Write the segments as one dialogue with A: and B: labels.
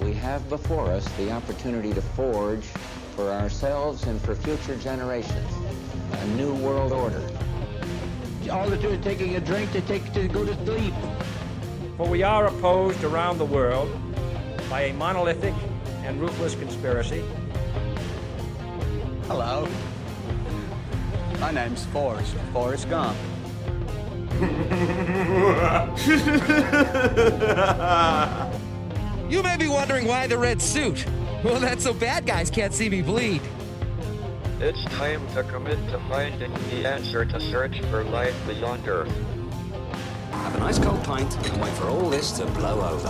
A: We have before us the opportunity to forge for ourselves and for future generations a new world order.
B: All they're doing is taking a drink to take to go to sleep.
C: For we are opposed around the world by a monolithic and ruthless conspiracy.
D: Hello. My name's Forrest, Forrest Gump.
E: You may be wondering why the red suit. Well, that's so bad guys can't see me bleed.
F: It's time to commit to finding the answer to search for life beyond Earth.
A: Have a nice cold pint and wait for all this to blow over.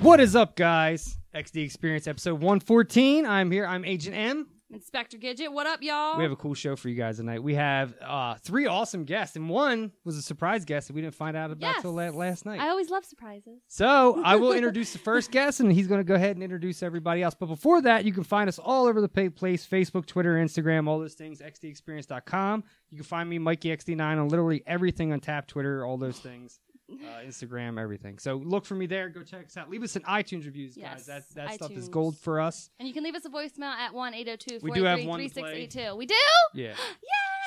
G: What is up, guys? XD Experience episode 114. I'm here. I'm Agent M.
H: Inspector Gidget, what up, y'all?
G: We have a cool show for you guys tonight. We have uh, three awesome guests, and one was a surprise guest that we didn't find out about
H: Yes.
G: till la- last night.
H: I always love surprises.
G: So I will introduce the first guest, and he's going to go ahead and introduce everybody else. But before that, you can find us all over the pa- place Facebook, Twitter, Instagram, all those things, xdexperience.com. You can find me, MikeyXD9, on literally everything on tap, Twitter, all those things. Uh, Instagram, everything. So look for me there. Go check us out. Leave us an iTunes reviews, guys.
H: Yes,
G: That that stuff is
H: iTunes.
G: gold for us.
H: And you can leave us a voicemail at oh 1 802
G: We do have one to
H: 3682. We do?
G: Yeah.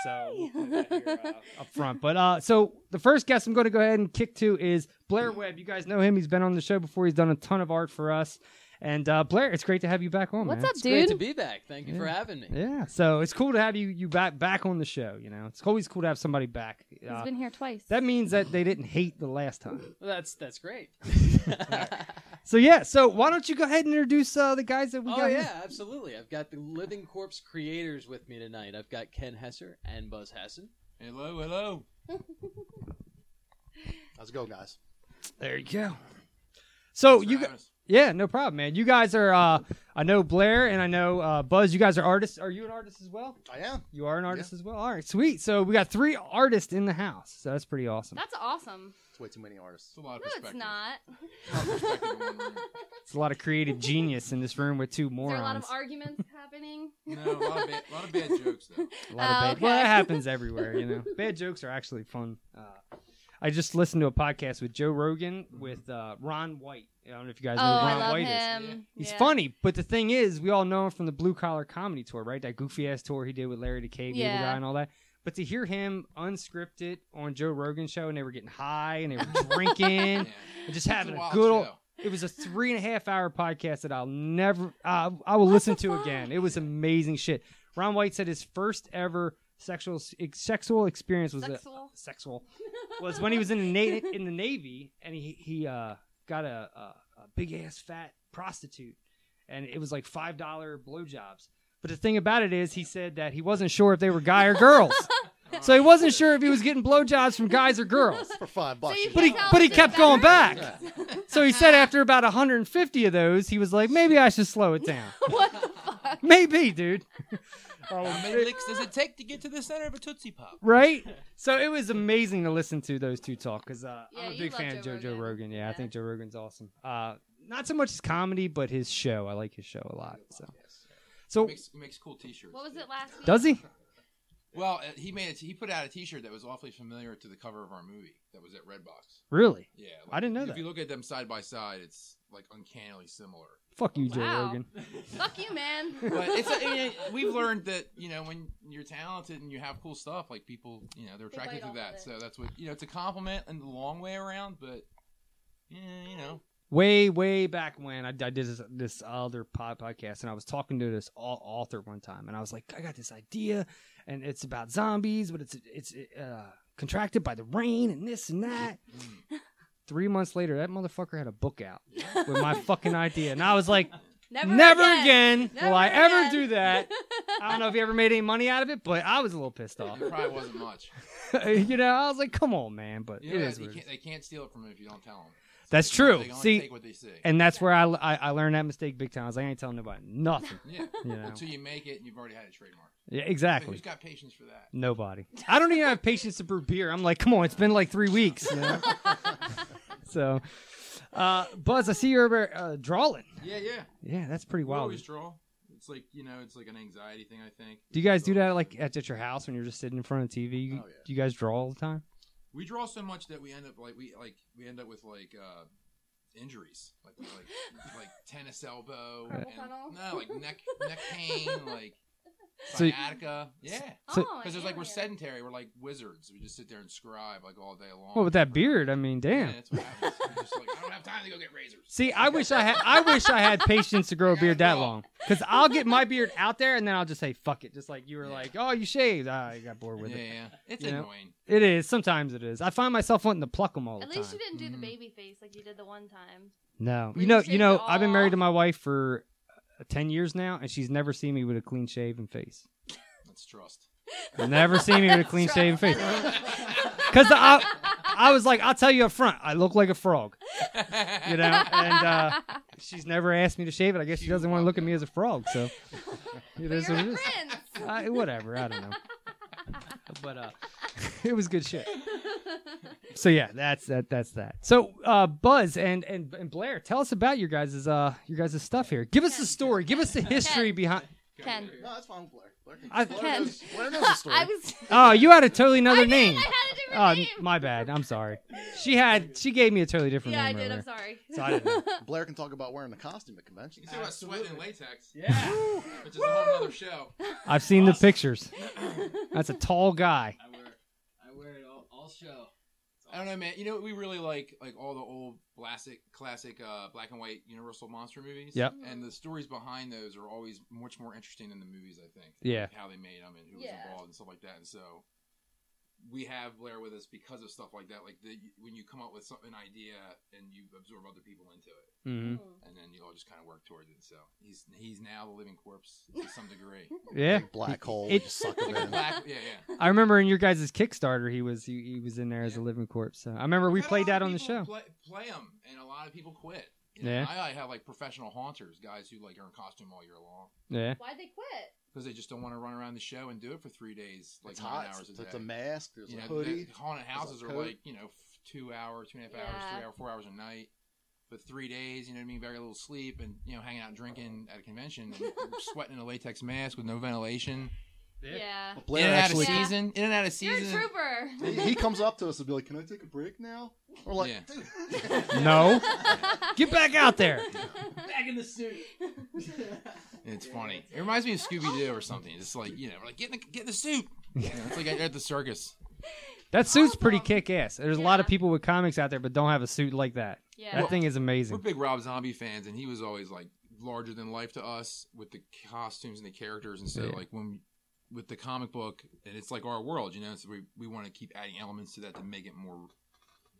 G: So
H: Yay!
G: we'll put that here, uh, up front, but uh, so the first guest I'm going to go ahead and kick to is Blair Webb. You guys know him; he's been on the show before. He's done a ton of art for us, and uh, Blair, it's great to have you back on.
H: What's
G: man.
H: up,
G: It's-
H: dude?
I: Great to be back. Thank you for having me.
G: Yeah, so it's cool to have you you back back on the show. You know, it's always cool to have somebody back.
H: He's
G: Uh,
H: been here twice.
G: that means that they didn't hate the last time.
I: Well, that's that's great.
G: So yeah, so why don't you go ahead and introduce uh, the guys that we
I: oh
G: got? here.
I: yeah, absolutely. I've got the Living Corpse creators with me tonight. I've got Ken Hesser and Buzz Hessen. Hello, hello.
J: How's it going, guys?
G: There you go. So you, gu- yeah, no problem, man. You guys are, uh, I know Blair and I know uh, Buzz. You guys are artists. Are you an artist as well?
J: I am.
G: You are an artist as well. All right, sweet. So we got three artists in the house. So that's pretty awesome.
H: That's awesome.
J: It's way too many artists.
H: No, it's not.
G: It's a lot of creative genius in this room with two
H: Is
G: morons.
H: there a lot of arguments happening?
F: No, a lot of bad, lot of bad jokes though.
G: A lot of
H: Oh,
G: bad. Well,
H: okay.
G: that happens everywhere, you know. bad jokes are actually fun. Uh, I just listened to a podcast with Joe Rogan with uh, Ron White. I don't know if you guys
H: oh,
G: know who
H: I
G: Ron
H: love
G: White is.
H: him.
G: He's
H: Yeah.
G: funny, but the thing is, we all know him from the Blue Collar Comedy Tour, right? That goofy ass tour he did with Larry the Cable
H: Yeah.
G: Guy and all that. But to hear him unscripted on Joe Rogan show, and they were getting high and they were drinking and just having a, good old. It was a three and a half hour podcast that I'll never, uh, I will listen
H: of
G: to
H: fun.
G: again. It was amazing shit. Ron White said his first ever sexual ex- sexual experience was
H: Sexual?
G: A, sexual was when he was in the na- in the navy and he he uh, got a, a, a big ass fat prostitute and it was like five dollar blowjobs. But the thing about it is, he said that he wasn't sure if they were guy or girls. So he wasn't sure if he was getting blowjobs from guys or girls.
J: For five bucks.
H: you
J: you
G: But he
J: know.
G: but he kept going back. So he said after about 150 of those, he was like, maybe I should slow it down.
H: what the fuck?
G: Maybe, dude.
F: How many licks does it take to get to the center of a Tootsie Pop?
G: Right? So it was amazing to listen to those two talk because uh,
H: Yeah,
G: I'm a
H: you
G: big
H: love
G: fan of
H: Joe
G: JoJo Rogan.
H: Rogan.
G: Yeah, I
H: Yeah.
G: think Joe Rogan's awesome. Uh, not so much his comedy, but his show. I like his show a lot. So, so
F: Makes makes cool T-shirts.
H: What was it last week?
G: does he?
F: Well, uh, he made it, he put out a T-shirt that was awfully familiar to the cover of our movie that was at Redbox.
G: Really?
F: Yeah,
G: I didn't know
F: if
G: that.
F: you look at them side by side, it's like uncannily similar.
G: Fuck you, Joe
H: Wow.
G: Rogan.
H: Fuck you, man.
F: But it's I mean, we've learned that you know when you're talented and you have cool stuff, like people you know they're
H: They
F: attracted
H: bite
F: to
H: off
F: that.
H: of it.
F: So that's what you know. It's a compliment and the long way around, but yeah, you know.
G: Way, way back when I, I did this, this other pod, podcast, and I was talking to this au- author one time, and I was like, I got this idea, and it's about zombies, but it's it's uh, contracted by the rain and this and that. Three months later, that motherfucker had a book out with my fucking idea, and I was like,
H: Never,
G: Never, again, will I ever do that. I don't know if he ever made any money out of it, but I was a little pissed off.
F: It probably wasn't much.
G: you know, I was like, come on, man. But
F: You
G: it
F: know,
G: is
F: that you
G: what it
F: can't,
G: is.
F: they can't steal it from him if you don't tell them.
G: That's
J: They
G: true.
J: only
G: see,
J: take what they see.
G: and that's where I, I I learned that mistake big time. I was like, I ain't telling nobody nothing.
J: Yeah.
G: You know?
J: Until you make it, and you've already had it trademarked.
G: Yeah, exactly.
J: Who's got patience for that?
G: Nobody. I don't even have patience to brew beer. I'm like, come on, it's been like three weeks. you know? so, uh, Buzz, I see you're over, uh, drawing.
J: Yeah, yeah.
G: Yeah, that's pretty
J: We
G: wild.
J: always draw. It's like you know, it's like an anxiety thing. I think.
G: Do you guys do that like at, at your house when you're just sitting in front of TV?
J: Oh,
G: You, Do you guys draw all the time?
J: We draw so much that we end up like we like we end up with like uh injuries, like we, like like tennis elbow,
H: Carpal
J: and-
H: tunnel?
J: no, like neck neck pain, like
G: So-
J: sciatica. yeah,
G: so-
J: because
G: Oh, I
J: there's like we're sedentary. We're like wizards. We just sit there and scribe like all day long.
G: Well, with that beard, I mean, damn.
J: Yeah, that's what happens. We're just like, I don't have time to go get razors.
G: See, I wish I had. I wish I had patience to grow a beard that long. Because I'll get my beard out there, and then I'll just say fuck it. Just like you were like, oh, you shaved. Ah, I got bored with it.
J: Yeah, yeah. It's
G: You know?
J: annoying.
G: It is. Sometimes it is. I find myself wanting to pluck them all
H: At
G: the
H: least
G: time.
H: you didn't do the baby face like you did the one time.
G: No, Mm-hmm. you know, you know, I've been married to my wife for uh, ten years now, and she's never seen me with a clean shaven face.
J: Let's trust.
G: Never seen me with a clean shaven face. Because I, I was like, I'll tell you up front, I look like a frog. You know, and uh, she's never asked me to shave it. I guess she doesn't want to look at me as a frog. So it is what it is. I- Uh, whatever. I don't know. But uh, it was good shit. So yeah, that's that. That's that. So uh, Buzz and, and and Blair, tell us about your guys' uh your guys' stuff here. Give us the story. Give us the history behind.
H: Ken.
K: No, that's fine with Blair. Blair can-
G: I-
K: Blair
H: Ken.
K: knows- Blair knows the story.
H: I was.
G: Oh, you had a totally another name.
H: I
G: oh, my bad. I'm sorry. She had she gave me a totally different
H: Yeah, I
G: name.
H: did. I'm
G: earlier.
H: sorry.
G: So I didn't know.
K: Blair can talk about wearing the costume at conventions.
J: You talk about sweating in latex. Yeah, which is a whole other show.
G: I've seen the pictures. That's a tall guy.
I: I wear it all, all show.
J: I don't know, man. You know, we really like like all the old classic, classic uh, black and white Universal monster movies.
G: Yep.
J: And the stories behind those are always much more interesting than the movies. I think.
G: Yeah.
J: Like how they made them and who was
H: Yeah.
J: involved and stuff like that. And so we have Blair with us because of stuff like that. Like the, when you come up with some, an idea and you absorb other people into it,
H: Hmm.
G: Mhm.
J: and then you all just kind of work towards it. So he's he's now the living corpse to some degree.
G: Yeah.
K: Big black hole.
G: It-
K: you suck it
J: Like a
K: in.
J: black- yeah, yeah.
G: I remember in your guys' Kickstarter, he was he, he was in there as a living corpse. So I remember we
J: Had a
G: played
J: lot
G: that
J: of
G: on the
J: people
G: show.
J: Play, play 'em, and a lot of people quit. You know,
G: Yeah.
J: I, I have like professional haunters, guys who like are in costume all year long
G: Yeah.
H: Why'd they quit?
J: because they just don't want to run around the show and do it for three days, like
K: It's
J: nine
K: hot.
J: hours a
K: It's-
J: day.
K: it's a mask, there's
J: you
K: a
J: know,
K: hoodie,
J: the haunted
K: there's a
J: houses are
K: coat.
J: like you know f- two hour, two and a half hours,
H: Yeah.
J: three hour, four hours a night. But three days, you know what I mean? Very little sleep, and you know, hanging out, and drinking at a convention, and sweating in a latex mask with no ventilation.
H: Yeah.
K: Blair
J: in and out
K: actually-
J: of season. In and out of
H: You're a
J: season.
H: trooper.
K: He, he comes up to us and be like, "Can I take a break now?" We're like,
J: Yeah.
K: "Dude,
G: No. Get back out there.
I: Back in the suit.
J: And it's funny. It reminds me of Scooby Doo or something. It's like you know, we're like get in the, get in the suit. You know, it's like at at the circus.
G: That suit's pretty kick ass. There's a lot of people with comics out there, but don't have a suit like that.
H: Yeah.
G: That
J: Well,
G: thing is
J: We're
G: amazing.
J: big Rob Zombie fans, and he was always like larger than life to us with the costumes and the characters. And so
G: Yeah.
J: like when with the comic book, and it's like our world, you know. So we we want to keep adding elements to that to make it more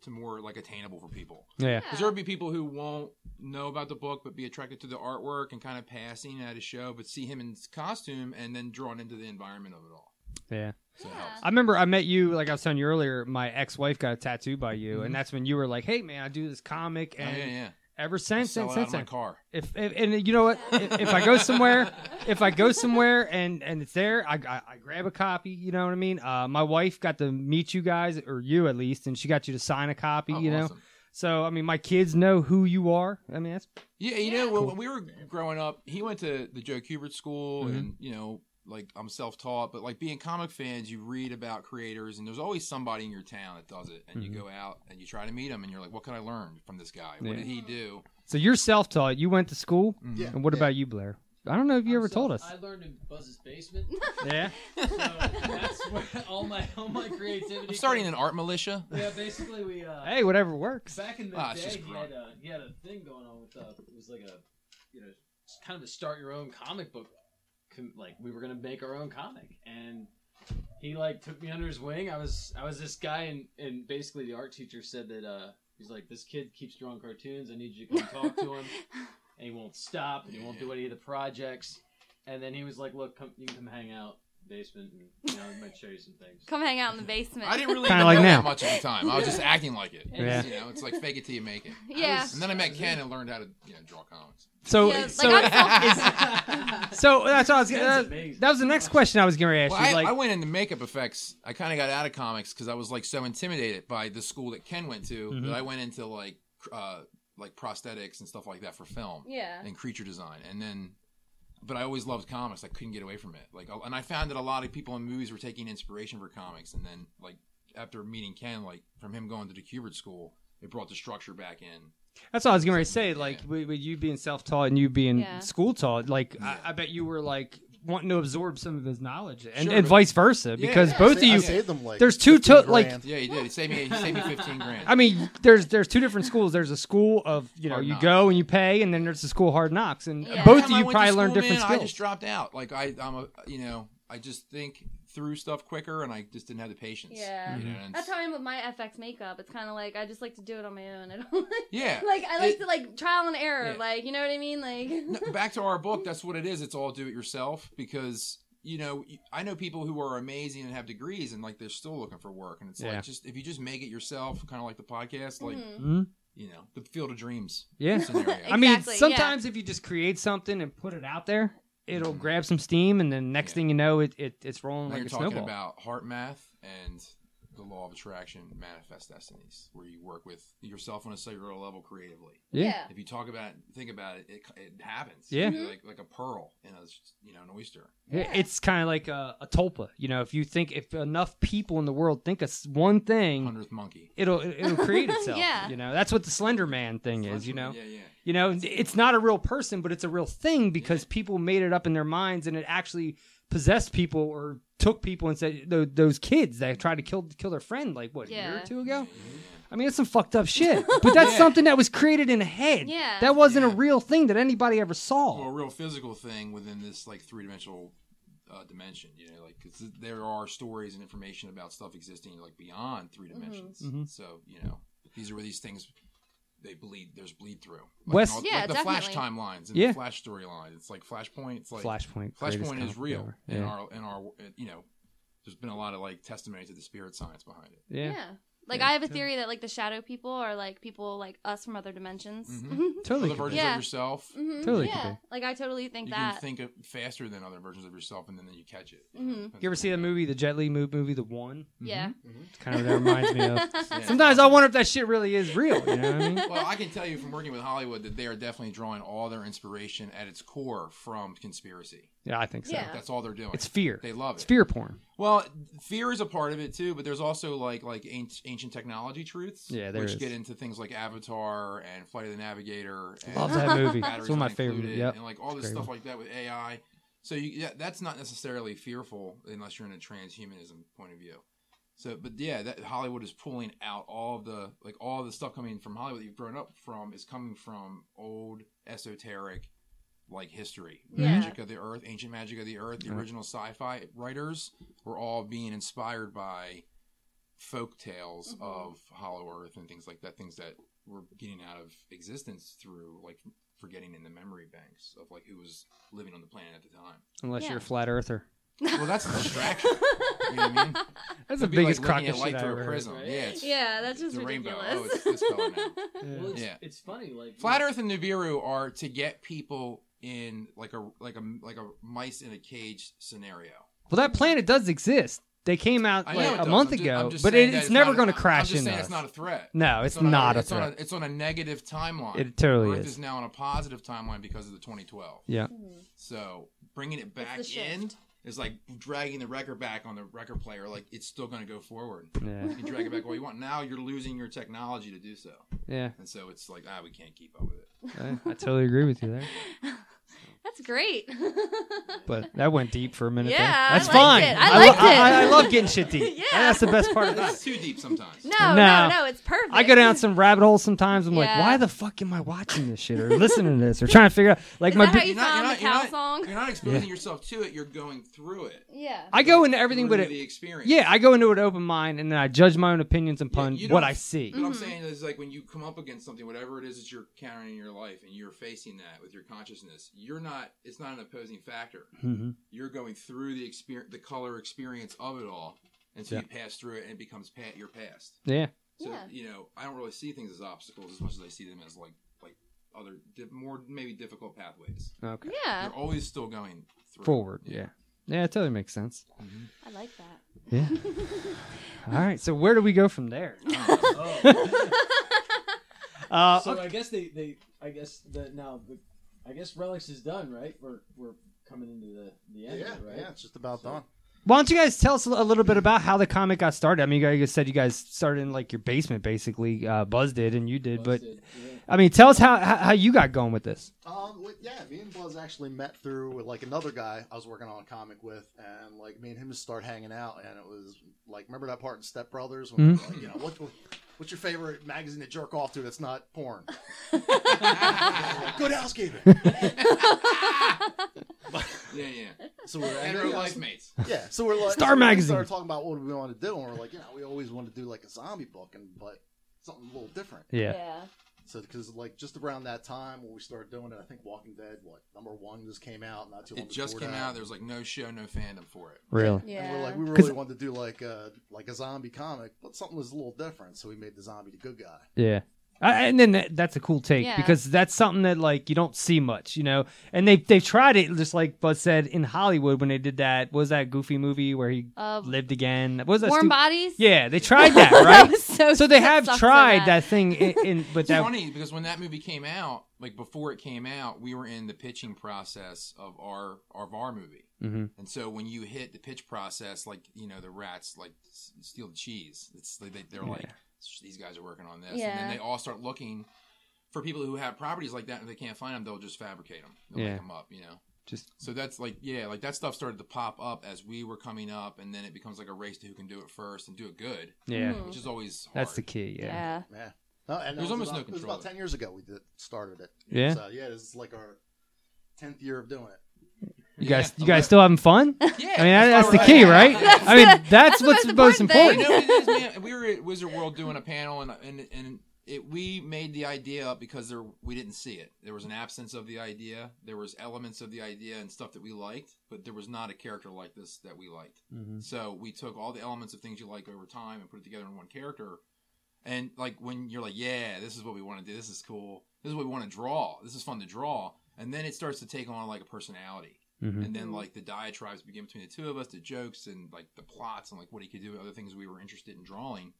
J: to more like attainable for people.
G: Yeah.
J: Because there would be people who won't know about the book but be attracted to the artwork and kind of passing at a show, but see him in his costume and then drawn into the environment of it all.
G: Yeah.
J: So it helps.
G: I remember I met you, like I was telling you earlier, my ex wife got a tattoo by you, and
J: Mhm.
G: that's when you were like, hey, man, I do this comic.
J: Oh,
G: And
J: yeah, yeah.
G: ever since,
J: Sell
G: since,
J: it out
G: since.
J: of my
G: then.
J: car.
G: If, if and you know what, if, if I go somewhere, if I go somewhere and and it's there, I, I I grab a copy. You know what I mean? Uh, my wife got to meet you guys, or you at least, and she got you to sign a copy.
J: Oh,
G: you know,
J: awesome.
G: so I mean, my kids know who you are. I mean, that's
J: Yeah, you know, when, when we were growing up, he went to the Joe Kubert school,
G: Mhm.
J: and you know, like I'm self-taught, but like being comic fans, you read about creators, and there's always somebody in your town that does it, and
G: Mhm.
J: you go out and you try to meet him, and you're like, what can I learn from this guy? What
G: Yeah.
J: did he do?
G: so you're self taught. You went to school,
J: Mm-hmm. Yeah,
G: and what about you, Blair? I don't know if you ever told us.
I: I learned in Buzz's basement.
G: Yeah?
I: So that's where all my all my creativity.
J: I'm starting an
I: comes-
J: art militia.
I: Yeah, basically we. Uh,
G: Hey, whatever works.
I: Back in the
J: Ah,
I: day,
J: it's just
I: he
J: grunt.
I: had, a, he had a thing going on with uh, it was like a, you know, just kind of a start your own comic book. Com- like we were gonna make our own comic, and he like took me under his wing. I was I was this guy, and and basically the art teacher said that uh he's like this kid keeps drawing cartoons. I need you to come talk to him, and he won't stop, and he won't do any of the projects. And then he was like, look, come, you can come hang out. basement, and you know, I might show you some things.
H: Come hang out in the basement.
J: I didn't really
G: Kinda
J: even
G: like
J: know
G: now.
J: that much at the time. I was just acting like it.
G: Yeah.
J: You know, it's like fake it till you make it.
H: Yeah.
J: And then I met Ken and learned how to you know, draw comics.
G: So,
H: Yeah, like,
G: so,
H: I'm so-
G: so that's what I was.
J: That's
G: That, that was the next question I was going to ask
J: Well,
G: you.
J: I,
G: like,
J: I went into makeup effects. I kind of got out of comics because I was like so intimidated by the school that Ken went to
G: Mhm.
J: that I went into like cr- uh, like prosthetics and stuff like that for film,
H: Yeah.
J: and creature design, and then. But I always loved comics. I couldn't get away from it. Like, and I found that a lot of people in movies were taking inspiration for comics, and then like after meeting Ken, like from him going to the Cubert School, it brought the structure back in.
G: That's what I was going to say. Like with, with you being self-taught and you being
J: Yeah.
G: school-taught, like I, I bet you were like wanting to absorb some of his knowledge and,
J: Sure,
G: and
J: but-
G: vice versa
J: Yeah.
G: because
J: Yeah,
G: both
J: I
G: of you
J: saved them, like,
G: there's two to, like
J: yeah, he did. He saved me. He saved me fifteen grand.
G: I mean there's there's two different schools. There's a school of you know
J: Hard
G: you
J: Knocks.
G: go and you pay, and then there's the school hard knocks, and
J: By the
G: both of
J: time I
G: you
J: went to
G: probably
J: school,
G: learned different
J: man,
G: skills.
J: I just dropped out. Like I, I'm a, you know, I just think through stuff quicker, and I just didn't have the patience.
H: Yeah.
J: You know,
G: Mm-hmm.
J: and
H: That's how I am with my FX makeup. It's kind of like I just like to do it on my own. I don't like.
J: Yeah.
H: Like I like
J: It-
H: to like trial and error.
J: Yeah.
H: Like you know what I mean? Like.
J: No, back to our book. That's what it is. It's all do it yourself because you know I know people who are amazing and have degrees and like they're still looking for work, and it's
G: Yeah.
J: like just if you just make it yourself, kind of like the podcast, like
H: Mhm.
G: Mhm.
J: you know, the field of dreams.
G: Yeah.
J: scenario.
G: I mean,
H: Exactly, yeah.
G: sometimes if you just create something and put it out there, it'll grab some steam, and then next thing you know, it, it it's rolling
J: Now
G: like
J: you're
G: a
J: talking
G: snowball.
J: about heart math and the law of attraction, manifest destinies, where you work with yourself on a cellular level creatively.
G: Yeah. Yeah.
J: If you talk about it, think about it, it, it happens.
G: Yeah.
J: You're Like like a pearl in a you know an oyster.
G: Yeah. It's kind of like a, a tulpa. You know, if you think if enough people in the world think of s- one thing,
J: hundredth monkey,
G: it'll it'll create itself.
J: Yeah.
G: You know, that's what the Slender Man thing is. You know.
J: Yeah, yeah.
G: You know, it's not a real person, but it's a real thing because people made it up in their minds, and it actually possessed people or took people and said tho- those kids that tried to kill kill their friend like what a year
H: Yeah.
G: or two ago.
J: Mm-hmm.
G: I mean, that's some fucked up shit, but that's something that was created in a head.
H: Yeah.
G: that wasn't a real thing that anybody ever saw.
J: Well, a real physical thing within this like three dimensional uh, dimension. You know, like 'cause there are stories and information about stuff existing like beyond three dimensions.
G: Mhm.
J: So you know, these are where these things they bleed. There's bleed through. Like,
G: Wes-
J: all-
G: Yeah,
J: like the Flash
H: definitely.
J: timelines and
G: Yeah.
J: the Flash storyline. It's like Flashpoint. It's like
G: Flashpoint, greatest
J: Flashpoint
G: comic
J: is real
G: ever.
J: in
G: Yeah.
J: our in our you know. There's been a lot of like testimony to the spirit science behind it.
H: Yeah. Like I have a theory that like the shadow people are like people like us from other dimensions.
J: Mhm. Totally Other could be. versions of yourself.
H: Mhm.
J: Totally could
H: Yeah.
J: be.
H: Mm-hmm. Like I totally think
J: You
H: that.
J: can think of faster than other versions of yourself, and then, then you catch it.
H: Mhm.
G: You ever see that movie, the Jet Li mo- movie, The One?
H: Yeah.
J: Mm-hmm.
G: It's kind of what that reminds me of.
J: Yeah.
G: Sometimes I wonder if that shit really is real. You know what I mean?
J: well, I can tell you from working with Hollywood that they are definitely drawing all their inspiration at its core from conspiracy.
G: Yeah, I think so.
J: Like, That's all they're doing.
G: It's fear.
J: They love it.
G: It's fear porn.
J: Well, fear is a part of it too, but there's also like like ancient, ancient technology truths.
G: Yeah, there
J: which
G: is.
J: get into things like Avatar and Flight of the Navigator. And
G: Love that movie. It's
J: Batteries
G: one of my
J: Not
G: favorite-
J: Included,
G: yep.
J: And like all
G: It's a
J: this
G: great
J: stuff
G: one.
J: like that with AI. So you, yeah, that's not necessarily fearful unless you're in a transhumanism point of view. So, but yeah, that Hollywood is pulling out all of the like all the stuff coming from Hollywood that you've grown up from is coming from old esoteric like history,
H: Yeah.
J: magic of the earth, ancient magic of the earth. The
G: Right.
J: original sci-fi writers were all being inspired by folk tales of Hollow Earth and things like that. Things that were getting out of existence through like forgetting in the memory banks of like who was living on the planet at the time.
G: Unless you're a flat earther.
J: Well, that's a distraction. you know what I mean?
G: That's the
J: It'd be like
G: biggest crock
J: looking
G: of
J: at light
G: shit I
J: through
G: ever
J: a
G: heard.
J: prism. Yeah, it's,
H: Yeah, that's
J: it's
H: just
J: the rainbow. Oh,
H: ridiculous.
J: it's this color now.
I: Well, it's,
J: Yeah.
I: it's funny. Like
J: Flat Earth and Nibiru are to get people in like a like a like a mice in a cage scenario.
G: Well, that planet does exist. They came out
J: I
G: like,
J: know it
G: a
J: does.
G: month
J: I'm ju-
G: ago,
J: I'm just
G: but
J: saying
G: it,
J: that
G: it's never
J: not-
G: going to
J: I'm
G: crash
J: just
G: into
J: saying
G: us.
J: it's not a threat.
G: No, it's,
J: on
G: not a
J: it's On
G: threat.
J: a, it's on a negative timeline.
G: It totally
J: Earth
G: is.
J: is now on a positive timeline because of the 2012.
G: Yeah.
J: So bringing it back
H: the shift.
J: in is like dragging the record back on the record player. Like it's still going to go forward.
G: Yeah.
J: You can drag it back all you want. Now you're losing your technology to do so.
G: Yeah.
J: And so it's like ah, we can't keep up with it.
G: I, I totally agree with you there.
H: That's great.
G: But that went deep for a minute.
H: Yeah, I
G: there. that's
H: liked
G: fine.
H: it. I
G: lo-
H: liked it.
G: I, I love getting shit deep.
H: Yeah.
G: that's the best part about it.
J: It's too deep sometimes.
H: no, no, no, it's perfect.
G: I go down some rabbit holes sometimes. I'm like,
H: Yeah.
G: why the fuck am I watching this shit or listening to this or trying to figure out? Like
H: Is
G: my,
H: that
G: bi-
H: how you found the
J: you're
H: cow
J: not-
H: song?
J: You're not exposing
G: Yeah.
J: yourself to it. You're going through it.
H: Yeah.
G: I go into everything
J: through
G: with it.
J: the experience.
G: Yeah, I go into it open mind and then I judge my own opinions upon
J: You
G: what
J: don't-
G: I see.
J: What I'm saying is, like, when you come up against something, whatever it is that you're carrying in your life, and you're facing that with your consciousness, you're not not it's not an opposing factor.
H: Mm-hmm.
G: Mhm.
J: You're going through the experience, the color experience of it all, and so
G: Yeah.
J: you pass through it, and it becomes pat your past.
G: Yeah.
J: So
L: Yeah.
J: you know, I don't really see things as obstacles as much as I see them as like like other di- more maybe difficult pathways.
G: Okay.
H: Yeah.
J: You're always still going through.
G: Forward. Yeah. Yeah, it totally makes sense.
H: I like that.
G: Yeah. All right. So where do we go from there? uh,
I: so
G: okay.
I: I guess they, they I guess the now the, I guess relics is done, right? We're we're coming into the the end,
K: Yeah,
I: right?
K: yeah, it's just about done.
G: Why don't you guys tell us a little bit about how the comic got started? I mean, you guys said you guys started in like your basement, basically. Uh, Buzz did, and you did, but I mean, tell us how, how how you got going with this.
K: Um, well, yeah, me and Buzz actually met through like another guy I was working on a comic with, and like me and him just started hanging out, and it was like, remember that part in Step Brothers when we were
G: Mhm.
K: like, you know, what, what's your favorite magazine to jerk off to that's not porn? Good housekeeping.
J: Yeah, yeah.
K: So we're
J: And
K: then,
J: real
K: yeah,
J: life
K: so-
J: mates.
K: Yeah, so we're like
G: Star
K: so we
G: Magazine.
K: started talking about what we want to do, and we're like, you know, we always want to do like a zombie book, and but something a little different.
G: Yeah.
L: Yeah.
K: So because like just around that time when we started doing it, I think Walking Dead, what number one just came out, not too long.
J: It just
K: before
J: came
K: that.
J: out. There was like no show, no fandom for it.
G: Really?
K: And we're like, we
G: 'Cause-
K: really wanted to do like a like a zombie comic, but something was a little different. So we made the zombie the good guy.
G: Yeah. I, and then that, that's a cool take
K: Yeah.
G: because that's something that like you don't see much, you know. And they they've tried it just like Buzz said in Hollywood when they did that. What was that goofy movie where he
H: Uh,
G: lived again? What was that
H: Warm
G: stu-
H: Bodies?
G: Yeah, they tried that, right?
H: was so-
G: they
H: that
G: have
H: sucks so
G: tried
H: bad.
G: that thing in, in but
J: It's
G: that
J: funny because when that movie came out, like before it came out, we were in the pitching process of our of our movie,
G: Mhm.
J: and so when you hit the pitch process, like you know the rats like s- steal the cheese. It's like they, they're like these guys are working on this, and
L: Yeah.
J: then they all start looking for people who have properties like that, and if they can't find them, they'll just fabricate them. They'll
G: Yeah.
J: make them up, you know.
G: Just
J: So that's like yeah, like that stuff started to pop up as we were coming up, and then it becomes like a race to who can do it first and do it good.
G: Yeah. Mhm.
J: which is always hard.
G: That's the key, yeah. Yeah.
K: yeah. No, and that
J: There's
K: was
J: almost
K: about,
J: no
K: It was
J: control
K: about ten years ago we did, started it.
G: Yeah.
K: So yeah, this is like our tenth year of doing it.
G: you guys you guys still having fun? Yeah, I mean that, that's the key, right?
J: That's
G: I mean
J: the-
G: that's, what's most important.
J: You know what it is, man? We were at Wizard World doing a panel, and and and it, we made the idea up because there we didn't see it. There was an absence of the idea. There was elements of the idea and stuff that we liked, but there was not a character like this that we liked.
G: Mhm.
J: So we took all the elements of things you like over time and put it together in one character. And like when you're like, yeah, this is what we want to do. This is cool. This is what we want to draw. This is fun to draw. And then it starts to take on like a personality.
G: Mhm.
J: And then like the diatribes begin between the two of us, the jokes and like the plots and like what he could do, other things we were interested in drawing.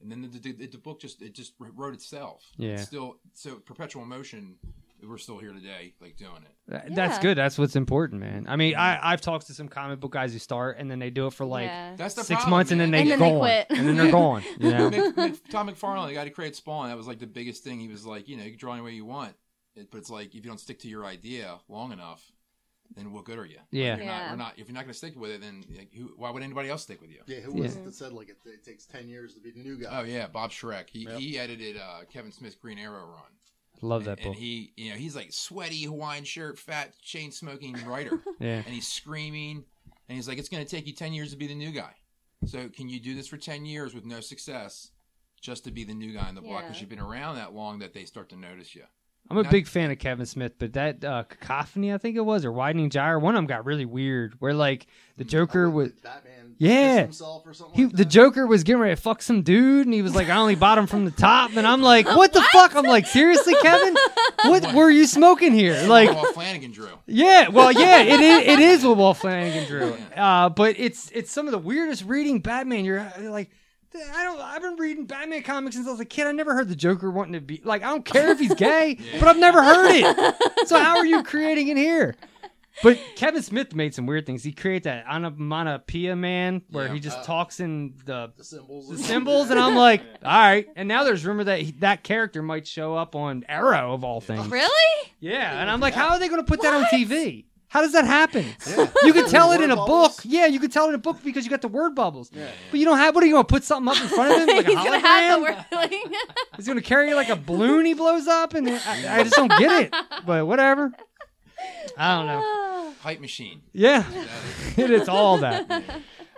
J: And then the, the, the, the book just it just wrote itself.
G: Yeah.
J: It's still so perpetual motion. We're still here today, like doing it.
G: Th- That's good. That's what's important, man. I mean,
J: Mm-hmm.
G: I I've talked to some comic book guys who start and then they do it for like
J: Yeah. That's the
G: six
J: problem,
G: months
J: man.
G: and then
J: And
G: they
J: then
G: go
J: they
G: gone
J: quit.
G: and then they're gone. You know?
J: Mick, Mick, Tom McFarlane, the guy who created Spawn, that was like the biggest thing. He was like, you know, you can draw any way you want, it, but it's like if you don't stick to your idea long enough, then what good are you? Like,
G: Yeah.
J: you're
G: Yeah.
J: Not, we're not. If you're not going to stick with it, then like, who, why would anybody else stick with you?
K: Yeah, who was it that said like it, it takes ten years to be the new guy?
J: Oh yeah, Bob Shrek. He he edited uh, Kevin Smith's Green Arrow run.
G: Love
J: And-
G: that book.
J: And he, you know, he's like sweaty Hawaiian shirt, fat chain smoking writer.
G: Yeah.
J: And he's screaming, and he's like, "It's going to take you ten years to be the new guy. So can you do this for ten years with no success, just to be the new guy in the block?
G: Yeah.
J: Because you've been around that long that they start to notice you."
G: I'm a
J: Not-
G: big fan of Kevin Smith, but that uh, cacophony, I think it was, or widening gyre, one of them got really weird. Where like the Joker was,
K: Batman
G: yeah,
K: himself or something
G: he, the Joker was getting ready to fuck some dude, and he was like, "I only bought him from the top," and I'm like, "What the fuck?" I'm like, "Seriously, Kevin, what were you smoking here?" Like,
J: Walt Flanagan drew.
G: Yeah, well, yeah, it is. It is what Walt Flanagan drew. Uh, but it's it's some of the weirdest reading Batman. You're uh, like, I don't. I've been reading Batman comics since I was a kid. I never heard the Joker wanting to be like. I don't care if he's gay, but I've never heard it. So how are you creating it here? But Kevin Smith made some weird things. He created that onomatopoeia man where he just talks in the, the
K: symbols,
G: the symbols, and I'm like, all right. And now there's rumor that he, that character might show up on Arrow of all things.
H: Really?
G: Yeah, and I'm like, how are they going to put that on TV? How does that happen? You can tell it in a book. Yeah, you can tell it in a book because you got the word bubbles. But you don't have. What are you going to put something up in front of him like a
H: He's
G: hologram?
H: gonna have the whirling.
G: He's going to carry like a balloon. He blows up, and I, I just don't get it. But whatever. I don't know.
J: Hype machine.
G: Yeah, it is all that.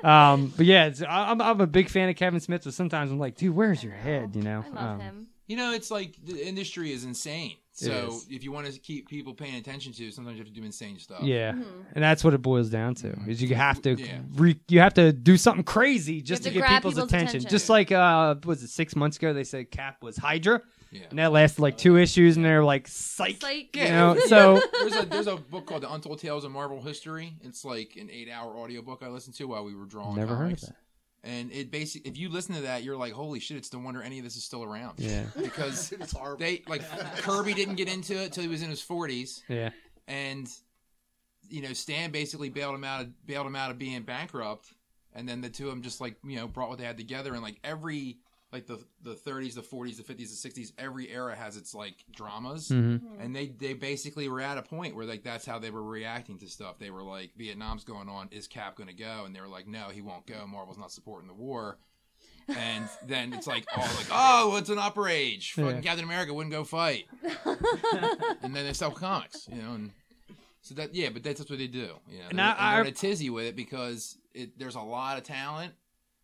G: Um, but yeah, it's, I- I'm, I'm a big fan of Kevin Um, Smith, but sometimes I'm like, dude, where's your head? You know. I
J: You know, it's like the industry is insane So
G: is.
J: if you want to keep people paying attention to, sometimes you have to do insane stuff.
G: Yeah, and that's what it boils down to. Is you have to
J: Yeah.
G: re- you have to do something crazy
J: have
G: just to,
J: to
G: get
J: grab
G: people's,
J: people's
G: attention.
J: attention.
G: Just like uh, what was it six months ago? They said Cap was Hydra,
J: Yeah.
G: and that lasted like two issues, and they're like, "Psych."
H: Psych.
G: You know, so
J: there's a there's a book called The Untold Tales of Marvel History. It's like an eight hour audiobook I listened to while we were drawing.
G: Never heard of
J: comics. And it basically, if you listen to that, you're like, holy shit! It's no wonder any of this is still around.
G: Yeah.
J: because they like Kirby didn't get into it till he was in his 40s.
G: yeah,
J: and you know Stan basically bailed him out of bailed him out of being bankrupt, and then the two of them just like you know brought what they had together, and like every like the the 30s, the 40s, the 50s, the 60s, every era has its like dramas,
G: Mhm. Mhm.
J: and they they basically were at a point where like that's how they were reacting to stuff. They were like Vietnam's going on, is Cap going to go? And they were like, no, he won't go. Marvel's not supporting the war. and then it's like, oh, like, oh, well, it's an upper age. Fucking
G: Yeah.
J: Captain America wouldn't go fight, and then they sell comics, you know. And so that yeah, but that's, that's what they do. You know,
G: And
J: and they're,
G: I-
J: and they're in
G: I-
J: a tizzy with it because it, there's a lot of talent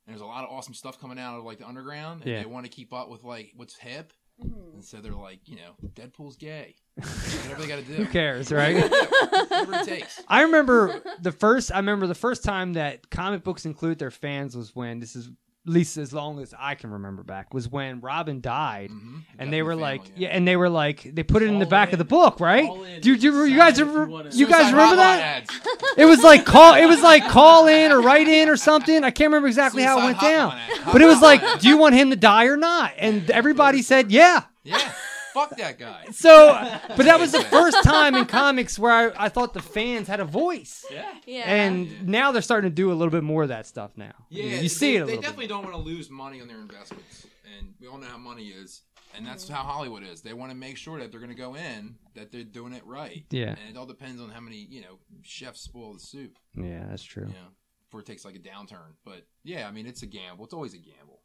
J: and there's a lot of awesome stuff coming out of like the underground, and
G: Yeah.
J: they want to keep up with like what's hip, and so they're like, you know, Deadpool's gay. Whatever they got to do.
G: who cares, right?
J: Whatever it takes.
G: I remember the first. I remember the first time that comic books included their fans was when this is at least as long as I can remember back was when Robin died,
J: Mm-hmm.
G: and they were like, yeah. and they were like, they put it in the back of the book, right? Do, do you guys remember, you
J: Suicide
G: guys
J: hotline
G: remember that?
J: ads.
G: It was like call. It was like call in or write in or something. I can't remember exactly how it went down, but it was like, do you want him to die or not? And everybody said, yeah.
J: Yeah. Fuck that guy.
G: So, but that was the first time in comics where I, I thought the fans had a voice.
J: Yeah.
H: Yeah.
G: And now they're starting to do a little bit more of that stuff now. You know,
J: Yeah,
G: you see
J: they,
G: it a
J: they
G: little bit.
J: definitely don't want to lose money on their investments, and we all know how money is, and that's how Hollywood is. They want to make sure that they're going to go in that they're doing it right.
G: Yeah.
J: and it all depends on how many you know chefs spoil the soup.
G: Yeah, that's true.
J: You know, before it takes like a downturn. But yeah, I mean, it's a gamble. It's always a gamble.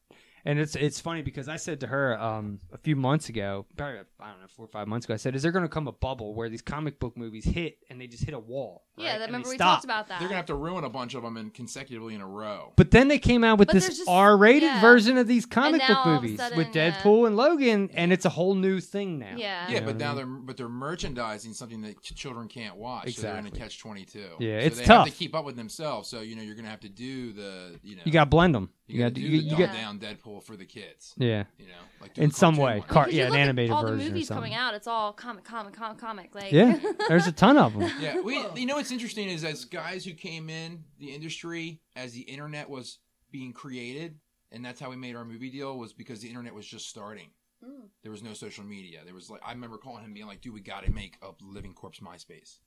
G: And it's it's funny because I said to her um, a few months ago, probably I don't know four or five months ago, I said, "Is there going to come a bubble where these comic book movies hit and they just hit a wall?"
H: Yeah,
G: right?
H: that-
G: And they
H: remember we
G: stop.
H: talked about that.
J: They're gonna have to ruin a bunch of them in consecutively in a row.
G: But then they came out with
H: But
G: this
H: there's just-
G: R-rated
H: yeah.
G: version of these comic
H: now
G: book
H: all of a
G: movies
H: sudden,
G: with
H: yeah.
G: Deadpool and Logan, and it's a whole new thing now.
J: Yeah,
H: Yeah.
G: You know
J: but
G: what I
J: now
G: mean?
J: they're but they're merchandising something that ch- children can't watch. So they're in a
G: Exactly.
J: catch twenty two.
G: Yeah,
J: so
G: it's
J: they
G: tough.
J: Have to keep up with themselves, so you know you're gonna have to do the you know
G: You gotta blend 'em.
J: You,
G: You
J: gotta, do
G: gotta- you-
J: the
G: you
J: dumb
G: gotta-
J: down Deadpool for the kids.
G: Yeah.
J: you know, like do
G: in
J: the
G: some
J: cartoon
G: way,
J: one.
G: car-
H: 'Cause you
G: yeah, an
H: look at
G: animated
H: all
G: version
H: the movies
G: or something.
H: coming out. It's all comic, comic, comic, comic. Like
G: Yeah, there's a ton of them.
J: Yeah, we, you know what's interesting is as guys who came in the industry as the internet was being created, and that's how we made our movie deal was because the internet was just starting.
H: Mm.
J: There was no social media. There was like I remember calling him being like, "Dude, we got to make a Living Corpse MySpace."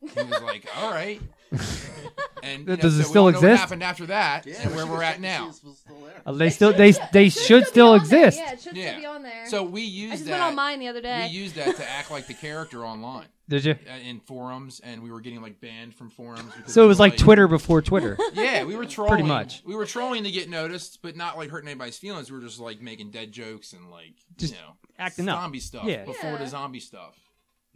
J: He was like, "All right." And you know,
G: Does it
J: so we
G: still
J: don't know What
G: exist?
J: happened after that,
K: Yeah,
J: and
K: we
J: where
K: should
J: we're
K: have
J: at now.
G: Uh, They still they they should still exist.
H: Yeah, it should still be on there.
J: So we used
H: I just
J: that.
H: went on mine the other day.
J: We used that to act like the character online.
G: Did you?
J: Uh, In forums, and we were getting like banned from forums. because
G: So it
J: we
G: was
J: were,
G: like Twitter before Twitter.
J: Yeah, we were trolling.
G: Pretty much.
J: We were trolling to get noticed, but not like hurting anybody's feelings. We were just like making dead jokes and like
G: Just
J: you know
G: acting up.
J: zombie stuff
G: Yeah.
J: before
G: Yeah.
J: the zombie stuff.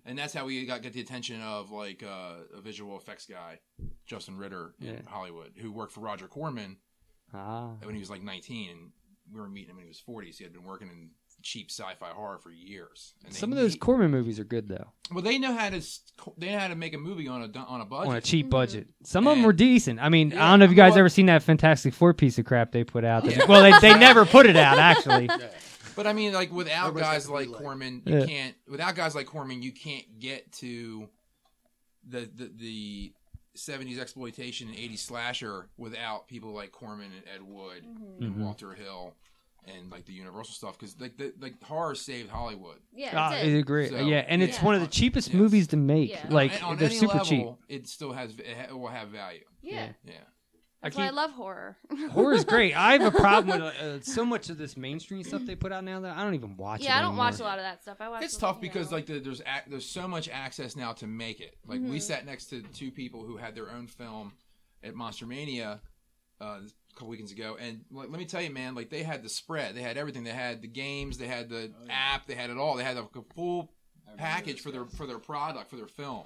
J: And that's how we got, got the attention of like uh, a visual effects guy, Justin Ritter
G: Yeah.
J: in Hollywood, who worked for Roger Corman
G: Ah.
J: when he was like 19, and we were meeting him when he was 40. So he had been working in cheap sci-fi horror for years. And they
G: Some of those Corman movies are good though,
J: Well, they know how to s- they know how to make a movie on a du- on a budget.
G: on a cheap
H: Mm-hmm.
G: budget. Some of them were decent. I mean,
J: Yeah,
G: I don't know if you
J: I mean,
G: guys
J: well-
G: ever seen that Fantastic Four piece of crap they put out.
J: Yeah.
G: Well, they, they never put it out actually.
J: But I mean, like without guys like Corman, you
G: Yeah.
J: can't. Without guys like Corman, you can't get to the the, the 70s exploitation and 80s slasher without people like Corman and Ed Wood and
G: Mhm.
J: Walter Hill and like the Universal stuff because like the like horror saved Hollywood.
G: Ah, I agree.
J: So,
G: yeah, and it's one of the cheapest movies to make.
J: Yeah.
G: Like
J: And on
G: they're
J: any
G: super
J: level,
G: cheap.
J: It still has it ha- it will have value.
H: Yeah.
J: yeah.
H: That's why I love horror.
G: Horror is great. I have a problem with uh, so much of this mainstream stuff they put out now that I don't even watch.
H: yeah,
G: it
H: I don't watch a
G: anymore.
H: lot of that stuff. I watch.
J: It's tough because like the, there's ac- there's so much access now to make it. Like we
H: Mhm.
J: sat next to two people who had their own film at Monster Mania uh, a couple weekends ago, and like, let me tell you, man, like they had the spread, they had everything, they had the games, they had the app, they had it all, they had like, a full package for their for their product for their film.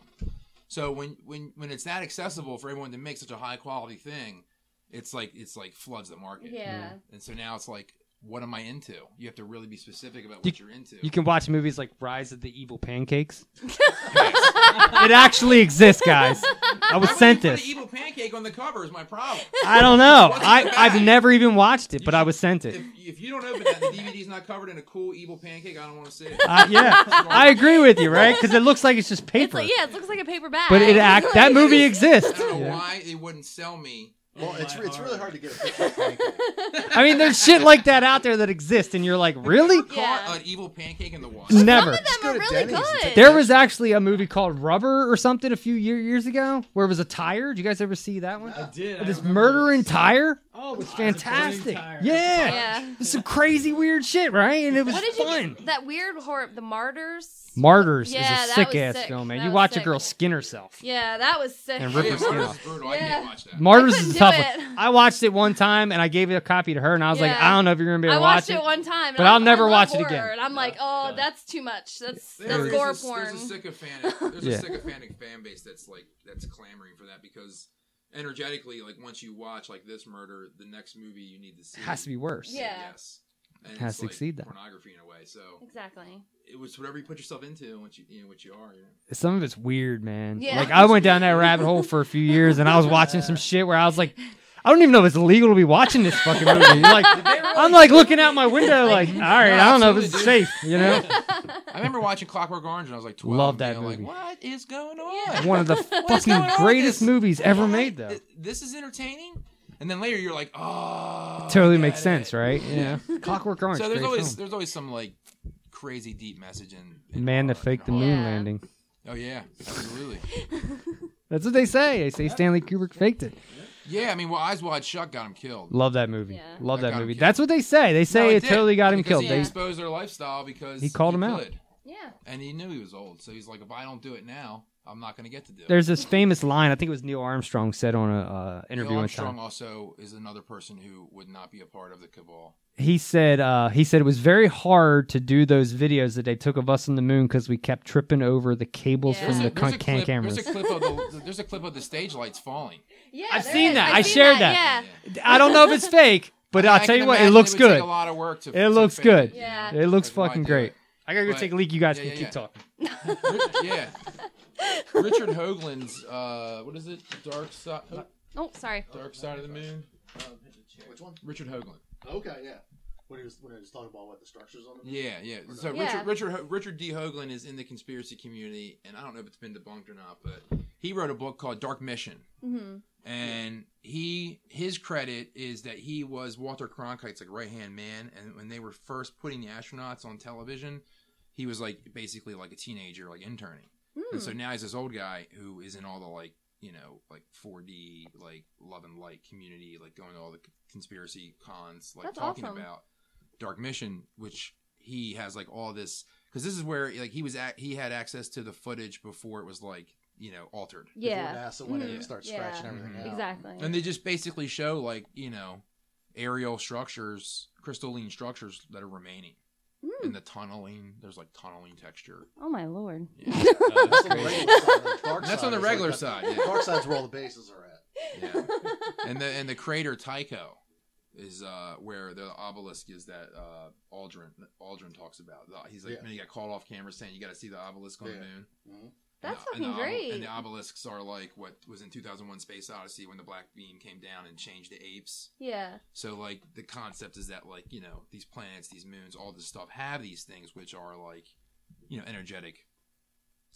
J: So when when when it's that accessible for everyone to make such a high quality thing, it's like it's like floods the market.
H: Yeah.
J: And so now it's like what am I into? You have to really be specific about
G: You-
J: what you, are into.
G: You can watch movies like Rise of the Evil Pancakes. it actually exists, guys. I was
J: Why would
G: sent
J: you put an
G: this.
J: evil pancake on the cover is my problem.
G: I don't know.
J: What's
G: I,
J: the
G: I've
J: bag?
G: never even watched it, but I was sent it.
J: If you don't open that, the DVD's not covered in a cool evil pancake. I don't want to see it.
G: Uh, yeah, I agree with you, right? Because it looks like it's just
H: It's
G: paper.
H: like, yeah, it looks like a paper bag.
G: But it act that movie exists.
J: I don't know
G: Yeah.
J: why they wouldn't sell me.
K: Well, it's it's really hard to get a picture of pancake.
G: I mean, there's shit like that out there that exists, and you're like, really?
J: An evil pancake in the water.
G: Never.
K: Just go to Denny's and take-
G: There was actually a movie called Rubber or something a few year, years ago where it was a tire. Did you guys ever see that one? I
I: did.
G: This murder in tire.
I: Oh,
G: it's
I: with eyes of burning
G: fantastic.
I: tire.
G: Yeah.
H: Yeah.
G: It's some crazy weird shit, right? And it was
H: what did
G: fun.
H: you get? That weird horror, the martyrs.
G: Martyrs
H: Yeah,
G: is a
H: that
G: sick
H: was
G: ass
H: sick.
G: film, man.
H: That
G: you
H: was
G: watch
H: sick.
G: a girl skin herself.
H: Yeah, that was sick.
G: And rip her skin off.
H: yeah.
G: Martyrs
H: I
G: is
H: couldn't
G: a
H: do
G: tough
H: it.
G: one. I watched it one time and I gave it a copy to her, and I was like,
H: Yeah.
G: I don't know if you're gonna be able
H: I
G: to watch
H: watched it one time, and
G: but
H: I'm-
G: I'll never
H: I love
G: watch it
H: horror,
G: again.
H: And I'm like, oh, that's too much. That's
J: There
H: that's
J: is
H: gore
J: a-
H: porn.
J: There's a sycophantic, there's
G: Yeah.
J: a sycophantic fan base that's like that's clamoring for that because energetically, like once you watch like this murder, the next movie you need to see
G: Has to be worse.
H: Yeah.
J: Yes. And
G: Has
J: it's,
G: to
J: like,
G: exceed that.
J: pornography in a way. So
H: Exactly.
J: it was whatever you put yourself into, and what you you know what you are. You know?
G: some of it's weird, man.
J: Yeah.
G: Like I went down that rabbit hole for a few years, and I was watching some shit where I was like, I don't even know if it's legal to be watching this fucking movie. Like I'm like looking out my window, like, all right, I don't know if
J: absolutely, dude.
G: it's safe, you know.
J: I remember watching Clockwork Orange, and I was like twelve.
G: Love
J: and being
G: that movie.
J: Like, what is going on?
G: One of the
J: What is
G: fucking
J: going on with
G: greatest
J: this?
G: movies ever
J: What?
G: made, though.
J: Th- This is entertaining. And then later you're like, oh,
G: totally
J: I
G: makes
J: get it."
G: sense, right? Yeah. Clockwork Orange,
J: So there's
G: great
J: always
G: film.
J: there's always some like crazy deep message in.
G: Man that faked the moon landing.
J: Oh yeah, absolutely.
G: That's what they say. They say Stanley Kubrick faked it.
J: yeah, I mean, well, Eyes Wide Shut got him killed.
G: Love that movie. Love that
J: got him
G: movie.
J: killed.
G: That's what they say. They say
J: No,
G: it
J: did,
G: totally got him
J: because
G: killed.
J: He
G: They-
J: exposed their lifestyle because
G: He called him out.
J: could.
H: Yeah.
J: And he knew he was old, so he's like, if I don't do it now, I'm not going to get to do it.
G: There's this famous line. I think it was Neil Armstrong said on a uh, interview
J: Neil
G: one
J: Armstrong
G: time.
J: also is another person who would not be a part of the cabal.
G: He said uh, he said it was very hard to do those videos that they took of us on the moon because we kept tripping over the cables from the
J: There's
G: con-
J: a, clip,
G: can cameras.
J: There's a clip of the there's a clip of the stage lights falling.
H: Yeah,
G: I've
H: there
G: seen
H: is.
G: that.
H: I've
G: I
H: seen
G: shared
H: that.
G: I don't know if it's fake, but
J: I
G: I'll
J: can
G: tell you what, it
J: imagine it
G: looks
J: would take
G: good.
J: a lot of work to-
G: it
J: to
G: looks
J: fake
G: good.
J: it, you know?
G: It looks
J: That's why I
G: fucking
J: do
G: great.
J: it.
G: I gotta go
J: But-
G: take a leak. You guys
J: Yeah,
G: can
J: yeah,
G: keep
J: yeah.
G: talking.
J: Rich- yeah. Richard Hoagland's uh, what is it? Dark side.
H: Oh, sorry.
J: Dark side of the moon.
K: Which one?
J: Richard Hoagland.
K: Okay, yeah. When he was when he was talking about what the structures on the moon?
J: Yeah, yeah. So
K: Or no?
J: Richard Richard Ho- Richard D. Hoagland is in the conspiracy community, and I don't know if it's been debunked or not, but he wrote a book called Dark Mission,
H: Mhm.
J: and he his credit is that he was Walter Cronkite's like right hand man, and when they were first putting the astronauts on television, he was like basically like a teenager, like interning, and so
H: Mm.
L: Hmm.
J: now he's this old guy who is in all the like you know like 4D like love and light community, like going to all the c- conspiracy cons, like
L: That's
J: talking
L: awesome.
J: about. Dark Mission, which he has like all this because this is where like he was at he had access to the footage before it was like you know altered.
H: Yeah.
K: NASA went in and
H: Mhm.
K: started
H: Yeah.
K: scratching everything out.
H: Exactly.
J: And they just basically show like you know aerial structures, crystalline structures that are remaining. And the tunneling, there's like tunneling texture.
H: Mm.
J: Uh,
H: Oh my lord.
K: That's on the regular side. The
J: That's on the regular side.
K: dark side is like that-
J: yeah.
K: Dark side's where all the bases are at.
J: and the and the crater Tycho is uh, where the obelisk is that uh, Aldrin Aldrin talks about. The- He's like
K: Yeah.
J: when he got called off camera saying you got to see the obelisk on
K: Yeah. Mm-hmm.
J: the moon. And
H: That's
J: the- and the
H: fucking
J: ob-
H: great.
J: And the obelisks are like what was in 2001: Space Odyssey when the black beam came down and changed the apes.
H: Yeah.
J: So like the concept is that like you know these planets, these moons, all this stuff have these things which are like you know energetic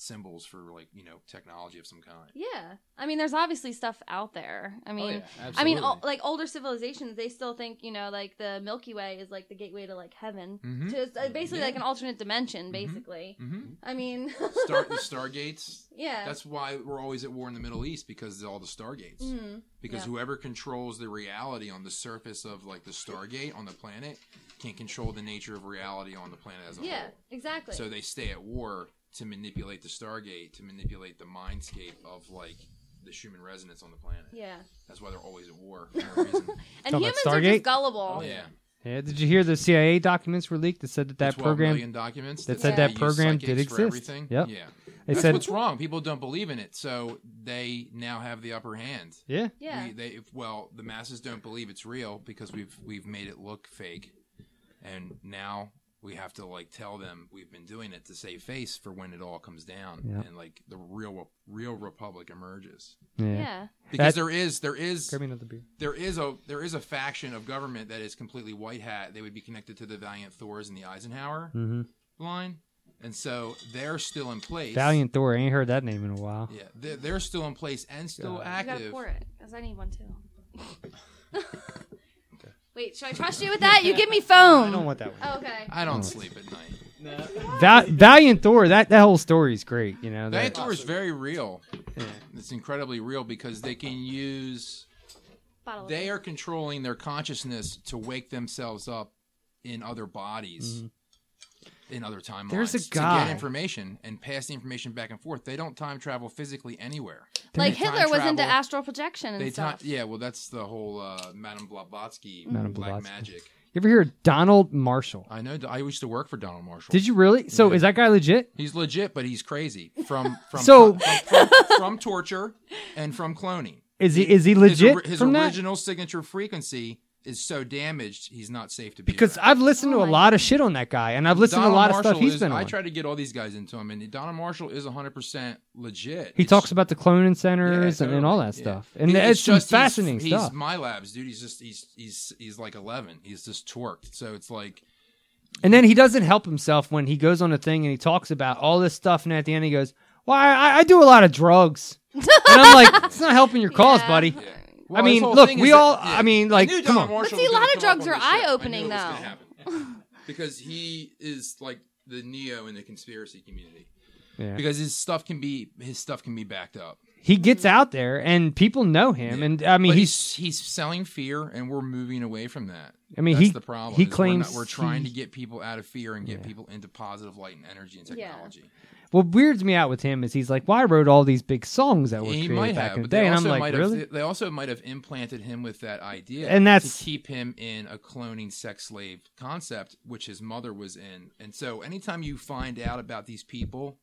J: symbols for like you know technology of some kind.
H: Yeah. I mean, there's obviously stuff out there. I mean,
J: Oh, yeah,
H: I
J: absolutely.
H: mean, all, like older civilizations, they still think you know, like the Milky Way is like the gateway to like heaven,
J: Mhm.
H: to it's, uh, basically
J: Yeah.
H: like an alternate dimension, basically.
J: Mhm.
H: I mean,
J: Star the stargates.
H: Yeah.
J: That's why we're always at war in the Middle East because of all the stargates.
H: Mhm.
J: Because
H: Yeah.
J: whoever controls the reality on the surface of like the stargate on the planet can control the nature of reality on the planet as a
H: yeah,
J: whole.
H: exactly.
J: So they stay at war to manipulate the stargate, to manipulate the mindscape of like the human resonance on the planet.
H: Yeah.
J: That's why they're always at war. For no reason.
H: and
G: Talking about
H: humans are
G: Stargate?
H: just gullible.
J: Oh, yeah.
G: Yeah, did you hear the CIA documents were leaked that said that that
J: 12
G: program
J: million documents
G: that said that
J: they use
G: program
J: psychics
G: did
J: for
G: exist?
J: everything.
G: Yep.
J: Yeah.
G: It
J: That's
G: said
J: what's wrong. People don't believe in it, so they now have the upper hand.
G: Yeah.
H: Yeah.
J: We, they well, the masses don't believe it's real because we've we've made it look fake. and now we have to like tell them we've been doing it to save face for when it all comes down
G: Yeah.
J: and like the real real republic emerges.
G: Yeah. Yeah.
J: Because
G: That-
J: there is there is
G: Grab me another beer.
J: there is a there is a faction of government that is completely white hat. They would be connected to the Valiant Thors and the Eisenhower
G: Mhm.
J: line, and so they're still in place.
G: Valiant Thor. I ain't heard that name in a while.
J: Yeah, they're, they're still in place and still
H: You gotta
J: active.
H: pour it, cause I need one too. Wait, should I trust you with that? You give me foam.
G: I don't want that one.
H: Oh, okay.
J: I
G: Oh.
J: don't sleep at night.
G: Va- Valiant Thor. That that whole story's great. You know.
J: Valiant
G: That,
J: Thor is very real.
G: Yeah.
J: It's incredibly real because they can use.
H: Bottle of
J: They are controlling their consciousness to wake themselves up in other bodies, in other timelines.
G: Mm-hmm. There's a
J: to
G: guy-
J: get information and pass the information back and forth. They don't time travel physically anywhere.
H: Like
J: They time
H: Hitler was into
J: travel-
H: astral projection and
J: They ti-
H: stuff.
J: yeah, well, that's the whole uh, Madame Blavatsky
G: Mm-hmm. Madame
J: black
G: Blavatsky.
J: magic.
G: You ever hear of Donald Marshall?
J: I know. I used to work for Donald Marshall.
G: Did you really? So
J: Yeah.
G: is that guy legit?
J: He's legit, but he's crazy from from
G: So-
J: from, from, from torture and from cloning.
G: Is he- is he
J: His,
G: legit
J: ori- his
G: from that?
J: original signature frequency is so damaged, he's not safe to be.
G: Because I've listened to a lot of shit on that guy, and I've listened
J: Donald
G: to a lot of stuff
J: Marshall
G: he's
J: is-
G: been
J: I
G: on.
J: try to get all these guys into him, and Donald Marshall is 100 percent legit.
G: he talks about the cloning centers
J: Yeah,
G: and, and all that
J: totally, yeah.
G: stuff, and
J: He-
G: it's, some
J: just- he's-
G: fascinating
J: he's,
G: stuff.
J: my labs, dude. He's just he's he's he's like 11. He's just torqued. So it's like
G: And then he doesn't help himself when he goes on a thing and he talks about all this stuff, and at the end he goes, "Well, I, I- I do a lot of drugs," and I'm like, "It's not helping your cause, buddy."
J: Well,
G: I mean,
J: his whole
G: look,
J: thing
G: we
J: is that-
G: all.
J: yeah.
G: I mean, like,
J: I knew
G: come
J: Donald
G: on.
J: Marshall
H: see,
J: was
H: a lot
J: gonna
H: of
J: come up
H: drugs
J: on
H: are
J: this show. I knew it was
H: eye-opening,
J: gonna
H: though.
J: happen. because he is like the neo in the conspiracy community.
G: Yeah.
J: Because his stuff can be his stuff can be backed up.
G: he gets out there and people know him, and I
J: Mm-hmm.
G: mean,
J: But
G: he's
J: he's he's selling fear, and we're moving away from that.
G: I mean,
J: That's
G: he-
J: the problem.
G: he
J: is we're
G: claims
J: not- we're, trying
G: he-
J: to get people out of fear and get people into positive light and energy and technology.
G: what weirds me out with him is he's like, "Well, I wrote all these big songs that were
J: He
G: created
J: might
G: back
J: have,
G: in the
J: but
G: day,"
J: they
G: and
J: also
G: I'm
J: might
G: like,
J: have,
G: "Really?"
J: They, they also might have implanted him with that idea,
G: And that's-
J: to keep him in a cloning sex slave concept, which his mother was in. And so, anytime you find out about these people,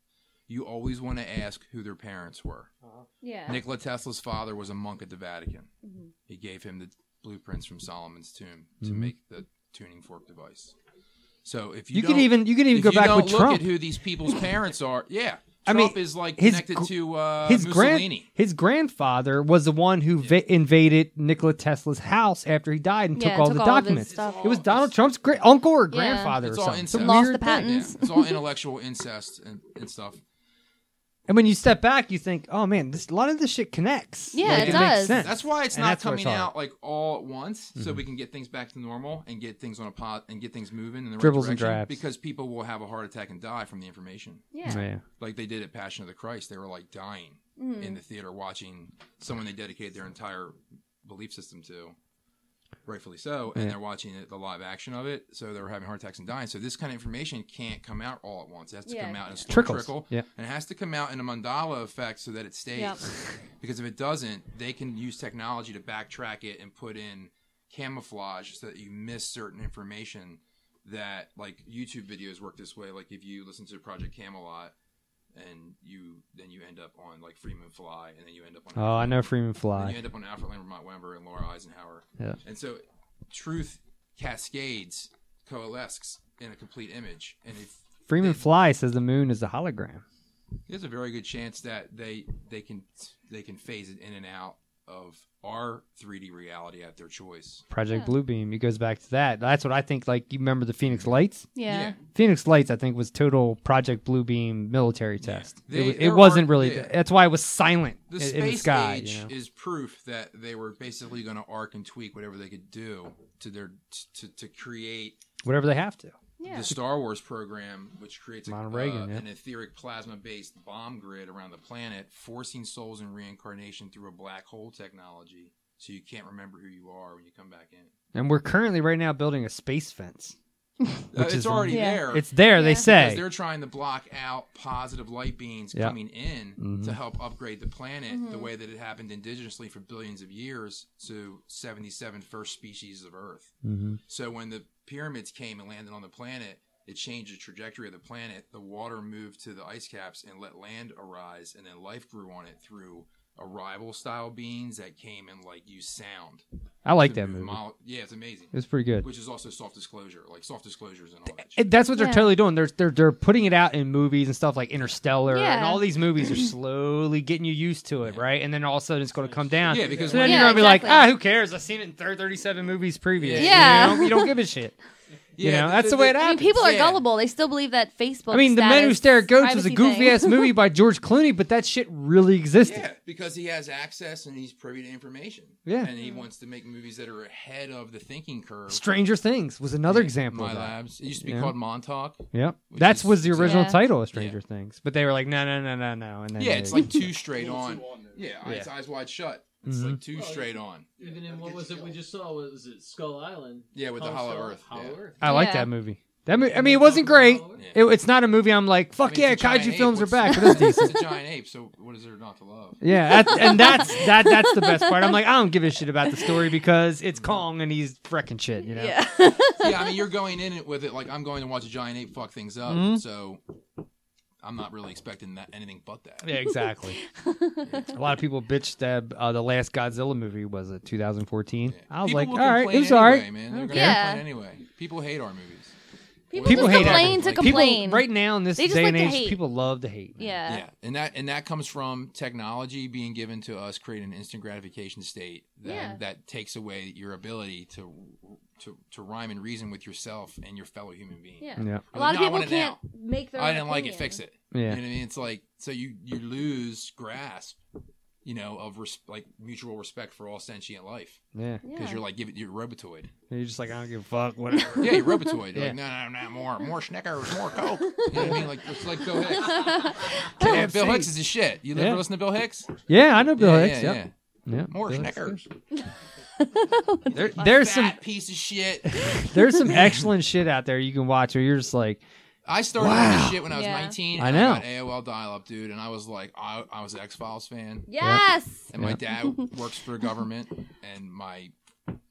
J: you always want to ask who their parents were.
H: Yeah.
J: Nikola Tesla's father was a monk at the Vatican. He gave him the blueprints from Solomon's tomb to
G: Mhm.
J: make the tuning fork device. So if you,
G: You could
J: don't-
G: even- you could even
J: if
G: go back
J: don't
G: with
J: look
G: Trump.
J: at who these people's parents are. Yeah, Trump
G: I mean,
J: is like
G: his
J: connected
G: gr-
J: to uh,
G: his
J: Mussolini.
G: grand his grandfather was the one who va- invaded Nikola Tesla's house after he died and
H: Yeah,
G: took all
H: took
G: the
H: all of his
G: documents.
H: stuff.
G: It was Donald Trump's great uncle or
H: Yeah.
G: grandfather
J: It's
G: or
J: all
G: something. Some
J: incest.
H: Lost
G: weird
H: the
G: thing.
H: patents.
J: It's all intellectual incest and, and stuff.
G: And when you step back, you think, "Oh man, this, a lot of this shit connects."
H: Yeah,
G: Like,
H: it
G: makes
H: does.
G: sense.
J: That's why it's
G: And
J: not
G: that's where
J: coming
G: hard.
J: out like all at once, so
G: Mhm.
J: we can get things back to normal and get things on a pot and get things moving in the
G: Dribbles
J: right
G: and
J: direction.
G: drabs.
J: Because people will have a heart attack and die from the information.
H: Yeah. Yeah.
J: like they did at Passion of the Christ, they were like dying
H: Mhm.
G: Hmm.
J: in the theater watching someone they dedicate their entire belief system to. Rightfully so, and
G: Yeah.
J: they're watching it, the live action of it, so they were having heart attacks and dying. So this kind of information can't come out all at once. It has to
H: Yeah.
J: come out in a slow
G: Trickles.
J: trickle,
G: Yeah.
J: and it has to come out in a mandala effect so that it stays.
H: Yep.
J: Because if it doesn't, they can use technology to backtrack it and put in camouflage so that you miss certain information that like YouTube videos work this way. Like if you listen to Project Camelot and you then you end up on like Freeman Fly and then you end up on
G: Oh, I know Freeman
J: Then
G: Fly.
J: you end up on Alfred Lambert Wember and Laura Eisenhower.
G: Yeah.
J: And so truth cascades coalesces in a complete image. And if
G: Freeman
J: Hmm.
G: Fly says the moon is a hologram.
J: there's a very good chance that they they can they can phase it in and out of our 3D reality at their choice.
G: Project Bluebeam. He goes back to that. That's what I think. Like you remember the Phoenix Lights?
H: Yeah. Yeah.
G: Phoenix Lights, I think, was total Project Bluebeam military test.
J: They-
G: it, wa- it
J: there
G: wasn't
J: are-
G: really.
J: yeah.
G: That's why it was silent
J: The
G: in,
J: space
G: in the sky.
J: age
G: you know?
J: is proof that they were basically going to arc and tweak whatever they could do to their to to create
G: Whatever they have to.
J: the Star Wars program, which creates a,
G: Ronald Reagan,
J: uh,
G: yeah.
J: an etheric plasma-based bomb grid around the planet, forcing souls in reincarnation through a black hole technology, so you can't remember who you are when you come back in.
G: And we're currently right now building a space fence. Which
J: Uh, it's
G: is-
J: already there.
G: It's there. They
J: Because
G: say.
J: they're trying to block out positive light beings
G: Yeah.
J: coming in
G: Mhm.
J: to help upgrade the planet the
H: Mhm.
J: way that it happened indigenously for billions of years to 77 first species of Earth.
G: Mhm.
J: So when the pyramids came and landed on the planet, it changed the trajectory of the planet. The water moved to the ice caps and let land arise, and then life grew on it through arrival style beans that came and like used sound.
G: I like
J: To
G: that movie.
J: mol- yeah, it's amazing.
G: It's pretty good.
J: Which is also soft disclosure, like soft disclosures and all that.
G: It- that's what they're
J: Yeah.
G: totally doing. They're, they're they're putting it out in movies and stuff like Interstellar, and
J: Yeah.
G: all these movies are slowly getting you used to it, right? And then all of a sudden it's going to come down.
J: Yeah, because
G: So
J: when-
G: then you're going to
J: Yeah,
G: be like,
J: exactly.
G: ah, who cares? I've seen it in thir- 37 movies previous.
H: Yeah.
G: you, know? You don't give a shit. you
J: Yeah,
G: know,
J: the-
G: that's the,
J: the-
G: way it
H: I mean,
G: happens.
H: people are gullible. They still believe that Facebook.
G: I mean, The Man Who
H: status
G: Stared at Goats was a
H: privacy
G: goofy
H: thing.
G: ass movie by George Clooney, but that shit really existed.
J: Yeah, because he has access and he's privy to information.
G: Yeah.
J: and he
I: Mm-hmm.
J: wants to make movies that are ahead of the thinking curve.
G: Stranger Things was another example.
J: My
G: of that.
J: Labs. It used to be
G: Yeah.
J: called Montauk.
G: Yep.
J: which
G: That
J: is-
G: was the
J: it's a-
G: original
J: Yeah.
G: title of Stranger Things, but they were like, no, no, no, no, no. And then
J: Yeah,
G: they-
J: it's like two straight on. Yeah, Eyes,
G: Yeah.
J: eyes wide shut. It's
G: Mhm.
J: like
I: Oh,
J: two straight on.
I: Even in what was it we just saw? Was it Skull Island?
J: Yeah, with the
I: Oh,
J: Hollow
I: Skull-
J: Earth,
I: Hollow
J: yeah.
I: Earth.
G: I like that movie. That mo- I mean, it wasn't great. It, it's not a movie. I'm like,
J: I
G: fuck
J: mean,
G: yeah,
J: it's a giant
G: kaiju
J: ape.
G: films are
J: What's-
G: back. But it's decent.
J: It's a giant ape, so what is there not to love?
G: Yeah, that, and that's that. That's the best part. I'm like, I don't give a shit about the story because it's Kong and he's wrecking shit. You know.
J: yeah, I mean, you're going in it with it like I'm going to watch a giant ape fuck things up,
G: Mhm.
J: so I'm not really expecting that anything but that.
G: Yeah, exactly. a lot of people bitched that uh, the last Godzilla movie was a 2014. I was
J: People
G: like,
J: will
G: all right,
J: complain
G: it was
J: anyway,
G: all
J: Man,
G: right. I
J: they're
G: don't
J: gonna
G: care.
J: complain anyway. People hate our movies.
H: People,
G: People
H: just
G: hate
H: complain to
G: everything.
H: complain.
G: People, right now in this
H: They just
G: day
H: like
G: and
H: to
G: age,
H: hate.
G: people love to hate. man.
H: Yeah.
J: Yeah, and that and that comes from technology being given to us, creating an instant gratification state that,
H: Yeah.
J: that takes away your ability to to to rhyme and reason with yourself and your fellow human being.
H: Yeah.
G: Yeah.
H: A
J: Like,
H: lot of
J: no, I
H: people
J: want it now.
H: can't make their
J: I
H: own
J: didn't like it.
H: opinion.
J: Fix it.
G: Yeah.
J: you know what I mean. It's like so you you lose grasp, you know, of res- like mutual respect for all sentient life.
G: Yeah.
J: because you're like giving you're robotoid.
G: And you're just like, I don't give a fuck. Whatever.
J: Yeah, you're robotoid. You're
G: Yeah.
J: Like no, no, no, more, more Snickers, more Coke. You know what I mean? Like it's like Bill Hicks. Yeah,
G: KFC.
J: Bill Hicks is the shit. You
G: Yeah.
J: ever listen to Bill Hicks?
G: Yeah, I know Bill Hicks.
J: Yeah,
G: yep.
J: yeah.
G: Yep,
J: More
G: Bill Hicks.
J: Snickers.
G: There- there's some
J: fat piece of shit.
G: there's some excellent shit out there you can watch where you're just like,
J: I started
G: wow.
J: with this shit when I was
H: Yeah.
J: 19.
G: I
J: and
G: know.
J: got AOL dial up, dude, and I was like, I, I was an X Files fan.
H: Yes.
J: And my
G: Yeah.
J: dad works for the government, and my,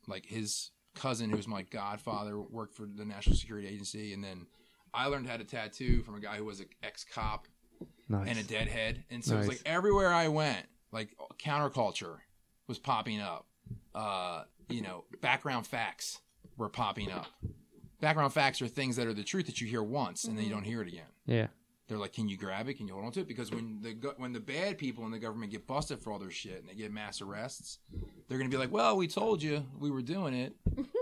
J: like, his cousin, who was my godfather, worked for the National Security Agency. And then I learned how to tattoo from a guy who was an ex cop
G: Nice.
J: and a deadhead. And so it was
G: Nice.
J: like everywhere I went, like, counterculture was popping up. Uh, you know, background facts were popping up. Background facts are things that are the truth that you hear once and then you don't hear it again.
G: yeah,
J: They're like, can you grab it? Can you hold on to it? Because when the go- when the bad people in the government get busted for all their shit and they get mass arrests, they're gonna be like, well, we told you we were doing it,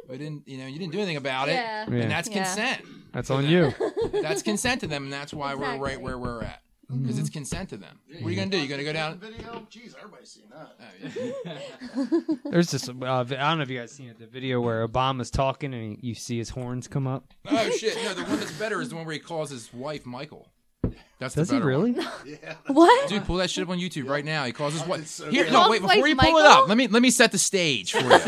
J: but didn't you know you didn't do anything about it,
H: Yeah.
G: Yeah.
J: and that's
H: Yeah.
J: consent.
G: that's on you.
J: That's consent to them, and that's why we're right where we're at because it's consent to them. What are you gonna do? You gonna go down? Oh,
K: Video? Jeez, everybody's seen that.
G: There's this. Uh, I don't know if you guys seen it, the video where Obama's talking and you see his horns come up.
J: Oh shit! No, the one that's better is the one where he calls his wife Michael. That's
G: Does
J: the
G: he
J: better
G: really?
J: One.
K: Yeah.
H: What?
J: Dude, pull that shit up on YouTube right now. He calls his wife.
K: good.
J: Here,
H: Calls
J: no, wait.
H: his
J: Before
H: wife
J: you pull it
H: Michael?
J: up, let me let me set the stage for you. let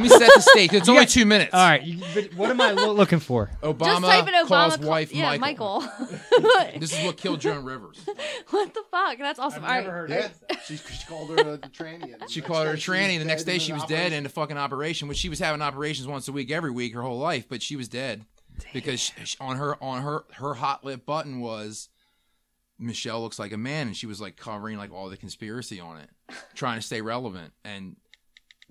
J: me set the stage. It's only two minutes.
G: All right, you, but what am I lo- looking for?
J: Obama
H: Just type in Obama.
J: calls
H: call-
J: wife
H: yeah,
J: Michael.
H: Michael.
J: This is what killed Joan Rivers.
H: what the fuck? That's awesome. All right.
K: Yeah, she, she called her a tranny. and the
J: She
K: next
J: called her a
K: day she was
J: tranny. The next
K: dead
J: day
K: in
J: she
K: an
J: was dead in a fucking operation, which she was having operations once a week, every week, her whole life. But she was dead because she, she- on her on her her hot lip button was Michelle looks like a man, and she was like covering like all the conspiracy on it, trying to stay relevant. And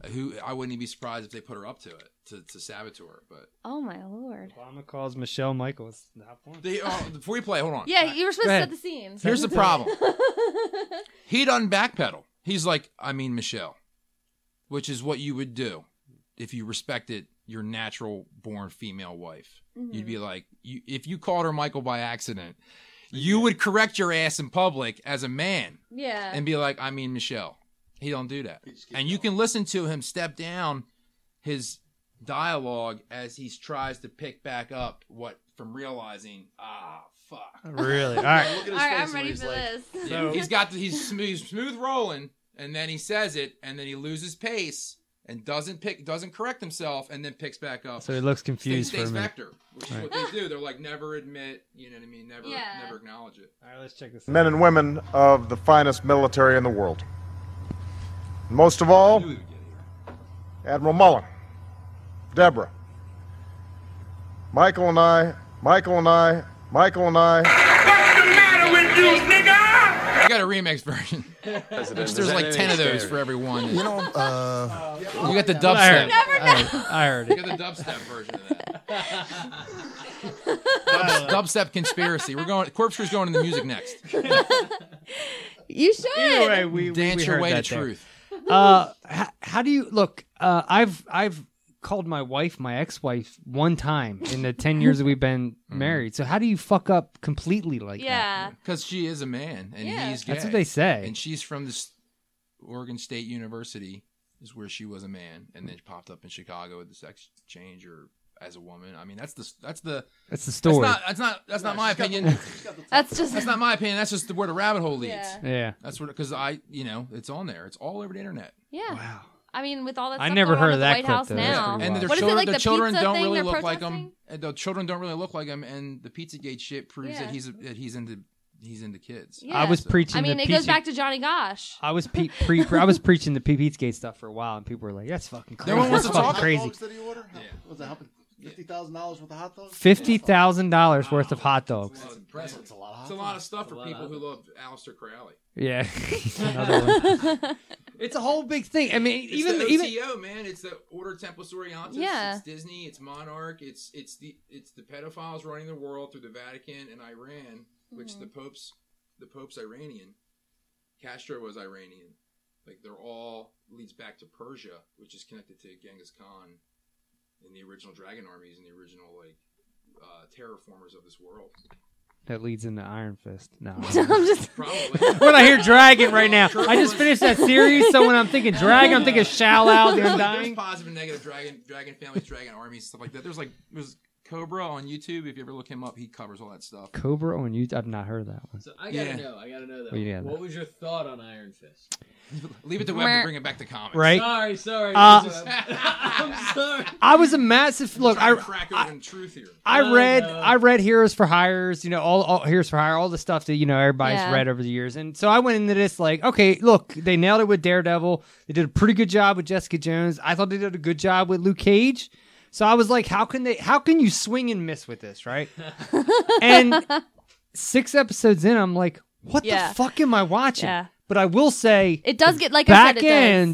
J: who I wouldn't even be surprised if they put her up to it to, to saboteur. But
H: Oh my lord.
G: Obama calls Michelle Michaels. Not porn.
J: they, oh, before you play, hold on.
H: Yeah, you were supposed
G: Go
H: to
G: ahead.
H: set the scene.
J: Here's the problem. he doesn't backpedal. He's like, I mean Michelle, which is what you would do if you respected your natural born female wife.
H: Mm-hmm.
J: You'd be like, you, if you called her Michael by accident, you would correct your ass in public as a man
H: Yeah.
J: and be like, I mean Michelle. He don't do that. And you can listen to him step down his dialogue as he tries to pick back up what from realizing, ah, fuck.
G: Really? All right.
K: Look at his
H: All right,
K: face
H: I'm
K: when
H: ready
K: he's
H: for
K: like,
H: this.
J: Yeah, he's got the, he's smooth, he's smooth rolling, and then he says it, and then he loses pace and doesn't pick, doesn't correct himself, and then picks back up.
G: So he looks confused
J: Stays
G: for a minute.
J: vector, which is what they do. They're like never admit, you know what I mean? Never, never acknowledge it.
G: All right, let's check this.
L: men and women of the finest military in the world. Most of all, Admiral Mullen, Deborah, Michael and I, Michael and I, Michael and I.
J: You gotta a remix version. There's like ten of those for every one.
M: You know, uh,
J: you got the
G: Well, I heard
J: dubstep.
G: it. I heard it. I heard it.
J: You got the dubstep version of that. Dub- dubstep conspiracy. We're going. Corpse Crew's going in the music next.
N: You should.
G: Either way, we, we-
J: Dance
G: we
J: your
G: heard
J: way to
G: that there.
J: truth.
G: Uh, how, how do you look? Uh, I've I've called my wife my ex-wife one time in the 10 years that we've been
K: Mm-hmm.
G: married. So how do you fuck up completely like
H: yeah.
J: Because she is a man and
H: Yeah.
J: he's gay.
G: That's what they say.
J: And she's from this Oregon State University, is where she was a man, and then popped up in Chicago at the sex change or as a woman. I mean, that's the that's the
G: That's the story.
J: That's not that's not, that's not my opinion.
H: That's just-
J: that's not my opinion. That's just where the rabbit hole leads.
H: Yeah.
G: Yeah.
J: That's what because I you know it's on there. It's all over the internet.
H: Yeah. I mean, with all that.
G: I
H: stuff
G: never
H: going on
G: heard
H: at
G: of
H: the
G: that
H: White
G: clip,
H: House
G: though. That's
H: now.
G: pretty
J: And
G: wild.
J: their
H: What is it,
J: children,
H: like
J: their
H: the
J: children
H: pizza
J: don't
H: thing
J: really
H: they're
J: look like him. And the children don't really look like him, and the PizzaGate shit proves
H: Yeah.
J: that he's that he's into he's into kids.
H: Yeah.
G: I was preaching
H: I mean,
G: the
H: it goes
G: PC
H: back to Johnny Gosh.
G: I was pe- pre- pre- I was preaching the Pee Pete's Gate stuff for a while, and people were like, "That's fucking crazy.
K: No one wants
G: That's
K: to
G: fucking
K: talk
G: crazy."
K: Hot dogs that he ordered? How- Was that helping? Fifty thousand dollars worth of hot dogs.
G: Fifty thousand dollars worth of hot dogs.
J: It's impressive. It's a lot of, stuff for people who love Aleister Crowley.
G: Yeah, Another one. it's a whole big thing. I mean,
J: It's
G: even
J: the
G: even
J: OTO, man. It's the Order Templis Orientalis.
H: Yeah.
J: It's Disney. It's Monarch. It's it's the it's the pedophiles running the world through the Vatican and Iran, which
H: Mhm.
J: the Pope's the Pope's Iranian. Castro was Iranian. Like they're all leads back to Persia, which is connected to Genghis Khan and the original dragon armies and the original like uh, terraformers of this world.
G: that leads into Iron Fist. No,
H: I'm just
G: when I hear Dragon right now, I just finished that series. So when I'm thinking Dragon, I'm thinking Shout Out, The
J: There's, like,
G: Undying.
J: There's positive and negative dragon, dragon families, dragon armies, stuff like that. There's like there's Cobra on YouTube. If you ever look him up, he covers all that stuff.
G: Cobra on YouTube. I've not heard of that one.
I: So I gotta
J: Yeah.
I: know. I gotta know that.
G: Well, yeah,
I: what was your thought on Iron Fist?
J: Leave it to Web to bring it back to comics.
G: Right?
I: Sorry, sorry.
G: Uh,
I: I'm sorry.
G: I was a massive look. I,
J: Trying to crack open truth here.
G: I read
J: know.
G: I read Heroes for Hires, you know, all, all Heroes for Hire, all the stuff that you know everybody's
J: Yeah.
G: read over the years, and so I went into this like, okay, look, they nailed it with Daredevil. They did a pretty good job with Jessica Jones. I thought they did a good job with Luke Cage. So I was like, how can they? How can you swing and miss with this, right? and six episodes in, I'm like, what
H: Yeah.
G: the fuck am I watching?
H: Yeah.
G: But I will say,
H: It does get like
G: back
H: I said. It does.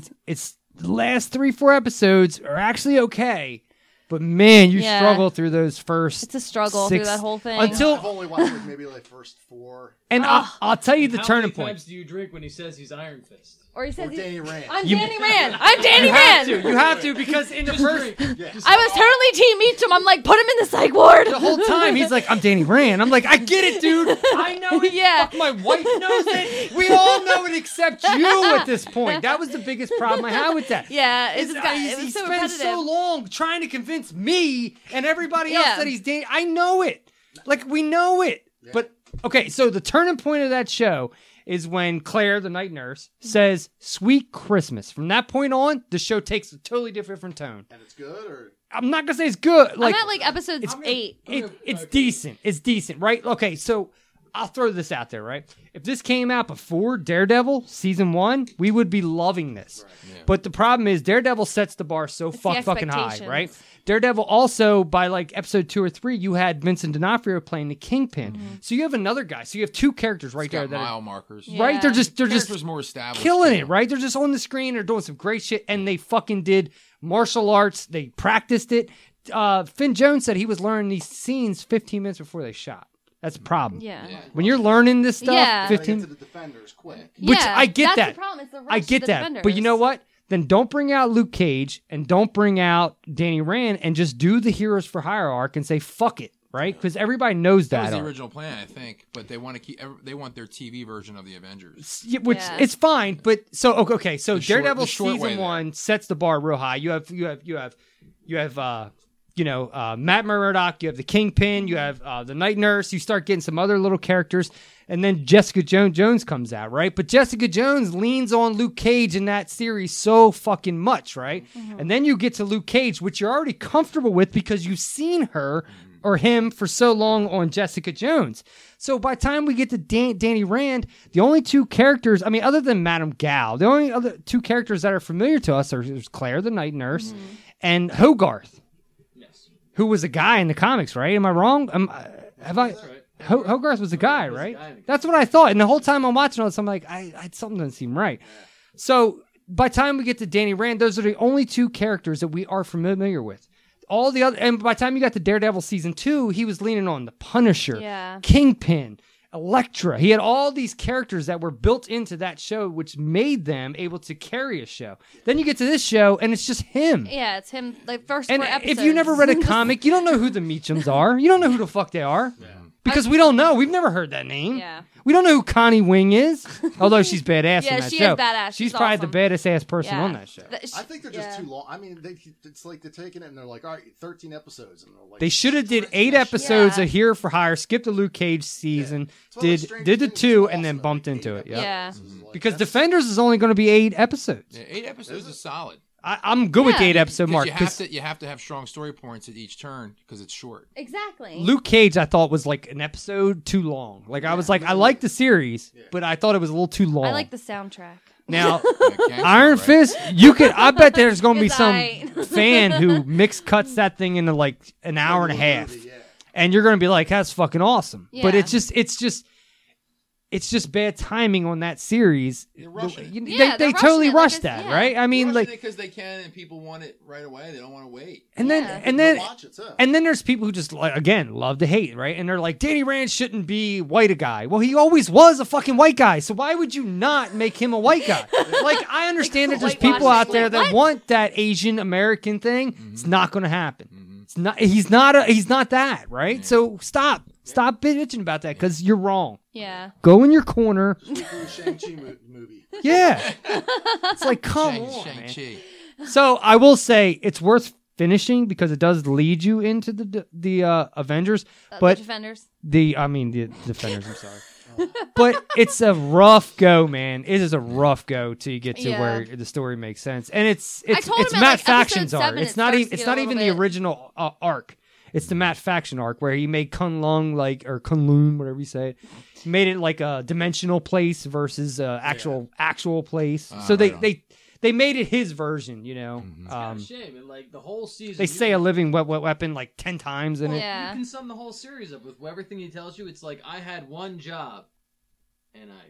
G: end, it's the last three four episodes are actually okay, but man, you
H: Yeah.
G: struggle through those first.
H: It's a struggle through
G: six-
H: that whole thing. Ah.
K: I've
G: until.
K: only watched like maybe like first four.
G: And I, I'll tell you the
I: How
G: turning
I: many
G: point.
I: times do you drink when he says he's Iron Fist?
H: Or he says,
K: Or Danny Rand.
H: "I'm
G: You-
H: Danny Rand. I'm Danny
G: you
H: Rand."
G: Have to, you have to because in the first
H: I was totally team Meacham. I'm like, put him in the psych ward.
G: the whole time he's like, "I'm Danny Rand." I'm like, "I get it, dude. I know it.
H: Yeah.
G: Fuck, my wife knows it. We all know it except you." At this point, that was the biggest problem I had with that.
H: Yeah, it
G: It's-
H: just got-
G: I-
H: it was
G: he
H: so
G: spent so
H: repetitive.
G: long trying to convince me and everybody else
H: Yeah.
G: that he's Danny. I know it. Like we know it. But okay, so the turning point of that show is when Claire, the night nurse,
H: Mm-hmm.
G: says "Sweet Christmas." From that point on, the show takes a totally different tone.
K: And it's good, or
G: I'm not gonna say it's good. Like
H: I'm at like episode eight.
G: it, it's decent. It's decent, right? Okay, so I'll throw this out there, right? If this came out before Daredevil season one, we would be loving this. But the problem is Daredevil sets the bar so
H: the
G: fuck fucking high,
H: expectations.
G: right? Daredevil also by like episode two or three, you had Vincent D'Onofrio playing the Kingpin,
H: Mm-hmm.
G: so you have another guy. So you have two characters right there
J: Got
G: that are-
J: mile markers.
G: right? They're just they're
J: Characters
G: just
J: more established.
G: killing
J: too.
G: it, right? They're just on the screen. They're doing some great shit, and they fucking did martial arts. They practiced it. Uh, Finn Jones said he was learning these scenes 15 minutes before they shot. That's a problem.
H: Yeah. Yeah.
G: When you're learning this stuff,
H: Yeah. Gotta get
G: 15.
K: to the defenders quick.
G: Which
H: Yeah,
G: I get
H: that's the
G: that.
H: problem, it's the
G: I
H: rush to
G: get
H: the
G: that. But you
H: defenders.
G: know what? Then don't bring out Luke Cage and don't bring out Danny Rand and just do the Heroes for Hire arc and say fuck it, right? Because everybody knows
J: That
G: that.
J: was the
G: arc.
J: original plan, I think, but they want to keep. ev- They want their TV version of the Avengers.
G: Yeah, which it's fine, but so okay, okay, so
J: The short-
G: Daredevil
J: the short way
G: season
J: there.
G: one sets the bar real high. You have you have you have you have uh you know uh Matt Murdock, you have the Kingpin, you have uh the Night Nurse. You start getting some other little characters, and then Jessica Jones Jones comes out, right? But Jessica Jones leans on Luke Cage in that series so fucking much, right? And then you get to Luke Cage, which you're already comfortable with because you've seen her or him for so long on Jessica Jones. So by the time we get to Dan- Danny Rand, the only two characters, I mean, other than Madame Gal, the only other two characters that are familiar to us are there's Claire the Night Nurse and Hogarth, who was a guy in the comics, right? Am I wrong? Am I, uh, have I? Ho- Hogarth was a guy, right?
I: guy in the-
G: That's what I thought. And the whole time I'm watching all this, I'm like, I, I something doesn't seem right. So by the time we get to Danny Rand, those are the only two characters that we are familiar with. All the other, and by the time you got to Daredevil season two, he was leaning on the Punisher,
N: Yeah.
G: Kingpin, Elektra. He had all these characters that were built into that show, which made them able to carry a show. Then you get to this show, and it's just him.
H: Yeah, it's him. Like first
G: And
H: four episodes.
G: if you never read a comic, you don't know who the Meachums are. You don't know who the fuck they are. Because we don't know. We've never heard that name.
H: Yeah.
G: We don't know who Connie Wing is, although she's badass
H: Yeah,
G: on that
H: she is
G: show.
H: badass.
G: She's,
H: She's
G: probably
H: awesome.
G: the baddest ass person on that show.
K: I think they're just
H: yeah.
K: too long. I mean, they, it's like they're taking it and they're like, all right, 13 episodes. And they're like,
G: They should have did eight episodes
K: Yeah.
G: of Here for Hire, skipped the Luke Cage season,
K: why the
G: did
K: Stranger
G: did the
K: Things
G: two, and then bumped into it. Yeah.
H: Yeah.
G: Because Defenders is only going to be eight episodes.
J: Yeah, eight episodes is solid.
G: I, I'm good with
J: Yeah.
G: eight episode mark.
J: You have
G: 'cause
J: to you have to have strong story points at each turn because it's short.
H: Exactly.
G: Luke Cage, I thought was like an episode too long. Like I was like, I like the series, but I thought it was a little too long.
H: I like the soundtrack.
G: Now, Iron Fist, you could. I bet there's going to be
H: It's
G: some
H: aight.
G: fan who mix cuts that thing into like an hour and a half, and you're going to be like, "That's fucking awesome." But
H: Yeah.
G: it's just, it's just, it's just bad timing on that series. You-
J: Yeah,
G: they
J: they're
G: they
J: rushing
G: totally
J: it, like
G: rushed
J: it's-
G: that,
J: yeah.
G: right? I mean, like,
J: because they can and people want it right away. They don't want to wait.
G: and then and
J: People
G: then
J: watch it, too.
G: and then there's people who just like again love to hate, right? And they're like, Danny Rand shouldn't be white a guy. Well, he always was a fucking white guy, so why would you not make him a white guy? like I understand that there's people out there that want that Asian American thing.
K: Mm-hmm.
G: It's not going to happen. It's not. He's not. A, he's not that. Right. So stop. Stop bitching about that because you're wrong.
H: Yeah.
G: Go in your corner.
K: Shang-Chi mo- movie.
G: Yeah. it's like come
K: Shang-
G: on, man.
K: Shang-Chi.
G: So I will say it's worth finishing because it does lead you into the the uh, Avengers,
H: Uh, the
G: but
H: Defenders.
G: the I mean the Defenders. I'm sorry, but it's a rough go, man. It is a rough go till you get to
H: Yeah.
G: where the story makes sense, and it's
H: I
G: it's
H: told
G: it's
H: him at,
G: Matt
H: like, episode
G: Faction's
H: seven,
G: arc. It's
H: it
G: not
H: starts
G: even
H: to
G: it's
H: get a
G: not even
H: little
G: the
H: bit-
G: original uh, arc. It's the Matt Faction arc where he made Kun Lung like or Kun Lun, whatever you say, it. He made it like a dimensional place versus uh, actual actual place.
I: Ah,
G: so they
I: right on. Mm-hmm.
G: they they made it his version, you know.
I: It's
G: Um,
I: kind of shame. And like the whole season,
G: they
I: you
G: say
I: can-
G: a living we- we- weapon like ten times in
I: Well,
G: it.
I: You can sum the whole series up with everything he tells you. It's like I had one job, and I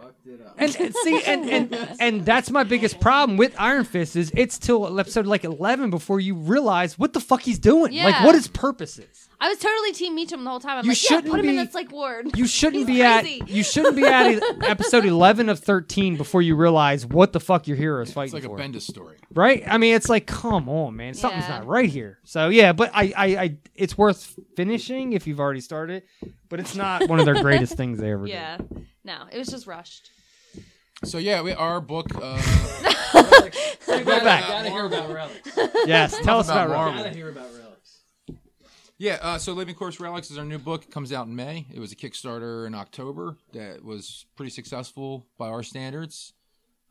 I: fucked it up.
G: and, and see and, and and that's my biggest problem with Iron Fist is it's till episode like eleven before you realize what the fuck he's doing. Like
H: Yeah.
G: what his purpose is.
H: I was totally Team Meacham the whole time. I'm
G: You
H: like, yeah,
G: shouldn't
H: put him in
G: be-
H: this like ward.
G: You shouldn't
H: He's
G: be
H: crazy.
G: at you shouldn't be at e- episode eleven of thirteen before you realize what the fuck your hero is
J: It's
G: fighting
J: like a
G: for.
J: Bendis story.
G: Right? I mean, it's like, come on, man, something's
J: Yeah.
G: not right here. So yeah, but I, I, I, it's worth finishing if you've already started. But it's not one of their greatest things they ever
H: Yeah. No, it was just rushed.
J: So yeah, we our book. Uh,
H: Go
I: back. Gotta hear about relics.
G: Yes, tell us about
J: Marvel.
I: Gotta hear about relics.
J: Yeah, uh, so Living Corpse Relics is our new book. It comes out in May. It was a Kickstarter in October that was pretty successful by our standards.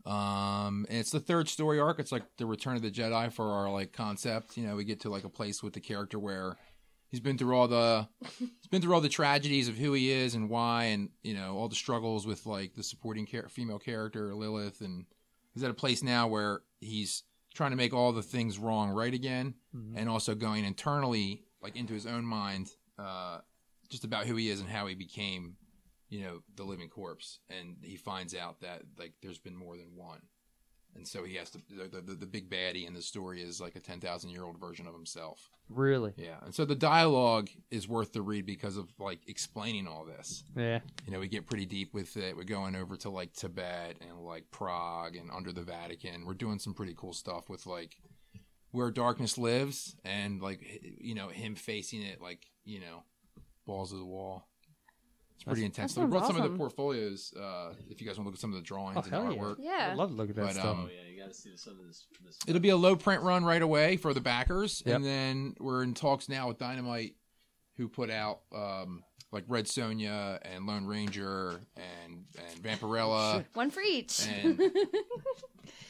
J: Um, and it's the third story arc. It's like the Return of the Jedi for our like concept. You know, we get to like a place with the character where he's been through all the he's been through all the tragedies of who he is and why, and you know all the struggles with like the supporting char- female character Lilith, and he's at a place now where he's trying to make all the things wrong right again,
G: Mhm.
J: and also going internally like into his own mind, uh, just about who he is and how he became, you know, the living corpse, and he finds out that like there's been more than one. And so he has to. The, the, the big baddie in the story is like a ten thousand year old version of himself.
G: Really?
J: Yeah, and so the dialogue is worth the read because of like explaining all this.
G: Yeah.
J: You know, we get pretty deep with it. We're going over to like Tibet and like Prague and under the Vatican. We're doing some pretty cool stuff with like where darkness lives and like h- you know him facing it like you know balls of the wall. It's pretty
G: That's-
J: intense.
G: that
J: So we
G: sounds
J: brought some of
G: awesome.
J: the portolios. Uh, if you guys want to look at some of the drawings
G: Oh,
J: and
G: hell yeah.
J: artwork,
G: Yeah. I'd love to look at that
J: But,
G: stuff.
I: Oh
J: um,
I: yeah, you gotta see some of this. this
J: It'll be a low print run right away for the backers,
G: Yep.
J: and then we're in talks now with Dynamite, who put out um, like Red Sonja and Lone Ranger and and Vampirella.
H: One for each.
J: And-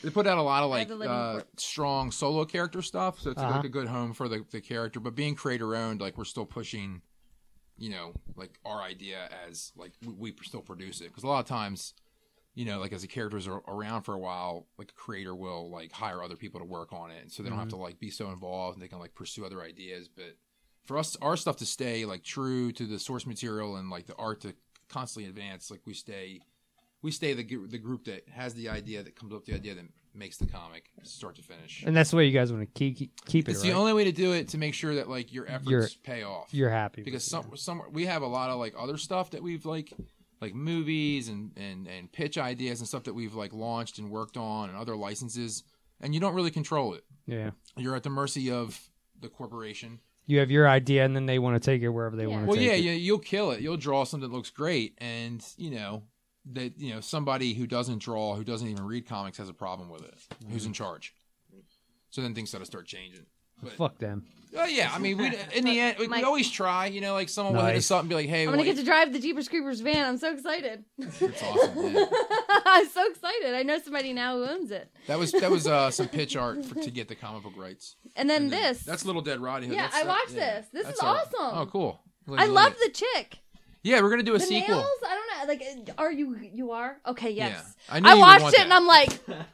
J: They put out a lot of
H: Red
J: like
H: the Living
J: uh, strong solo character stuff, so it's
G: Uh-huh.
J: like a good home for the, the character. But being creator owned, like we're still pushing, you know, like our idea as like we, we still produce it because a lot of times, you know, like as the characters are around for a while, like a creator will like hire other people to work on it, and so they don't have
G: Mhm.
J: to like be so involved and they can like pursue other ideas. But for us our stuff to stay like true to the source material and like the art to constantly advance like we stay we stay the gr- the group that has the idea that comes up with the idea that makes the comic start to finish
G: And that's the way you guys want to keep keep, keep it.
J: it's
G: right?
J: the only way to do it to make sure that like your efforts
G: You're-
J: pay off
G: you're happy with
J: because some some we have a lot of like other stuff that we've like like movies and and and pitch ideas and stuff that we've like launched and worked on and other licenses and you don't really control it
G: Yeah.
J: you're at the mercy of the corporation
G: You have your idea, and then they want to take it wherever they want to
J: well
G: take
J: yeah
G: it.
J: yeah you'll kill it you'll draw something that looks great and you know that you know somebody who doesn't draw who doesn't even read comics has a problem with it who's
G: Mm-hmm.
J: in charge so then things gotta start changing but
G: Fuck them.
J: Oh yeah, I mean, we in the end, we, we always try. You know, like someone will hit us
G: Nice.
J: up and be like, "Hey,
H: I'm gonna
J: wait,
H: get to drive the Jeepers Creepers van. I'm so excited.
J: That's awesome.
H: I'm so excited. I know somebody now who owns it.
J: That was that was uh, some pitch art for, to get the comic book rights.
H: And then this.
J: That's Little Dead Roddy Hood.
H: Yeah,
J: That's
H: I
J: that-
H: watched
J: yeah.
H: this. This
J: That's
H: is
J: our-
H: awesome.
J: Oh, cool. Glad
H: I
J: you
H: love
J: like it.
H: the chick.
J: Yeah, we're gonna do a
H: the
J: sequel.
H: nails. I don't know. Like, uh, are you? You are? Okay. Yes.
J: Yeah. I
H: I,
J: knew you would
H: watched
J: want
H: it
J: that.
H: and I'm like,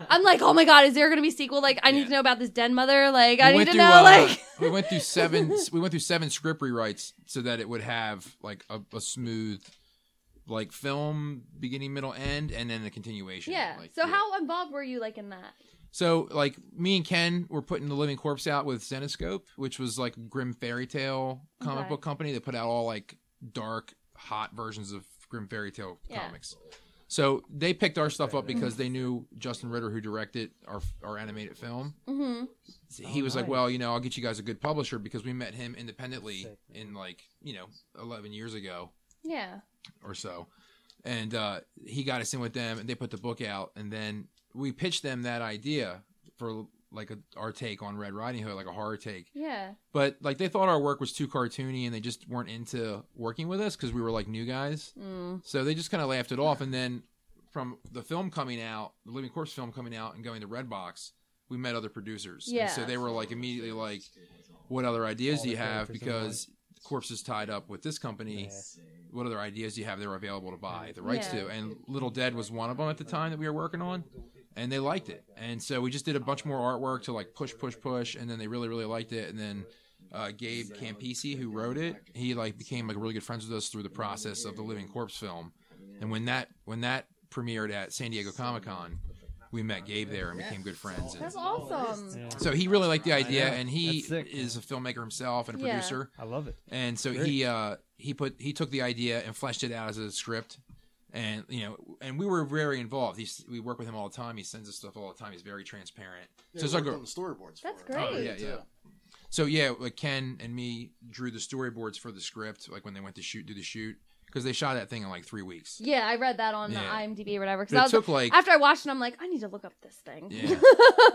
H: I'm like, oh my god, is there gonna be a sequel? Like, I need to know about this den mother. Like, I
J: We
H: need
J: went
H: to
J: through,
H: know.
J: uh,
H: like,
J: we went through seven. We went through seven script rewrites so that it would have like a, a smooth, like film beginning, middle, end, and then the continuation.
H: yeah.
J: Like,
H: so how involved were you like in that?
J: So, like, me and Ken were putting the Living Corpse out with Zenoscope, which was like a grim fairy tale comic
H: Okay.
J: book company that put out all like dark, hot versions of grim fairy tale
H: Yeah.
J: comics. So they picked our stuff up because they knew Justin Ritter, who directed our our animated film.
H: Mm-hmm.
J: He was like, "Well, you know, I'll get you guys a good publisher because we met him independently in like you know eleven years ago."
H: Yeah.
J: or so. And uh, he got us in with them, and they put the book out. And then we pitched them that idea for like a, our take on Red Riding Hood, like a horror take.
H: Yeah.
J: But like they thought our work was too cartoony, and they just weren't into working with us because we were like new guys.
H: Mm.
J: So they just kind of laughed it off. And then from the film coming out, the Living Corpse film coming out, and going to Redbox, we met other producers. And
H: Yeah.
J: so they were like immediately like, "What other ideas
O: All
J: do you
O: the
J: have?"
O: characters in
J: Because Corpse is tied up with this company. What other ideas do you have that are available to buy the rights
O: Yeah.
J: to? And Little Dead was one of them at the time that we were working on, and they liked it. And so we just did a bunch more artwork to like push, push, push, and then they really, really liked it. And then uh, Gabe Campisi, who wrote it, he like became like really good friends with us through the process of the Living Corpse film. And when that when that premiered at San Diego Comic Con, we met Gabe there and became good friends. And
H: That's awesome.
J: so he really liked the idea,
G: Yeah.
J: and he
G: That's sick,
J: is a filmmaker himself and a
H: Yeah.
J: producer.
G: I love it.
J: And so
G: Great.
J: he uh, he put he took the idea and fleshed it out as a script, and you know, and we were very involved. He's, we work with him all the time. He sends us stuff all the time. He's very transparent.
K: Yeah,
J: so it's
K: we
J: like
K: worked
J: a,
K: on the storyboards.
H: That's
K: for it.
H: great.
J: Oh, yeah, yeah. So yeah, like Ken and me drew the storyboards for the script, like when they went to shoot, do the shoot, because they shot that thing in like three weeks.
H: Yeah, I read that on
J: Yeah.
H: the IMDb or whatever. Because
J: It
H: I was
J: took, like-
H: after I watched it, I'm like, I need to look up this thing.
J: Yeah.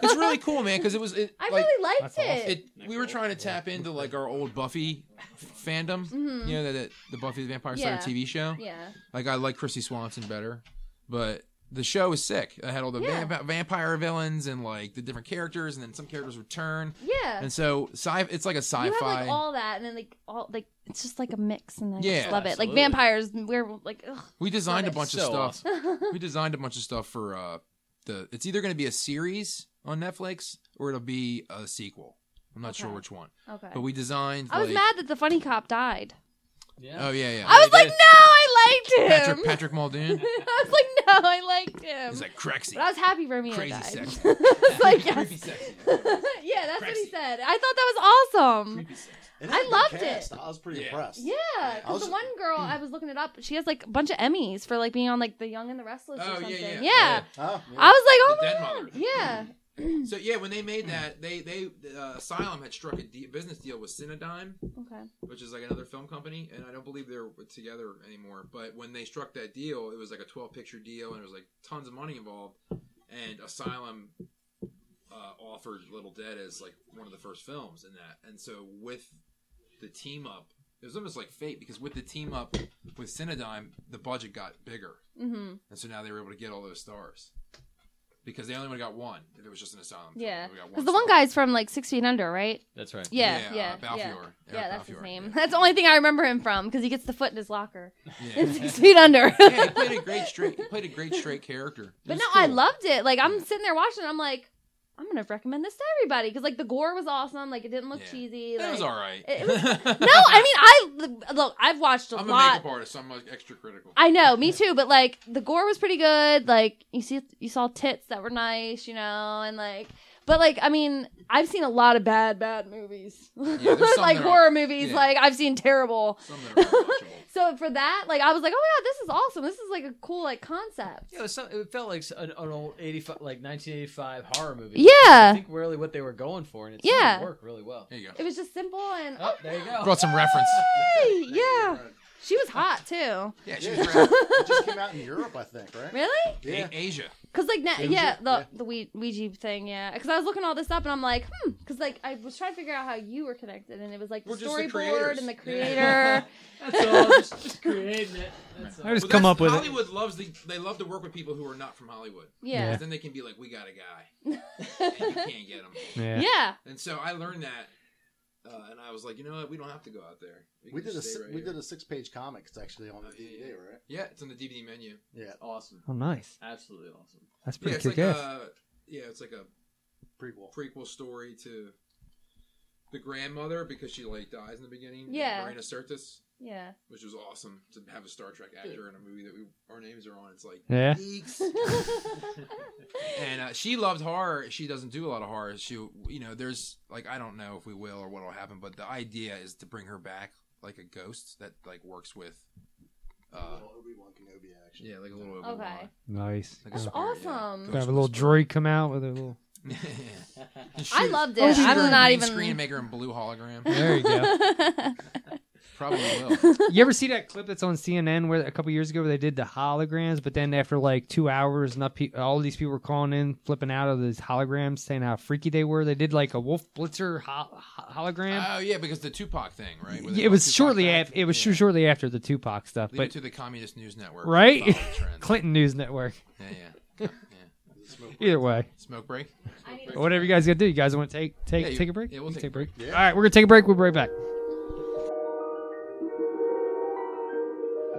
J: it's really cool, man, because it was. It,
H: I
J: like-
H: really liked it.
J: it. We were trying to tap into like our old Buffy fandom,
H: Mhm.
J: you know, that, that the Buffy the Vampire
H: Yeah.
J: Slayer TV show.
H: Yeah.
J: Like I like Christy Swanson better, but the show is sick. I had all the
H: Yeah.
J: vamp- vampire villains and like the different characters, and then some characters return.
H: Yeah.
J: And so sci, it's like a sci-fi.
H: You have like all that, and then like all like it's just like a mix, and I
J: Yeah.
H: just love it. Like
J: Absolutely.
H: vampires, werewolf, like ugh,
J: We designed a
H: love it.
J: bunch of stuff. we designed a bunch of stuff for uh the it's either going to be a series on Netflix or it'll be a sequel. I'm not sure
H: Okay.
J: which one.
H: Okay.
J: But we designed
H: I was
J: like-
H: mad that the funny cop died.
J: Oh yeah, yeah.
H: I was like, no, I liked him.
J: Patrick Patrick Muldoon.
H: I was like, no, I liked him.
J: He's like Crexy.
H: But I was happy Romeo
J: Crazy
H: died.
J: sexy.
H: It's like, yes.
J: Creepy sexy.
H: yeah, that's what he said. I thought that was awesome.
K: It
H: I
K: had a good
H: loved
K: cast.
H: it.
K: I was pretty impressed.
H: Yeah,
K: I
H: because
K: was-
H: the one girl I was looking it up, she has like a bunch of Emmys for like being on like The Young and the Restless or
J: Oh, yeah,
H: something.
J: yeah.
H: Yeah,
K: Oh, yeah.
H: I was
J: The
H: like,
J: Dead
H: oh my
J: Mother.
H: god, yeah,
J: so yeah, when they made that, they they uh, Asylum had struck a de- business deal with Cinedigm,
H: okay,
J: which is like another film company, and I don't believe they're together anymore. But when they struck that deal, it was like a 12 picture deal, and there was like tons of money involved. And Asylum uh, offered Little Dead as like one of the first films in that, and so with the team up, it was almost like fate because with the team up with Cinedigm, the budget got bigger,
H: Mhm.
J: and so now they were able to get all those stars. Because they only would have got one if it was just an asylum. film.
H: yeah.
J: They would've got
H: Because
J: one
H: the one
J: star.
H: guy's from like Six Feet Under, right?
J: That's right. Yeah,
H: Yeah,
J: uh,
H: yeah, yeah. yeah.
J: Balfour. Eric
H: that's his
J: Balfour,
H: name.
J: yeah.
H: That's the only thing I remember him from because he gets the foot in his locker.
J: Yeah.
H: in Six Feet Under.
J: yeah, he played a great straight. He played a great straight character. It
H: But
J: was
H: no, I
J: cool.
H: loved it. Like I'm sitting there watching, it, I'm like, I'm gonna recommend this to everybody because like the gore was awesome. Like it didn't look cheesy.
J: It was
H: like-
J: all right.
H: it- it was- no, I mean I look. I've watched a
J: I'm a
H: lot.
J: makeup artist, so I'm like extra critical.
H: I know, me too. But like the gore was pretty good. Like you see, you saw tits that were nice, you know, and like. But like, I mean, I've seen a lot of bad, bad movies,
P: there's some
H: like
P: that are-
H: horror movies.
P: yeah.
H: Like I've seen terrible.
J: that
H: so for that, like I was like, oh my god, this is awesome. This is like a cool like concept.
Q: Yeah, it, was some, it felt like an, an old eighty-five, like nineteen eighty-five horror movie.
H: Yeah.
Q: I think really what they were going for, and it seemed
H: Yeah.
Q: to work really well. There
J: you go.
H: It was just simple and
Q: Oh, there you go.
J: Brought some reference.
H: Hey, yeah, she was hot too.
I: Yeah,
H: she
I: it just- it just came out in Europe, I think, right?
H: Really?
I: Yeah.
J: A- Asia.
H: Cause like na-
I: Ginger,
H: yeah, the the Ouija, Ouija thing, yeah. Cause I was looking all this up and I'm like, hmm. Cause like I was trying to figure out how you were connected, and it was like the
Q: We're just the
H: storyboard and the
Q: creators.
H: creator.
Q: That's all. Just, just creating it. That's all.
G: I just
J: But
G: come
J: that's-
G: up with it.
J: Hollywood loves the. They love to work with people who are not from Hollywood.
H: Yeah.
J: Because Then they can be like, we got a guy, and you can't get him.
G: Yeah.
H: Yeah.
J: And so I learned that, uh, and I was like, you know what? We don't have to go out there.
I: We did
J: can
I: a
J: just
I: si-
J: stay right
I: we
J: here. Oh,
I: did a six page comic. It's actually on the DVD, right?
J: Yeah, it's on the DVD menu.
I: Yeah,
Q: awesome.
G: Oh, nice.
Q: Absolutely awesome.
G: That's
J: Yeah,
G: pretty
J: it's like
G: kick-ass.
J: a yeah, it's like a
I: prequel
J: prequel story to the grandmother because she like dies in the beginning.
H: Yeah.
J: Marina Sirtis.
H: Yeah.
J: which was awesome to have a Star Trek actor in a movie that we our names are on. It's like
G: Yeah.
J: geeks. and uh, she loved horror. She doesn't do a lot of horror. She, you know, there's like I don't know if we will or what will happen, but the idea is to bring her back like a ghost that like works with. Uh,
I: Obi Wan Kenobi action.
J: Yeah, like a little. Obi-Wan.
H: Okay.
G: Nice.
H: That's
G: Yeah.
H: awesome.
G: Gonna have a little droid come out with a little.
H: I loved
J: Oh,
H: it.
J: she's
H: I'm
J: gonna
H: not
J: green
H: even.
J: screen and make her in blue hologram.
G: There you go.
J: Probably will.
G: you ever see that clip that's on CNN where a couple years ago where they did the holograms, but then after like two hours, not pe- all these people were calling in, flipping out of these holograms, saying how freaky they were. They did like a Wolf Blitzer ho- ho- hologram.
J: Oh yeah, because the Tupac thing, right? Where they
G: it
J: brought
G: was
J: Tupac
G: shortly
J: back.
G: after. It was sh- shortly after the Tupac stuff,
J: Leave it
G: but
J: to the Communist News Network, to
G: right,
J: follow the trend.
G: Clinton News Network.
J: Yeah, yeah.
G: Either way,
J: Smoke break. Smoke break.
G: whatever you guys gotta do, you guys want to take take
J: Yeah, you-
G: take a break?
J: yeah, we'll
G: You
J: take a
G: take a break.
J: break. Yeah.
G: All right, we're gonna take a break. We'll be right back.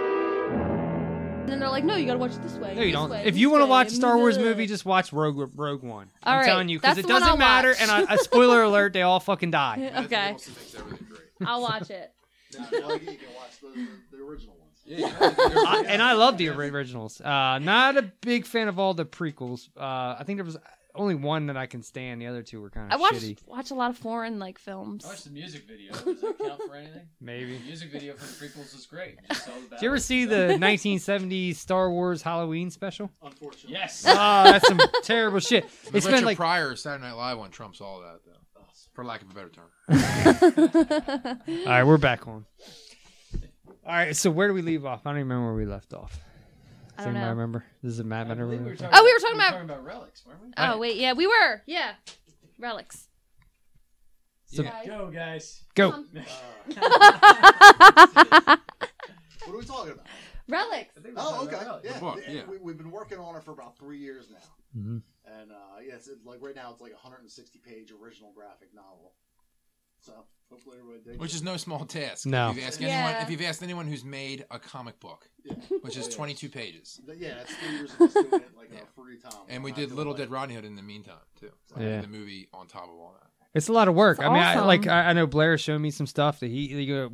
H: And then they're like, no, you gotta watch it this way.
G: No, you
H: this
G: don't.
H: way,
G: If you
H: this
G: want to
H: way,
G: watch a Star Wars
H: bleh.
G: movie, just watch Rogue Rogue One.
H: All
G: I'm
H: right,
G: telling you because
H: that's
G: it
H: the one
G: doesn't
H: I'll
G: matter.
H: watch.
G: And I, a spoiler alert: they all fucking die.
H: Okay. I'll watch it.
I: you can watch the, the original ones.
G: I, and I love the originals. Uh, not a big fan of all the prequels. Uh, I think there was only one that I can stand. The other two were kind
H: I
G: of
H: watch
G: shitty.
H: watch a lot of foreign like films.
Q: I watched the music video. Does that count for anything?
G: Maybe.
Q: The music video for the prequels was great. Just all the
G: Did you ever
Q: battles.
G: see the 1970s Star Wars Halloween special?
I: Unfortunately.
Q: Yes.
G: Oh, that's some terrible shit.
J: But
G: It's
J: Richard
G: been like
J: Pryor, Saturday Night Live one trumps all that though, for lack of a better term.
G: All right, we're back on. All right, so where do we leave off? I don't even remember where we left off.
H: I
G: Does
H: don't
G: anybody
H: know.
G: remember? This is a map. I don't remember.
H: Oh, we were talking about.
Q: about relics, weren't we?
H: Oh wait, yeah, we were. Yeah, relics.
G: So-
H: Yeah.
Q: Go, guys.
G: Go.
H: Come
I: What are we talking about?
H: relics.
I: Oh, okay. Yeah.
J: The book,
I: And
J: yeah.
I: We, we've been working on it for about three years now.
G: Mhm.
I: And uh, yeah, it's it's like right now it's like a 160 page original graphic novel. So hopefully everybody digs
J: Which
I: it.
J: is no small task.
G: No.
J: If you've asked
I: Yeah.
J: anyone, if you've asked anyone who's made a comic book, which is 22 pages,
I: But yeah, it's three years of us doing it like a free time.
J: and we
I: Not
J: did
I: doing,
J: Little
I: like,
J: Dead Rodney Hood in the meantime too. So I
G: Yeah.
J: did The movie on top of all that.
G: It's a lot of work.
J: It's
G: I mean, I,
J: awesome.
G: like I, I know Blair showed me some stuff that he, he uh,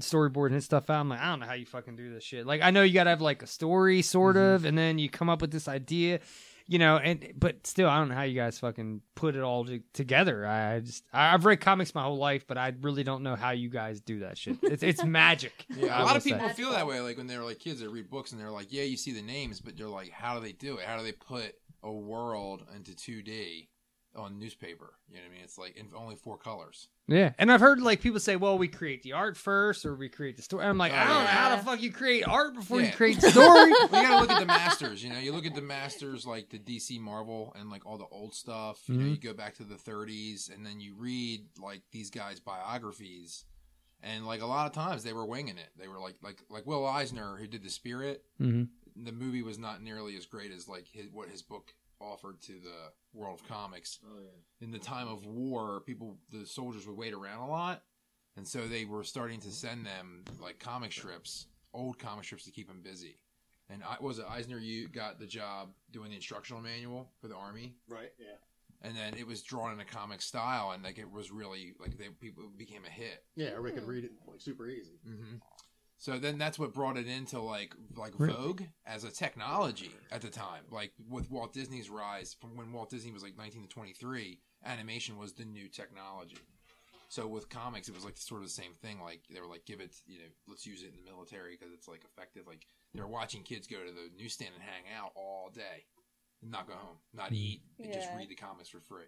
G: storyboard his stuff out. I'm like, I don't know how you fucking do this shit. Like, I know you gotta have like a story, sort
H: Mm-hmm.
G: of, and then you come up with this idea, you know. And but still, I don't know how you guys fucking put it all to, together. I, I just I, I've read comics my whole life, but I really don't know how you guys do that shit. It's, it's magic.
J: Yeah,
G: I
J: a lot
G: will
J: of
G: say.
J: people feel that way. Like when they were like kids, they read books and they're like, "Yeah, you see the names," but they're like, "How do they do it? How do they put a world into 2D on newspaper. You know what I mean? It's like in only four colors.
G: Yeah, and I've heard like people say, "Well, we create the art first, or we create the story." And I'm
J: Oh,
G: like, I don't know how the fuck you create art before you create the story.
J: you gotta look at the masters. You know, you look at the masters like the DC Marvel and like all the old stuff. You know,
G: Mhm.
J: you go back to the 30s, and then you read like these guys' biographies, and like a lot of times they were winging it. They were like like like Will Eisner who did the Spirit.
G: Mhm.
J: The movie was not nearly as great as like his, what his book offered to the world of comics.
I: Oh,
J: In the time of war, people the soldiers would wait around a lot. And so they were starting to send them like comic strips, old comic strips to keep them busy. And I was it Eisner you got the job doing the instructional manual for the army.
K: Right. Yeah.
J: And then it was drawn in a comic style and like it was really like they people it became a hit.
K: Yeah, everybody could read it like super easy.
J: Mm-hmm. So then that's what brought it into like like
K: Really?
J: Vogue as a technology at the time. Like with Walt Disney's rise from when Walt Disney was like 19 to 23, animation was the new technology. So with comics, it was like sort of the same thing. Like they were like, give it, you know, let's use it in the military because it's like effective. Like they're watching kids go to the newsstand and hang out all day, and not go home,
G: Mm-hmm.
J: not eat, and just
N: Yeah.
J: read the comics for free.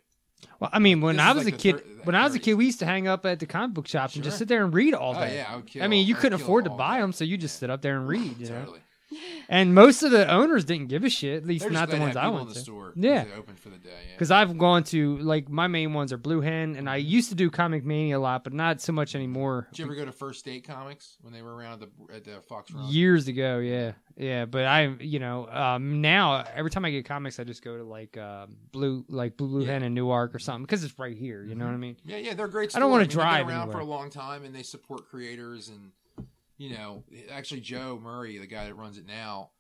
G: Well, I mean, when
J: This
G: I
J: is
G: was
J: like
G: a
J: the
G: kid,
J: thir-
G: when I was a kid, we used to hang up at the comic book shop and just
J: Sure.
G: sit there and read all
J: Oh,
G: day.
J: yeah, I would
G: I mean,
J: kill-
G: you
J: I would
G: couldn't
J: kill
G: afford to
J: all
G: buy them, so you just sit up there and read. You know?
J: Totally.
G: And most of the owners didn't give a shit. At least
J: They're just
G: not the
J: glad to
G: ones
J: have
G: I
J: people in
G: went
J: the
G: to.
J: store 'cause
G: yeah,
J: they open for the day, yeah.
G: Because I've gone to like my main ones are Blue Hen, and I
J: Mm-hmm.
G: used to do Comic Mania a lot, but not so much anymore.
J: Did you ever go to First Date Comics when they were around at the at the Fox Run?
G: years ago yeah yeah but i you know um now every time i get comics i just go to like uh blue like blue hen and newark or something because it's right here you
K: Mm-hmm.
G: know what i mean
J: Yeah, yeah, they're great.
G: i don't want to
J: stores. I mean, They've
G: drive
J: been around
G: anywhere.
J: for a long time, and they support creators. And you know, actually, Joe Murray, the guy that runs it now,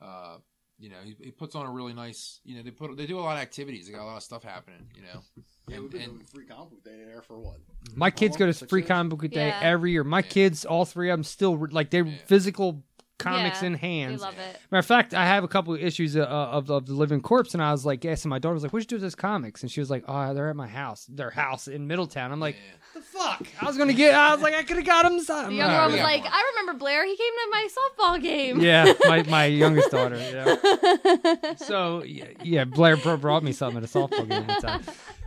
J: uh, you know, he, he puts on a really nice. You know, they put they do a lot of activities. They got a lot of stuff happening. You know,
K: Yeah, we've
J: and,
K: been
J: and
K: doing free comic book day there for what?
G: my kids go to
K: Mm-hmm. Six
G: free
K: years?
G: comic book day
K: Yeah.
G: every year my kids all three of them still re- like they're physical comics
H: Yeah,
G: in
H: they
G: hands
H: love it.
G: matter of fact i have a couple of issues uh, of, of the living corpse and i was like yes and my daughter was like what you do with those comics and she was like oh they're at my house their house in middletown i'm like the fuck i was gonna get i was like i could have got them
N: The
G: something
N: younger one was like, I remember Blair. He came to my softball game.
G: Oh, yeah, my, my youngest daughter. Yeah. So yeah, yeah, Blair bro- brought me something at a softball game one time.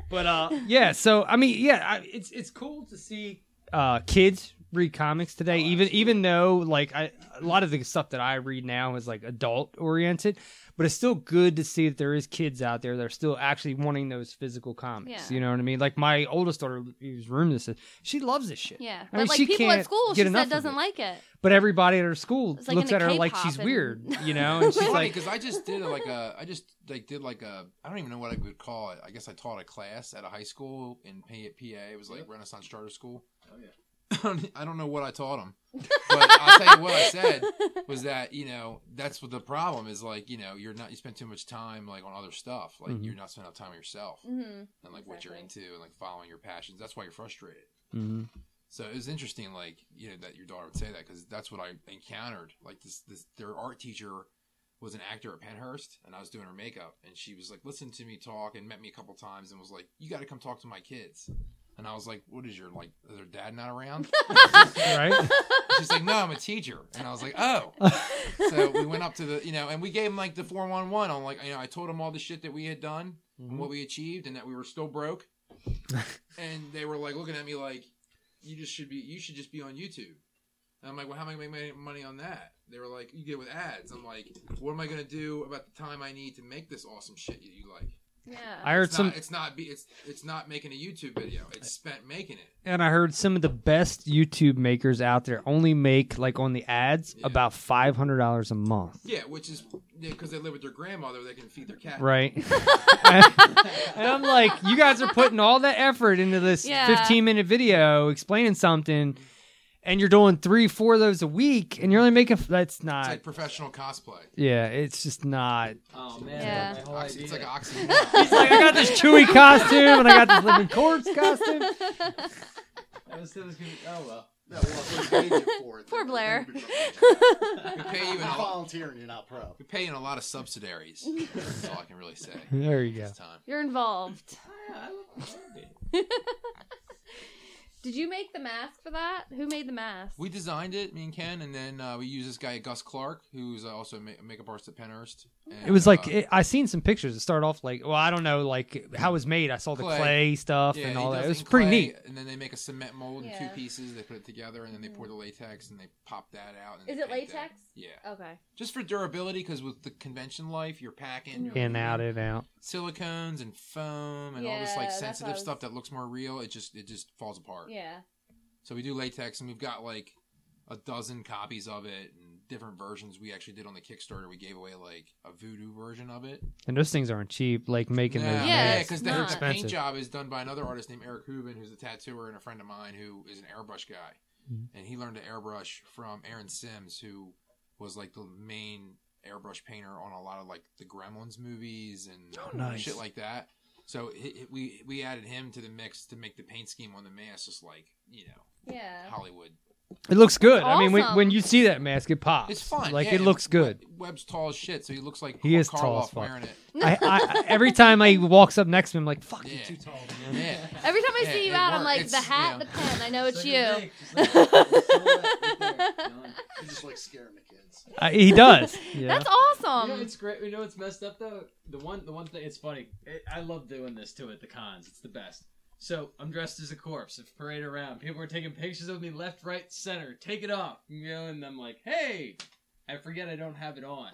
G: But uh, yeah, so I mean, yeah, I, it's it's cool to see uh, kids read comics today.
H: Oh,
G: even even though like I, a lot of the stuff that I read now is like adult oriented, but it's still good to see that there is kids out there that are still actually wanting those physical comics.
H: Yeah.
G: You know what I mean? Like my oldest daughter, whose room this is, she loves this shit.
H: Yeah,
G: I
H: but
G: mean,
H: like
G: she
H: people
G: can't
H: at school,
G: get
H: she
G: enough
H: said
G: of
H: doesn't
G: it.
H: like it.
G: But everybody at her school
H: It's like
G: looks at
H: into
G: her like
H: K-pop
G: she's
H: and-
G: weird, you know, and she's like,
J: because I just did like a, I just like did like a, I don't even know what I would call it. I guess I taught a class at a high school in P- PA. It was like Renaissance Charter School. Oh yeah. I don't know what I taught them, but I'll tell you what I said was that you know that's what the problem is. Like you know you're not you spend too much time like on other stuff. Like
G: Mhm.
J: you're not spending enough time on yourself
H: Mm-hmm.
J: and like what you're into and like following your passions. That's why you're frustrated.
G: Mhm.
J: So it was interesting, like you know, that your daughter would say that because that's what I encountered. Like this, this their art teacher was an actor at Penhurst, and I was doing her makeup, and she was like, listened to me talk and met me a couple times, and was like, "You got to come talk to my kids." And I was like, "What is your like? Is their dad not around?"
G: right?
J: She's like, "No, I'm a teacher," and I was like, "Oh." so we went up to the, you know, and we gave him like the four one one on like, you know, I told him all the shit that we had done
G: Mhm.
J: and what we achieved, and that we were still broke, and they were like looking at me like, "You just should be, you should just be on YouTube." And I'm like, well, how am I going to make my- money on that? They were like, you get it with ads. I'm like, what am I going to do about the time I need to make this awesome shit that you like?
N: Yeah.
H: Mm-hmm.
G: I heard
J: it's
G: some-
J: Not, it's not. Be, it's it's not making a YouTube video. It's spent making it.
G: and I heard some of the best YouTube makers out there only make like on the ads about five hundred dollars a month.
J: Yeah, which is because they live with their grandmother, they can feed their cat.
G: Right. and I'm like, you guys are putting all that effort into this
J: Yeah.
G: 15 minute video explaining something, and you're doing three, four of those a week, and you're only making. That's
J: It's
G: not.
J: like professional cosplay.
G: yeah, it's just not.
J: Oh
I: man, Yeah. my whole
J: Oxy, it's like
I: idea.
J: oxygen.
I: He's like,
G: I got this Chewy costume, and I got this living corpse costume.
I: I was still was gonna. Oh well.
K: Yeah, well, we paid you for it.
N: Poor Blair.
J: We pay you in
K: You're
J: a lot.
K: volunteering, you're not pro.
J: We pay you in a lot of subsidiaries. That's all I can really say.
G: There you go.
J: This time.
N: You're involved. Did you make the mask for that? Who made the mask?
J: We uh, designed it, me and Ken, and then uh, we used this guy Gus Clark, who's also a ma- makeup artist at Penhurst.
G: It was like it, I seen some pictures. It started off like, well, I don't know, like how it was made. I saw the clay, stuff
J: Yeah,
G: and
J: he
G: all that.
J: does
G: It was
J: in
G: pretty
J: clay,
G: neat.
J: And then they make a cement mold in two pieces. They put it together, and then they pour the latex, and they pop that out. And
H: Mm. Is
J: they
H: it
J: paint that.
H: latex?
J: Yeah.
H: Okay.
J: Just for durability, because with the convention life, you're packing you're
G: In, out,
J: putting
G: in, out.
J: silicones and foam and all this
H: Yeah,
J: like
H: that's what I
J: sensitive
H: was-
J: stuff that looks more real. It just it just falls apart.
H: Yeah.
J: So we do latex, and we've got like a dozen copies of it and different versions. We actually did on the Kickstarter. We gave away like a voodoo version of it.
G: And those things aren't cheap. Like making
J: No,
G: those,
J: yeah,
G: made,
J: because
G: it's
J: the, the paint
G: expensive.
J: job is done by another artist named Eric Hubin, who's a tattooer and a friend of mine who is an airbrush guy,
G: Mhm.
J: and he learned to airbrush from Aaron Sims, who was like the main airbrush painter on a lot of like the Gremlins movies and
G: Oh, nice.
J: shit like that. So hi hi- we we added him to the mix to make the paint scheme on the mask just like you know
H: Yeah.
J: Hollywood.
G: It looks good. I mean, when,
J: Awesome.
G: when you see that mask, it pops.
J: It's fun.
G: Like
J: yeah,
G: it
J: and
G: looks good.
J: Web- Webb's tall as shit, so he looks like
G: He is
J: Karloff
G: tall as fuck.
J: wearing it.
G: I, I, every time I walks up next to him, I'm like, fuck,
J: Yeah.
G: you're too tall.
J: Yeah.
H: Every time I
G: Yeah,
H: see you
G: it
H: out, I'm like
G: works.
H: the
G: It's-
H: hat, the pen. I know it's you.
K: He's just like scaring the kids.
G: Uh, he does. Yeah.
H: That's awesome.
I: You know, it's great. You know, it's messed up though. The one, the one thing. It's funny. It, I love doing this too at the cons. It's the best. So I'm dressed as a corpse. I parade around. People are taking pictures of me left, right, center. Take it off, you know. And I'm like, hey, I forget I don't have it on.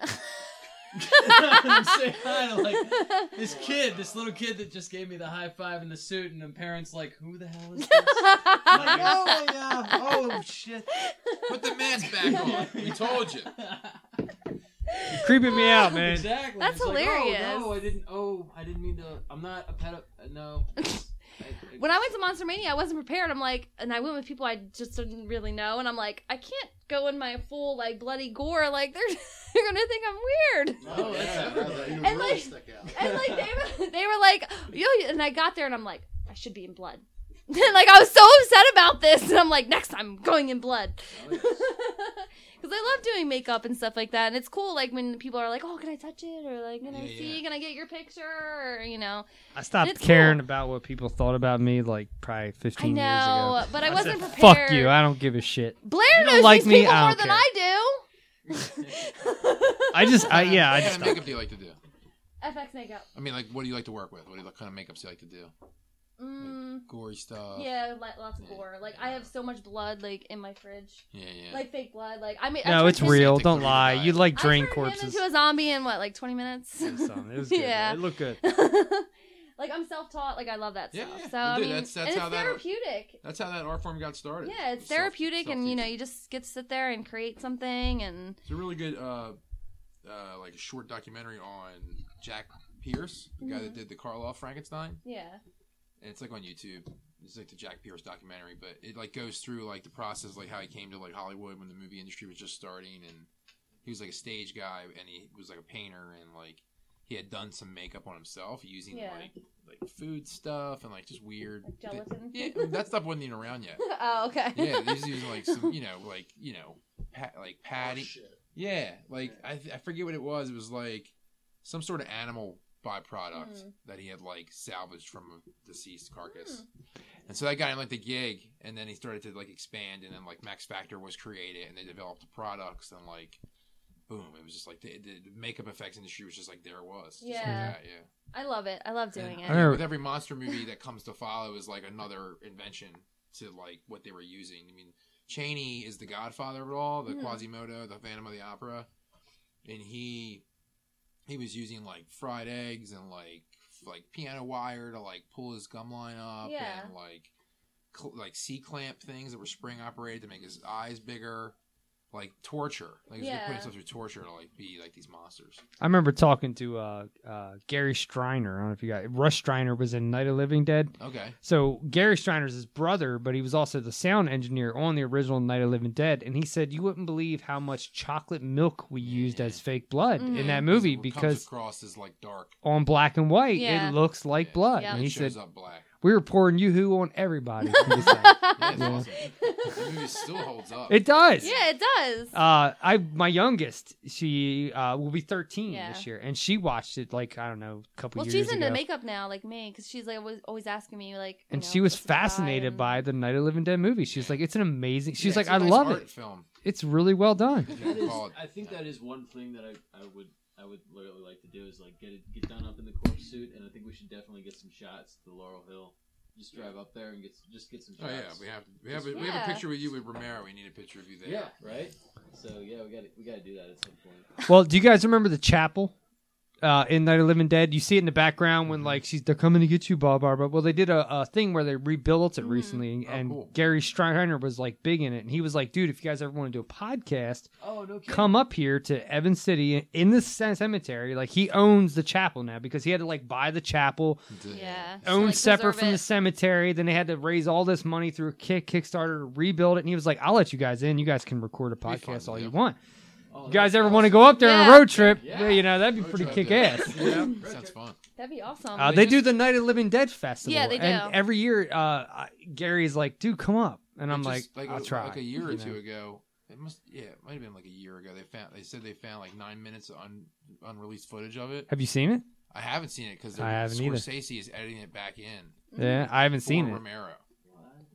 I: I'm saying hi to like this kid, this little kid that just gave me the high five in the suit, and the parents like, who the hell is this? I'm like, oh yeah, oh shit.
J: Put the mask back on. We told you.
G: You're creeping me out, man.
I: Exactly.
H: That's
I: It's like,
H: hilarious.
I: oh, no, I didn't. Oh, I didn't mean to. I'm not a pedo. uh, No.
H: When I went to Monster Mania, I wasn't prepared. I'm like, and I went with people I just didn't really know, and I'm like, I can't go in my full like bloody gore. Like they're they're gonna think I'm weird.
K: Oh, yeah, that- you
H: And,
K: really
H: like-
K: stick out. Oh,
H: And like they were, they were like, yo, and I got there and I'm like, I should be in blood. And like I was so upset about this, and I'm like, next time I'm going in blood. Because I love doing makeup and stuff like that, and it's cool. Like when people are like, "Oh, can I touch it?" or like, "Can I
G: Yeah,
H: see? Can I get your picture?" or you know.
G: I stopped
H: It's
G: caring about what people thought about me like probably 15 years ago.
H: know, but I wasn't
G: said, Fuck
H: prepared."
G: you. I don't give a shit.
H: Blair
G: You don't
H: knows
G: like
H: these
G: me,
H: people
G: I
H: more
G: don't
H: than
G: care.
H: I
G: I just, I, yeah, I
J: What
G: just.
J: kind of makeup do you like to do?
H: do. FX makeup.
J: I mean, like, what do you like to work with? What do you, what kind of makeups do you like to do?
H: Mm,
J: Gory
G: Oh.
J: stuff.
H: yeah, like lots of gore. Like I have so much blood like in my fridge.
J: Yeah, yeah.
H: Like fake blood. Like I mean, I
G: No,
H: turned
G: it's
H: him-
G: real. Don't lie. You like
H: I
G: drain
H: turned him
G: corpses.
H: into a zombie in what, like twenty minutes?
G: Something. It was good.
H: yeah.
G: It looked good.
H: like I'm self-taught. Like I love that stuff.
J: yeah.
H: So
J: Well,
H: I
J: dude,
H: mean,
J: that's- that's
H: and it's
J: how that-
H: therapeutic.
J: That's how that art form got started.
H: Yeah, it's
J: Self-
H: therapeutic, and you know,
J: self-teaching.
H: you just get to sit there and create something. And
J: It's a really good, uh, uh, like, a short documentary on Jack Pierce, the guy
H: Mhm.
J: that did the Karloff Frankenstein.
H: yeah,
J: And it's like on YouTube. It's like the Jack Pierce documentary, but it like goes through like the process, like how he came to like Hollywood when the movie industry was just starting, and he was like a stage guy, and he was like a painter, and like he had done some makeup on himself using
H: Yeah.
J: like like food stuff and like just weird
H: gelatin.
J: Yeah, I mean, that stuff wasn't even around yet.
H: oh, okay.
J: Yeah, these was like some, you know, like you know, pa- like patty. yeah, like I, th- I forget what it was. It was like some sort of animal byproduct
H: Mm.
J: that he had like salvaged from a deceased carcass. And so that got him like the gig, and then he started to like expand, and then like Max Factor was created, and they developed the products, and like, boom, it was just like the, the makeup effects industry was just like there it was, just like
H: Yeah.
J: that, yeah.
H: I love it. I love doing
J: And
H: it.
J: with every monster movie that comes to follow is like another invention to like what they were using. I mean, Cheney is the godfather of it all, the
H: Mhm.
J: Quasimodo, the Phantom of the Opera, and he he was using like fried eggs and like f- like piano wire to like pull his gum line up
H: Yeah.
J: and like cl- like C clamp things that were spring operated to make his eyes bigger. Like torture, like he was
H: Yeah.
J: putting himself through torture to like be like these monsters.
G: I remember talking to uh, uh, Gary Striner. I don't know if you got Rush Striner was in Night of the Living Dead.
J: Okay.
G: So Gary Striner's his brother, but he was also the sound engineer on the original Night of the Living Dead, and he said you wouldn't believe how much chocolate milk we used as fake blood in Hmm.
J: Mm-hmm.
G: that movie
J: What comes
G: because
J: across is like dark.
G: on black and white
J: Yeah.
G: it looks like blood.
J: Yeah.
G: And he
J: It shows
G: said
J: up black.
G: we were pouring yoo-hoo on everybody.
J: Yeah, it's
G: Yeah.
J: awesome. The movie still holds up.
G: It does.
H: Yeah, it does.
G: Uh, I my youngest, she uh, will be 13
H: Yeah.
G: this year, and she watched it like I don't know, a couple
H: Well,
G: years
H: she's
G: ago.
H: into makeup now, like me, because she's like always, always asking me, like,
G: and she was fascinated by the Night of the Living Dead movie. She's like, it's an amazing. She's
J: Yeah,
G: like,
J: it's a
G: I
J: nice
G: love
J: art
G: it.
J: film.
G: It's really well done.
I: That is, I think that is one thing that I, I would I would literally like to do is like get it, get done up in the corpse suit, and I think we should definitely get some shots to Laurel Hill. Just drive up there and get s- just get some
J: Oh
I: shots.
J: yeah, we have to, we have a,
I: Just-
J: we have a picture with you with Romero. We need a picture of you there.
I: Yeah, right. So yeah, we got to we got to do that at some point.
G: Well, do you guys remember the chapel uh, in Night of the Living Dead? You see it in the background when like she's they're coming to get you, Bob Barbara. Well, they did a, a thing where they rebuilt it recently, and Gary Steiner was like big in it, and he was like, "Dude, if you guys ever want to do a podcast,
I: Oh, no kidding.
G: come up here to Evan City in the cem- cemetery. Like he owns the chapel now because he had to like buy the chapel."
N: Yeah.
G: owned
N: Like,
G: separate
N: preserve
G: from
N: it.
G: the cemetery. Then they had to raise all this money through a kick Kickstarter to rebuild it. And he was like, "I'll let you guys in. You guys can record a podcast all you want.
J: Oh,
G: you guys ever want to go up there on
N: Yeah.
G: a road trip?
N: Yeah.
G: Yeah, you know that'd be
N: Road
G: pretty
N: trip,
G: kick
N: yeah.
G: ass.
N: Yeah.
J: Sounds fun.
N: That'd be awesome.
G: Uh, they do the Night of the Living Dead festival.
N: Yeah, they
G: And
N: do.
G: every year, uh, I- Gary's like, "Dude, come up," and I'm
J: It
G: like,
J: just-
G: "I'll
J: a,
G: try."
J: Like a year or
G: you
J: two
G: know?
J: ago, it must yeah, it might have been like a year ago. They found they said they found like nine minutes of un, unreleased footage of it.
G: Have you seen it?
J: I haven't seen it because
G: I haven't either.
J: Scorsese is editing it back
N: Mm-hmm.
J: in.
G: Yeah, I haven't
J: for
G: seen it.
J: Romero,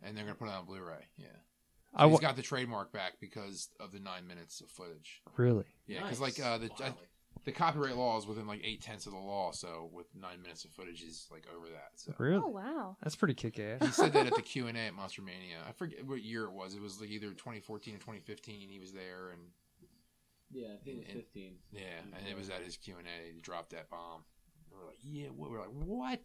J: and they're gonna put it on Blu-ray. Yeah, so
G: I
J: he's
G: wa-
J: got the trademark back because of the nine minutes of footage.
G: Really?
J: Yeah, because like uh, the I, the copyright law is within like eight tenths of the law, so with nine minutes of footage is like over that. So
G: Really?
N: Oh, wow.
G: That's pretty kick ass.
J: he said that at the Q and A at Monster Mania. I forget what year it was. It was like either 2014 or 2015. He was there, and
I: Yeah, I think it was
K: Mm.
J: And-
I: 15.
J: yeah, and it was at his Q and A. He dropped that bomb. We were like, yeah, what? we are like, what?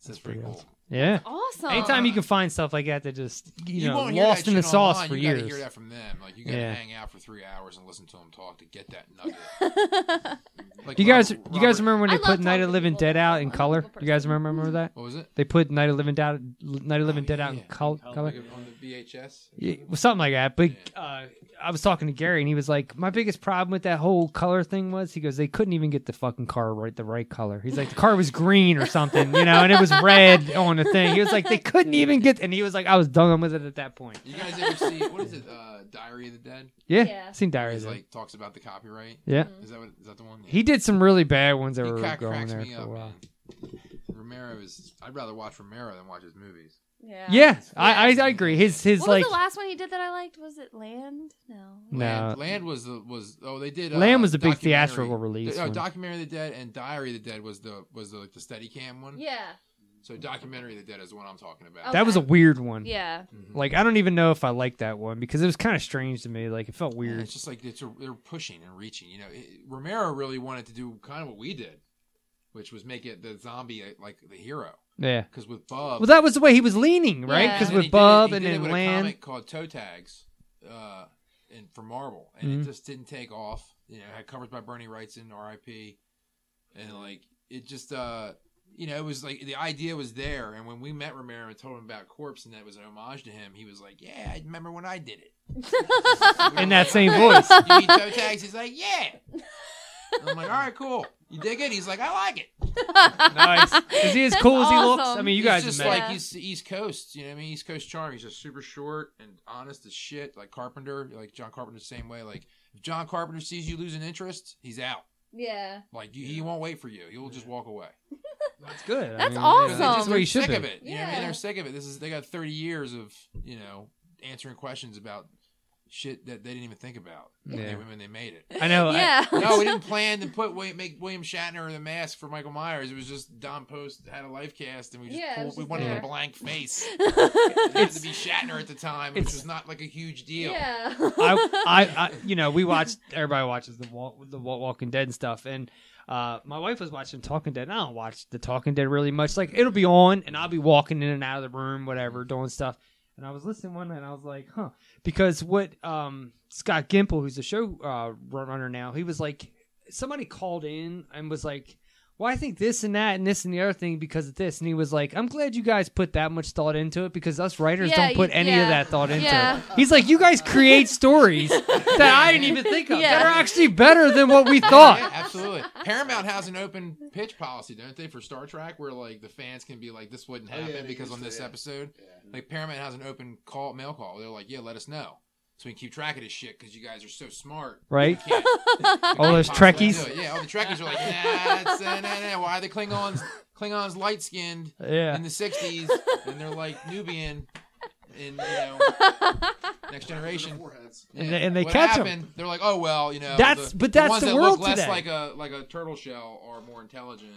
J: This is pretty cool.
G: Yeah,
N: awesome.
G: Anytime you can find stuff like that that just you, know
J: won't hear that
G: lost in the
J: shit
G: sauce
J: online.
G: for
J: you
G: years.
J: gotta hear that from them. Like you gotta
G: Yeah.
J: hang out for three hours and listen to them talk to get that nugget. like
G: Do you guys,
J: Robert-
G: you guys
J: Robert-
G: remember when they put Night of the Living Dead out in color? Do you guys remember, remember that?
J: What was it?
G: They put Night of the Living Dead, Night of the Living Dead out in col- color,
J: Oh, Like, on the VHS?
G: yeah, well, something like that. But uh, I was talking to Gary, and he was like, "My biggest problem with that whole color thing was," he goes, "they couldn't even get the fucking car right, the right color." He's like, "The car was green or something, you know, and it was red on the thing." He was like, "They couldn't even get," and he was like, "I was done with it at that point."
J: You guys ever see what is it? Uh, Diary of the Dead.
G: Yeah, Yeah. seen Diary of
J: He's
G: the Dead.
J: like talks about the copyright.
G: Yeah. Mhm.
J: is that what is that the one?
G: He did some really bad ones that
J: He
G: were
J: crack-
G: going
J: cracks
G: there
J: me
G: for a
J: up,
G: while.
J: Romero is. I'd rather watch Romero than watch his movies.
N: Yeah.
G: Yeah, I, I I agree. His his
N: what
G: like
N: was the last one he did that I liked? Was it Land? No.
G: no.
J: Land, Land was the was oh they did. Uh,
G: Land was the big
J: documentary-
G: theatrical release
J: The, oh,
G: one.
J: documentary of the dead and Diary of the Dead was the was the like the Steadicam one.
N: Yeah.
J: So documentary of the dead is what I'm talking about.
G: That was a weird one.
N: Yeah.
G: Like I don't even know if I liked that one because it was kind of strange to me. Like it felt
J: Yeah,
G: weird.
J: It's just like it's a, they're pushing and reaching. You know, it, Romero really wanted to do kind of what we did, which was make it the zombie uh, like the hero.
G: Yeah.
J: Because with Bub,
G: Well, that was the way he was leaning, right?
J: Yeah.
G: Because
J: And he
G: with
J: did it-
G: Bub
J: he
G: and
J: did it
G: then
J: with a
G: Land,
J: comic called Toe Tags, uh, and for Marvel, and
G: Mhm.
J: it just didn't take off. You know, it had covers by Bernie Wrightson, R.I.P. And like it just, uh, you know, it was like the idea was there. And when we met Romero and told him about Corpse, and that was an homage to him, he was like, "Yeah, I remember when I did it."
G: in that same
J: You mean
G: voice.
J: Toe Tags? He's like, "Yeah." And I'm like, "All right, cool." You dig it? He's like, "I like it."
G: nice. Is he as
J: That's
G: cool as he looks? I
J: awesome.
G: mean, you
J: He's
G: guys
J: just
G: have met
J: like
G: him.
J: he's East Coast. You know, what I mean, East Coast charm. He's just super short and honest as shit. Like Carpenter, like John Carpenter, the same way. Like if John Carpenter sees you losing interest, he's out.
N: Yeah.
J: Like you, he won't wait for you. He'll just walk away.
G: That's good.
N: That's awesome.
J: They're
N: That's
J: just
N: what he should
J: sick
N: be.
J: of it. You know what I mean?
N: Yeah.
J: They're sick of it. This is they got thirty years of you know answering questions about shit that they didn't even think about when,
G: Yeah.
J: they, when they made it.
G: I know, I- Yeah.
J: no, we didn't plan to put William, make William Shatner in the mask for Michael Myers. It was just Don Post had a life cast, and we just
N: Yeah, it
J: pulled,
N: was
J: we
N: just
J: wanted
N: there.
J: a blank face. it had to be Shatner at the time, which
G: it's-
J: was not like a huge deal.
N: Yeah.
G: I, I, I, you know, we watched. Everybody watches the Wal- the Wal- Walking Dead and stuff, and uh, my wife was watching Talking Dead. And I don't watch the Talking Dead really much. Like it'll be on, and I'll be walking in and out of the room, whatever, doing stuff. And I was listening one night, and I was like, huh, because what um, Scott Gimple, who's the show uh, runner now, he was like, somebody called in and was like. Well, I think this and that and this and the other thing because of this. And he was like, I'm glad you guys put that much thought into it because us writers
N: Yeah,
G: don't put
N: you-
G: any
N: yeah.
G: of that thought into
N: Yeah.
G: it. He's like, you guys create stories that I didn't even think of
J: Yeah.
G: that are actually better than what we
J: Yeah,
G: thought.
J: absolutely. Paramount has an open pitch policy, don't they, for Star Trek, where like the fans can be like, "This wouldn't
K: Oh, yeah,
J: happen
K: they
J: because
K: used
J: on
K: to,
J: this
K: yeah.
J: episode." Like Paramount has an open call, mail call. They're like, "Yeah, let us know." So we can keep track of this shit because you guys are so smart,
G: Right.
J: We can't- we can't
G: All those
J: possibly
G: Trekkies?
J: do it. Yeah, all the Trekkies are like, nah, it's, uh, nah, nah. Why are the Klingons? Klingons light skinned
G: Yeah.
J: in the '60s, and they're like Nubian. in you know, Next Generation.
G: And they- and they
J: what
G: catch 'em.
J: happened, They're like, oh well, you know.
G: That's-
J: the,
G: but that's
J: ones
G: the
J: that
G: world
J: look less
G: today.
J: like a like a turtle shell are more intelligent.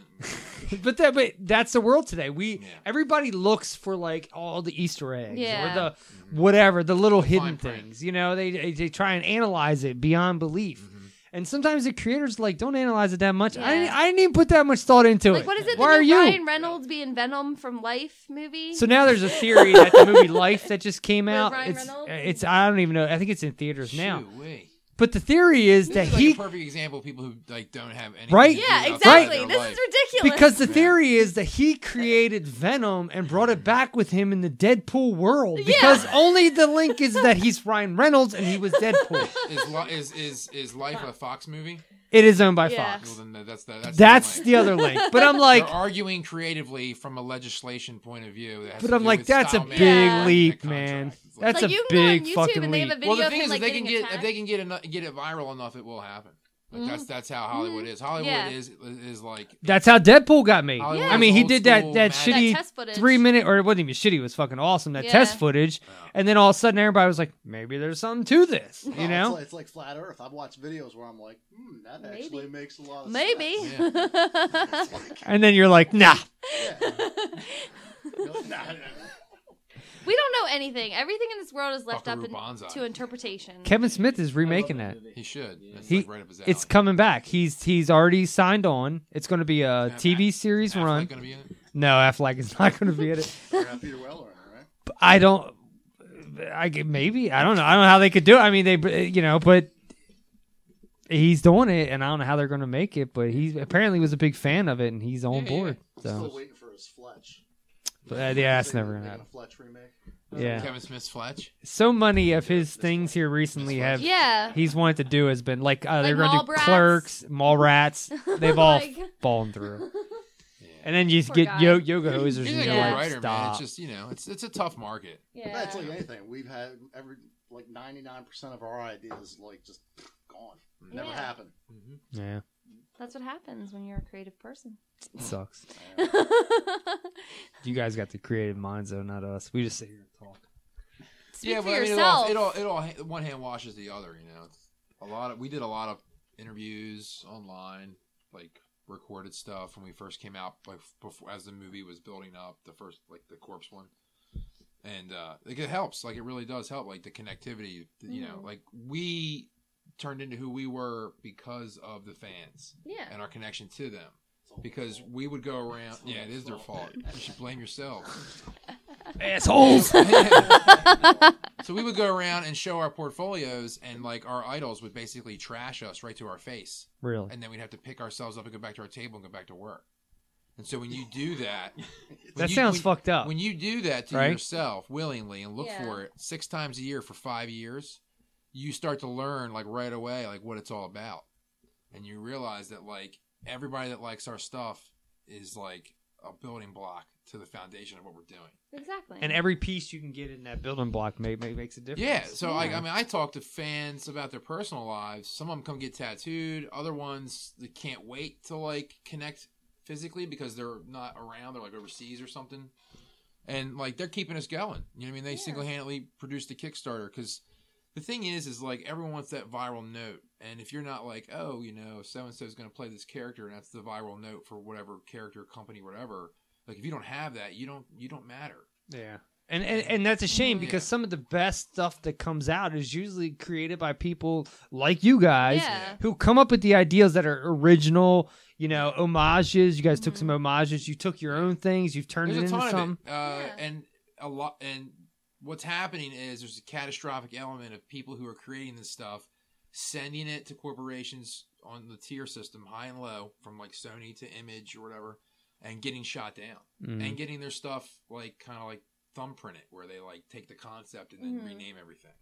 G: but that but that's the world today. We everybody looks for like all the Easter eggs
J: Yeah.
G: or the whatever, the little hidden things. You know, they they- they try and analyze it beyond belief. And sometimes the creators like don't analyze it that much. I didn't, I didn't even put that much thought into
N: Like,
G: it.
N: what is it?
G: Why
N: the
G: are
N: new
G: you?
N: Ryan Reynolds being Venom from Life movie?
G: So now there's a theory that the movie Life that just came out.
N: Ryan
G: It's,
N: Reynolds?
G: it's I don't even know. I think it's in theaters now.
J: Shoo-wee.
G: But the theory is
J: This
G: that
J: is like
G: he
J: a perfect example of people who like don't have any
G: Right?
N: Yeah, exactly. This is ridiculous.
G: Because the theory is that he created Venom and brought it back with him in the Deadpool world. Because only the link is that he's Ryan Reynolds and he was Deadpool.
J: is, li- is is is life a Fox movie?
G: It is owned by
J: Yeah.
G: Fox.
J: Well, then tha- that's the, that's,
G: That's
J: link.
G: the other link. But I'm like-
J: They're arguing creatively from a legislation point of view. that has
G: But
J: to
G: I'm
J: do
G: like,
J: with
G: that's a
J: style
G: big
J: management.
G: leap, man. That's
N: Like,
G: a
N: you can go on
G: big
N: YouTube
G: fucking
N: and they have a
G: leap.
N: video
J: Well, the
N: of
J: thing
N: him,
J: is,
N: like,
J: if they can
N: getting
J: get if
N: attacked.
J: they can get enough, get it viral enough, it will happen. Like that's that's how Hollywood is. Hollywood
N: Mm-hmm. Yeah.
J: is is like
G: That's how Deadpool got made.
J: Hollywood
G: I mean,
J: is
G: he
J: old
G: did that
J: school
G: that
J: magic.
G: shitty
J: That test footage.
G: three minute, or it wasn't even shitty. It was fucking awesome. That
K: Yeah.
G: test footage, and then all of a sudden, everybody was like, maybe there's something to this,
K: No,
G: you know?
K: it's like, Oh, it's like flat Earth. I've watched videos where I'm like, hmm, that actually makes a lot of
N: Maybe.
K: sense.
G: and then you're like, nah,
N: we don't know anything. Everything in this world is left
J: Buckaroo
N: up in,
J: Banzai.
N: to interpretation.
G: Kevin Smith is remaking that.
J: He should. That's
G: He,
J: like right up his alley.
G: it's coming back. He's he's already signed on. It's going to be a TV series run.
J: gonna be in it?
G: No, Affleck is not going to be in it.
K: They're gonna have Peter Weller in it, right?
G: But I don't. I g- maybe I don't know. I don't know how they could do it. I mean, they you know, but he's doing it, and I don't know how they're going to make it. But he apparently was a big fan of it, and he's on board.
K: I'm still
G: So
K: waiting for his Fletch.
G: But, uh, yeah, that's never gonna
K: Making
G: happen.
K: A Fletch remake.
G: yeah,
J: Kevin Smith's Fletch.
G: so many of his things here recently have
N: Yeah.
G: he's wanted to do has been like uh, they're
N: Like
G: going to do
N: Mallrats.
G: clerks, mall rats. They've all
N: Like-
G: fallen through. And then you just get yo- yoga hosers.
J: He's
G: and
J: like
G: you're
J: a good
G: like,
J: writer, man.
G: stop.
J: It's just you know, it's it's a tough market.
K: Yeah. It's like anything. We've had every like 99 percent of our ideas like just gone. Never
N: Yeah.
K: happened.
G: yeah,
N: That's what happens when you're a creative person.
G: it sucks. you guys got the creative minds though, not us. We just sit here and talk.
N: Speak for
J: I mean,
N: yourself.
J: It all, it all, it all, one hand washes the other. You know, It's a lot of we did a lot of interviews online, like recorded stuff when we first came out, like before as the movie was building up, the first like the corpse one, and uh, like it helps. Like it really does help. Like the connectivity, you know,
N: Mhm.
J: like we turned into who we were because of the fans,
N: Yeah.
J: and our connection to them. Because we would go around, yeah, it is their fault. You should blame yourselves.
G: Assholes.
J: so we would go around and show our portfolios, and like our idols would basically trash us right to our face.
G: Really?
J: And then we'd have to pick ourselves up and go back to our table and go back to work. And so when you do that, when
G: That
J: you-
G: sounds
J: when-
G: fucked up.
J: When you do that to
G: Right?
J: yourself willingly and look
N: Yeah.
J: for it six times a year for five years, you start to learn like right away like what it's all about, and you realize that like everybody that likes our stuff is like a building block to the foundation of what we're doing.
N: Exactly.
G: And every piece you can get in that building block may, may makes a difference.
J: Yeah, so Like, I mean, I talk to fans about their personal lives. Some of them come get tattooed. Other ones they can't wait to like connect physically because they're not around. They're like overseas or something, and like they're keeping us going. You know, what I mean, they single handedly produced the Kickstarter because the thing is, is like everyone wants that viral note, and if you're not like, oh, you know, so and so is going to play this character, and that's the viral note for whatever character, company, whatever. Like if you don't have that, you don't you don't matter.
G: Yeah. And, and and that's a shame because some of the best stuff that comes out is usually created by people like you guys
N: Yeah.
G: who come up with the ideas that are original, you know, homages. You guys took some homages, you took your own things, you've turned
J: there's
G: it
J: a ton
G: into something.
J: of it, uh, and a lot. And what's happening is there's a catastrophic element of people who are creating this stuff, sending it to corporations on the tier system, high and low, from like Sony to Image or whatever, and getting shot down
G: Mhm.
J: and getting their stuff like kind of like thumbprint it, where they like take the concept and then
N: Mhm.
J: rename everything.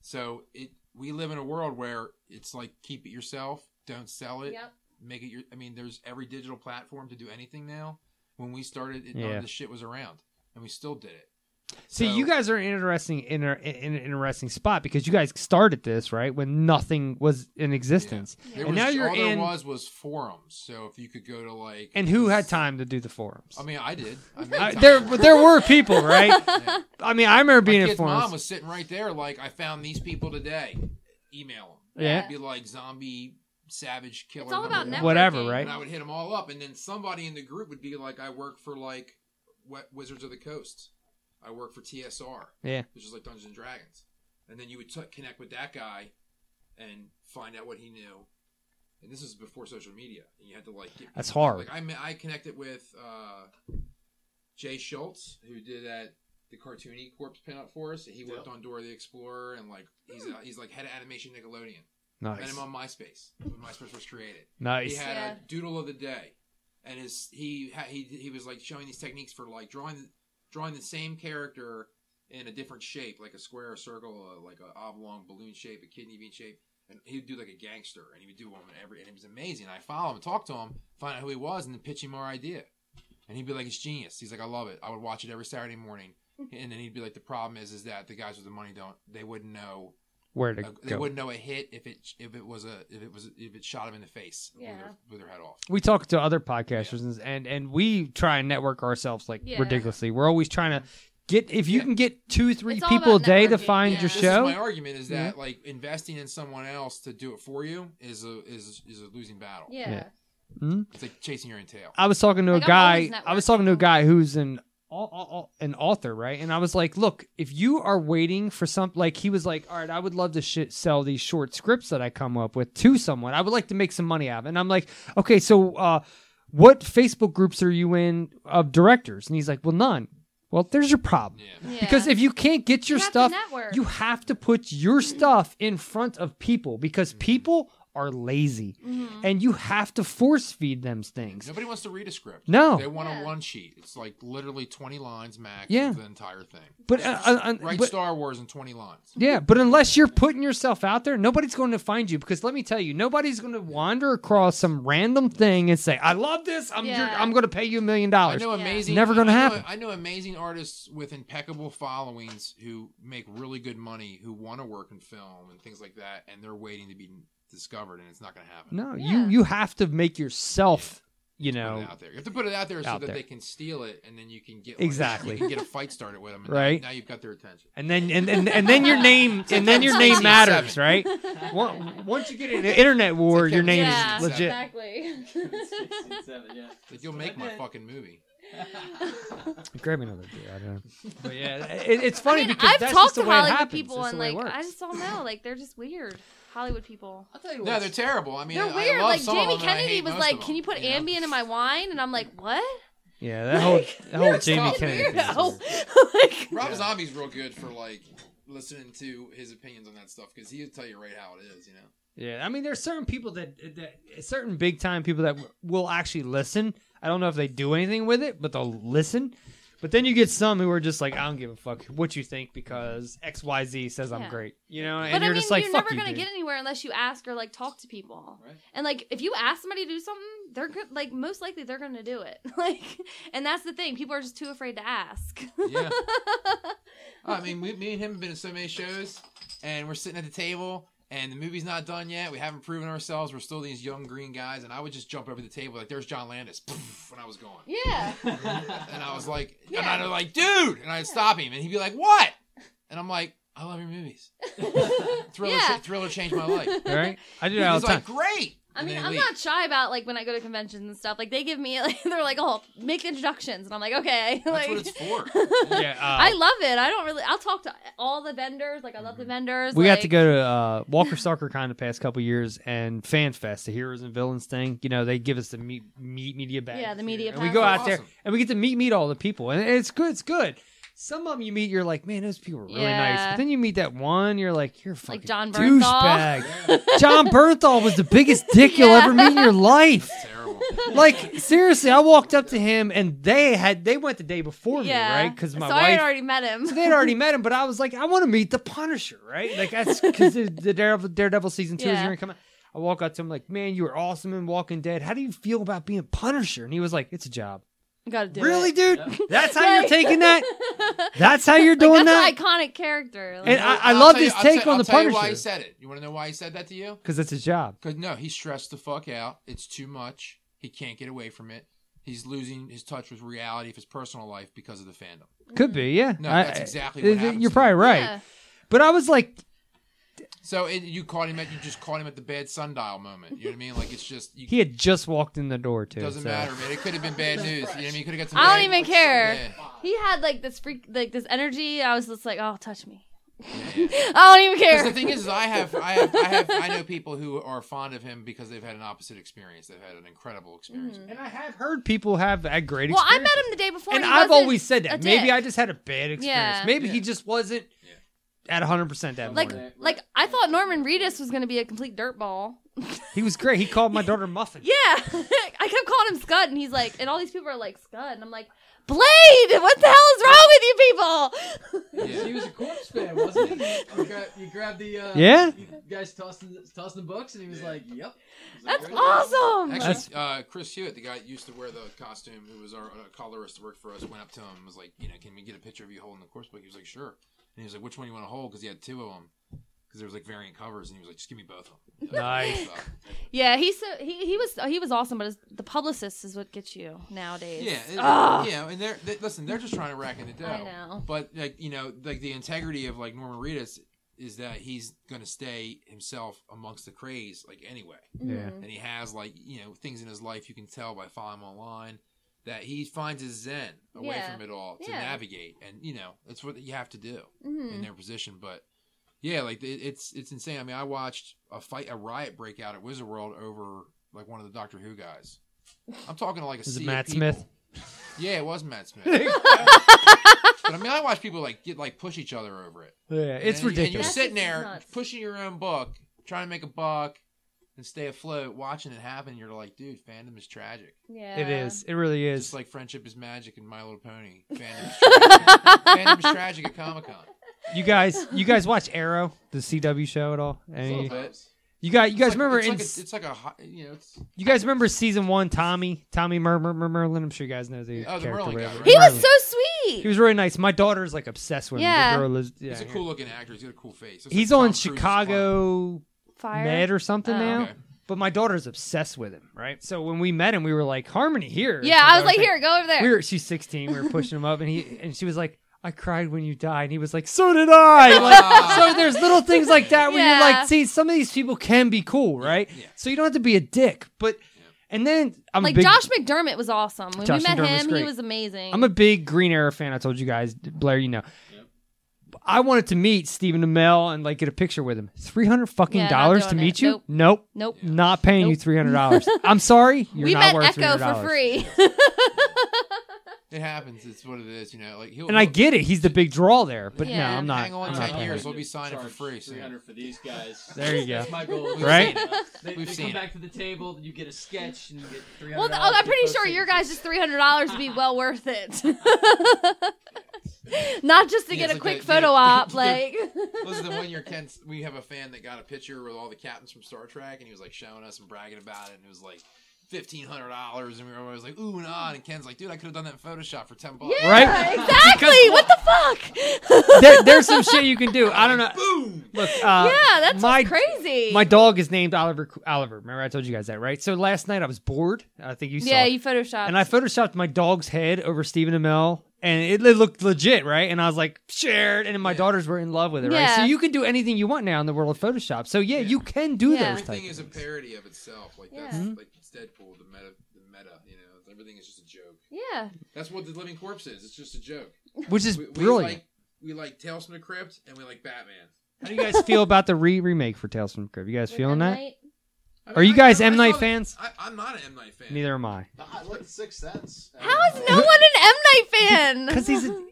J: So it we live in a world where it's like keep it yourself, don't sell it,
N: Yep.
J: make it your. I mean, there's every digital platform to do anything now. When we started, it, none
G: Yeah.
J: of this shit was around, and we still did it.
G: See, you guys are an interesting in, a- in an interesting spot because you guys started this right when nothing was in existence,
J: There
G: and
J: was,
G: now you're
J: all there
G: in.
J: was was forums. So if you could go to like,
G: And who had time to do the forums?
J: I mean, I did. I made
G: I,
J: time
G: there,
J: for it.
G: there were people, right?
J: Yeah.
G: I mean, I remember being
J: My
G: in
J: kid's
G: forums.
J: mom was sitting right there, like, I found these people today. Email them.
G: Yeah.
J: It'd be like zombie, savage killer.
H: It's all about
J: number one.
G: Whatever, networking. right?
J: And I would hit them all up, and then somebody in the group would be like, I work for like Wet Wizards of the Coast. I work for TSR.
G: Yeah.
J: Which is like Dungeons and Dragons. And then you would t- connect with that guy and find out what he knew. And this is before social media, and you had to like. Get
G: That's
J: people-
G: hard.
J: Like I, met- I connected with uh, Jay Schultz, who did that the cartoony corpse pinup for us. He worked on Dora the Explorer, and like he's uh he's like head of animation Nickelodeon.
G: Nice.
J: Met him on MySpace when MySpace was created.
G: Nice.
J: He had
G: Yeah.
J: a doodle of the day, and his he ha- he he was like showing these techniques for like drawing drawing the same character in a different shape, like a square, a circle, a, like an oblong balloon shape, a kidney bean shape. And he would do like a gangster, and he would do one in every, and it was amazing. I follow him, talk to him, find out who he was, and then pitch him our idea. And he'd be like, "It's genius." He's like, "I love it. I would watch it every Saturday morning." And then he'd be like, "The problem is, is that the guys with the money don't. They wouldn't know
G: Where to
J: uh, They
G: go.
J: wouldn't know a hit if it if it was a if it was if it shot him in the face with,
N: Yeah.
J: their, with their head off.
G: we talk to other podcasters and- and and we try and network ourselves like
J: Yeah.
G: ridiculously. We're always trying to get if you can get two three
J: It's all
G: people a
J: about
G: day to
J: networking,
G: find
J: yeah.
G: your
J: this
G: show.
J: Is my argument is that
G: Yeah.
J: like investing in someone else to do it for you is a is is a losing battle.
G: Yeah. Yeah. Mhm.
J: It's like chasing your own tail.
G: I was talking to
J: Like,
G: a
J: I'm always
G: guy. I was talking to a guy who's an au- au- au- an author, right? And I was like, "Look, if you are waiting for some, like he was like, all right, I would love to shit sell these short scripts that I come up with to someone. I would like to make some money out of." it. And I'm like, "Okay, so uh, what Facebook groups are you in of directors?" And he's like, "Well, none." Well, there's your problem. Because if you can't get your stuff, you have to put your stuff in front of people because people are lazy
J: Mhm.
G: and you have to force feed them things.
J: Nobody wants to read a script.
G: No.
J: they want a one sheet. It's like literally twenty lines max.
G: Yeah.
J: of the entire thing.
G: But, uh, uh, uh,
J: write
G: but-
J: Star Wars in twenty lines.
G: Yeah, but unless you're putting yourself out there, nobody's going to find you because let me tell you, nobody's going to wander across some random thing and say, "I love this. I'm
J: Yeah.
G: you're- I'm going to pay you a million dollars."
J: I know amazing.
G: Never going to
J: I know-
G: happen.
J: I know amazing artists with impeccable followings who make really good money, who want to work in film and things like that, and they're waiting to be discovered, and it's not going to happen.
G: no, you you have to make yourself, you know,
J: Out there, you have to put it out there so
G: Out
J: that
G: there.
J: they can steal it, and then you can get like,
G: Exactly.
J: you can get a fight started with them. And
G: Right.
J: Now, you've got their attention.
G: and then and, and, and then your name
J: It's like
G: and then your
J: Kevin
G: name
J: Spacey
G: matters,
J: Seven.
G: right? Once once you get in an internet war, your name is legit.
N: Exactly.
J: Like, you'll make my fucking movie.
G: Grab me another beer. I don't know. But yeah, it, it's funny
N: I mean,
G: because
N: I've
G: that's
N: talked
G: just the
N: to
G: way it
N: Hollywood
G: happens.
N: people
G: That's
N: and
G: the way it
N: like
G: works.
N: I just don't know, like they're just weird. Hollywood people. I'll tell you
J: No, they're terrible. I mean,
N: they're
J: I- I
N: weird.
J: love
N: like
J: some of
N: Jamie
J: them, and I
N: Kennedy
J: hate
N: was
J: most
N: like,
J: of them.
N: "Can you put Ambien in my wine?" And I'm like, "What?"
G: Yeah, that whole that whole
N: you're
G: Jamie
N: so
G: Kennedy.
N: weird.
G: thing is
N: No.
J: Rob Zombie's real good for like listening to his opinions on that stuff because he'll tell you right how it is. You know.
G: Yeah, I mean, there's certain people that that certain big time people that w- will actually listen. I don't know if they do anything with it, but they'll listen. But then you get some who are just like, I don't give a fuck what you think because X Y Z says I'm
N: Yeah.
G: great, you know, and
N: But I
G: you're
N: mean,
G: just like,
N: you're
G: fuck
N: never
G: you,
N: gonna
G: dude.
N: get anywhere unless you ask or like talk to people. And like, if you ask somebody to do something, they're good. Like, most likely they're gonna do it. Like, and that's the thing. People are just too afraid to ask.
J: Yeah. Oh, I mean, we, me and him have been to so many shows, and we're sitting at the table, and the movie's not done yet. We haven't proven ourselves. We're still these young green guys, and I would just jump over the table like, "There's John Landis," poof, when I was going,
N: Yeah.
J: and I was like, and
N: Yeah.
J: I'd be like, "Dude," and I'd stop him, and he'd be like, "What?" And I'm like, "I love your movies. thriller,
N: Yeah.
J: thriller changed my life.
G: Right? I do
J: He's
G: that all the time.
J: like, "Great."
N: I
J: And
N: mean,
J: then
N: I'm
J: leave.
N: not shy about like when I go to conventions and stuff. Like they give me, like, they're like, "Oh, make introductions," and I'm like, "Okay."
J: That's
N: like,
J: what it's for.
G: yeah, uh,
N: I love it. I don't really. I'll talk to all the vendors. Like I love the
J: Mm-hmm.
N: vendors.
G: we
N: like,
G: got to go to uh, Walker Soccer Con the past couple years and Fan Fest, the Heroes and Villains thing. You know, they give us the meat, meat media bag.
N: Yeah, the media.
G: and we go out
N: passes.
G: there and we get to meet meet all the people, and it's good. It's good. Some of them you meet, you're like, man, those people are really nice.
N: Yeah.
G: But then you meet that one, you're like, you're a fucking
N: John Bernthal.
G: douchebag. John Bernthal was the biggest dick you'll ever meet in your life.
J: Terrible.
G: Like seriously, I walked up to him and they had they went the day before
N: Yeah.
G: me, right? Because my
N: so I
G: wife
N: had already met him.
G: so they'd already met him, but I was like, I want to meet the Punisher, right? Like that's because the, the Daredevil, Daredevil season two is
N: Yeah.
G: gonna come out. I walk up to him like, man, you were awesome in Walking Dead. How do you feel about being Punisher? And he was like, it's a job.
H: Gotta do
G: Really,
H: it.
G: dude? That's how you're
H: Like-
G: taking that? That's how you're doing
H: that's
G: that?
H: An iconic character. like-
G: And I- I
J: I'll
G: love
J: tell you-
G: this
J: I'll
G: take
J: tell-
G: on
J: I'll
G: the
J: tell you why
G: Punisher.
J: he said it. You want to know why he said that to you?
G: Because that's his job.
J: Because no, he's stressed the fuck out. It's too much. He can't get away from it. He's losing his touch with reality of his personal life because of the fandom.
G: Could be, yeah.
J: No,
G: I-
J: that's exactly
G: I-
J: what happens
G: You're
J: to
G: probably
J: him.
G: right.
J: Yeah.
G: But I was like,
J: So it, you caught him at you just caught him at the bad sundial moment. You know what I mean? Like it's just you,
G: he uh, had just walked in the door, too.
J: doesn't
G: so.
J: matter, man. It could have been bad news. You know what I mean? You could have got some.
H: I
J: bad-
H: don't even care.
J: Yeah.
H: He had like this freak, like this energy. I was just like, oh, touch me. I don't even care.
J: Because the thing is, is I have, I have, I have, I know people who are fond of him because they've had an opposite experience. They've had an incredible experience.
H: Mm-hmm.
G: And I have heard people have a great
H: well, I
G: experience.
H: met him the day before.
G: and
H: he
G: I've
H: wasn't
G: always said
H: a
G: that. Maybe
H: dick.
G: I just had a bad experience.
H: Yeah.
G: Maybe he just wasn't at 100% that
H: like,
G: morning.
H: like I thought Norman Reedus was gonna be a complete dirtball.
G: He was great. He called my daughter Muffin.
H: Yeah, I kept calling him Scud, and he's like, and all these people are like Scud, and I'm like, Blade, what the hell is wrong with you people?
I: He was a corpse fan, wasn't he? You grab, you grab the uh,
G: Yeah.
I: You guys tossing tossing the books, and he was like, "Yep."
H: That's awesome.
J: Actually, uh, Chris Hewitt, the guy that used to wear the costume, who was our uh, colorist that worked for us, went up to him and was like, "You know, can we get a picture of you holding the course book?" He was like, "Sure." And he was like, "Which one do you want to hold?" Because he had two of them. Because there was like variant covers, and he was like, "Just give me both of them."
G: Nice.
H: Yeah, he's so, he he was he was awesome, but his, the publicist is what gets you nowadays.
J: Yeah, it-
H: Ugh.
J: yeah, and they're they, listen. They're just trying to rack in the dough.
H: I know.
J: But like you know, like the integrity of like Norman Reedus is that he's going to stay himself amongst the craze, like anyway.
H: Mm-hmm.
G: Yeah.
J: And he has like you know things in his life you can tell by following him online that he finds his zen away
H: Yeah.
J: from it all to
H: Yeah.
J: navigate, and you know that's what you have to do in
H: Mhm.
J: their position, but. Yeah, like it, it's it's insane. I mean, I watched a fight, a riot break out at Wizard World over like one of the Doctor Who guys. I'm talking to like a
G: Is
J: sea
G: it
J: of
G: Matt
J: people.
G: Smith?
J: Yeah, it was Matt Smith. but I mean, I watch people like get like push each other over it.
G: Yeah,
J: And then-
G: it's
J: And you're
G: ridiculous.
J: sitting there
H: That's just
J: pushing your own book, trying to make a buck and stay afloat, watching it happen. You're like, dude, fandom is tragic.
H: Yeah.
G: It is. It really is.
J: Just like friendship is magic in My Little Pony. Fandom is tragic. fandom is tragic at Comic Con.
G: You guys, you guys watch Arrow, the CW show at all? Any-
J: Sometimes.
G: you guys, you guys
J: It's like-
G: remember
J: It's
G: in,
J: like a, it's like a hot- you know. It's,
G: you guys remember season one? Tommy, Tommy Mer- Mer- Mer- Merlin. I'm sure you guys know the
J: Oh, the
G: character.
J: Merlin guy,
G: whatever.
J: right?
H: He was
G: Merlin.
H: so sweet.
G: He was really nice. My daughter's like obsessed with him. The
H: Yeah.
G: girl is- yeah,
J: he's a cool looking actor. He's got a cool face. Looks
G: He's
J: like
G: on
J: Tom Cruise is
G: Chicago
H: Fire?
G: Med or something
H: Oh.
G: now.
J: Okay.
G: But my daughter's obsessed with him, right? So when we met him, we were like, "Harmony here."
H: Yeah, I was like, "Here, go over there."
G: We were, she's 16. We were pushing him up, and he and she was like, "I cried when you died," and he was like, "So did I." Like, so there's little things like that where you're
H: Yeah.
G: like, "See, some of these people can be cool, right?" So you don't have to be a dick. But and then I'm a
H: like
G: big-
H: Josh McDermott was awesome. When
G: Josh
H: we met
G: McDermott was
H: him, he
G: great.
H: was amazing.
G: I'm a big Green Arrow fan. I told you guys, Blair, you know. I wanted to meet Stephen Amell and like get a picture with him. Three hundred fucking
H: Yeah, not
G: dollars to
H: doing
G: meet
H: it.
G: you?
H: Nope.
G: Nope.
H: Nope.
G: Not paying you three hundred dollars. I'm sorry. You're
H: we
G: not
H: met
G: worth
H: Echo
G: $300.
H: for free.
J: fun. It happens. It's what it is. You know, like he'll,
G: And I
J: he'll-
G: get it. He's the big draw there, but
H: Yeah.
G: no, I'm not.
J: Hang on
G: I'm not
J: ten
G: paying
J: years,
G: you.
J: we'll be signing for
I: Charge
J: free. soon.
I: 300 for these guys.
G: There you go.
I: That's my goal.
G: Right?
I: They,
J: We've
I: they
J: seen
I: come
J: it.
I: back to the table, you get a sketch, and you get three
H: well,
I: hundred.
H: th- oh, I'm pretty sure your guys' three hundred dollars would be well worth it. Not just to
J: Yeah,
H: get
J: it's
H: a
J: like
H: quick
J: that-
H: photo
J: yeah.
H: op, like.
J: Listen, the one year Ken, we have a fan that got a picture with all the captains from Star Trek, and he was like showing us and bragging about it, and it was like fifteen hundred dollars, and we were always like ooh and ah, and Ken's like, dude, I could have done that in Photoshop for ten bucks.
G: Right?
H: Exactly. what the fuck?
G: There- there's some shit you can do. I don't know. Boom. Look. Uh,
H: yeah, that's
G: my
H: just crazy.
G: My dog is named Oliver. Oliver. Remember I told you guys that, right? So last night I was bored. I think you saw.
H: yeah, you photoshopped.
G: and I photoshopped my dog's head over Stephen Amell, and it, it looked legit, right? And I was like, shared, and my daughters were in love with it, right? So
H: Yeah.
G: you can do anything you want now in the world of Photoshop. So yeah, you can do
H: Yeah.
G: those
J: Everything
G: types.
J: is a parody of itself. Like that's
G: Yeah.
J: like it's Deadpool, the meta, the meta. You know, everything is just a joke.
H: yeah.
J: That's what the Living Corpse is. It's just a joke.
G: Which is
J: we, we
G: brilliant.
J: Like, we like Tales from the Crypt, and we like Batman.
G: How do you guys feel about the re remake for Tales from the Crypt? You guys feeling that?
J: I
G: Are you
J: I-
G: guys
J: I- I
G: M
J: saw
G: Night
J: the-
G: fans?
J: I, I'm not an M Night fan.
G: Neither am I.
K: I like Sixth Sense.
H: How is no one an M Night fan?
G: Because he's a,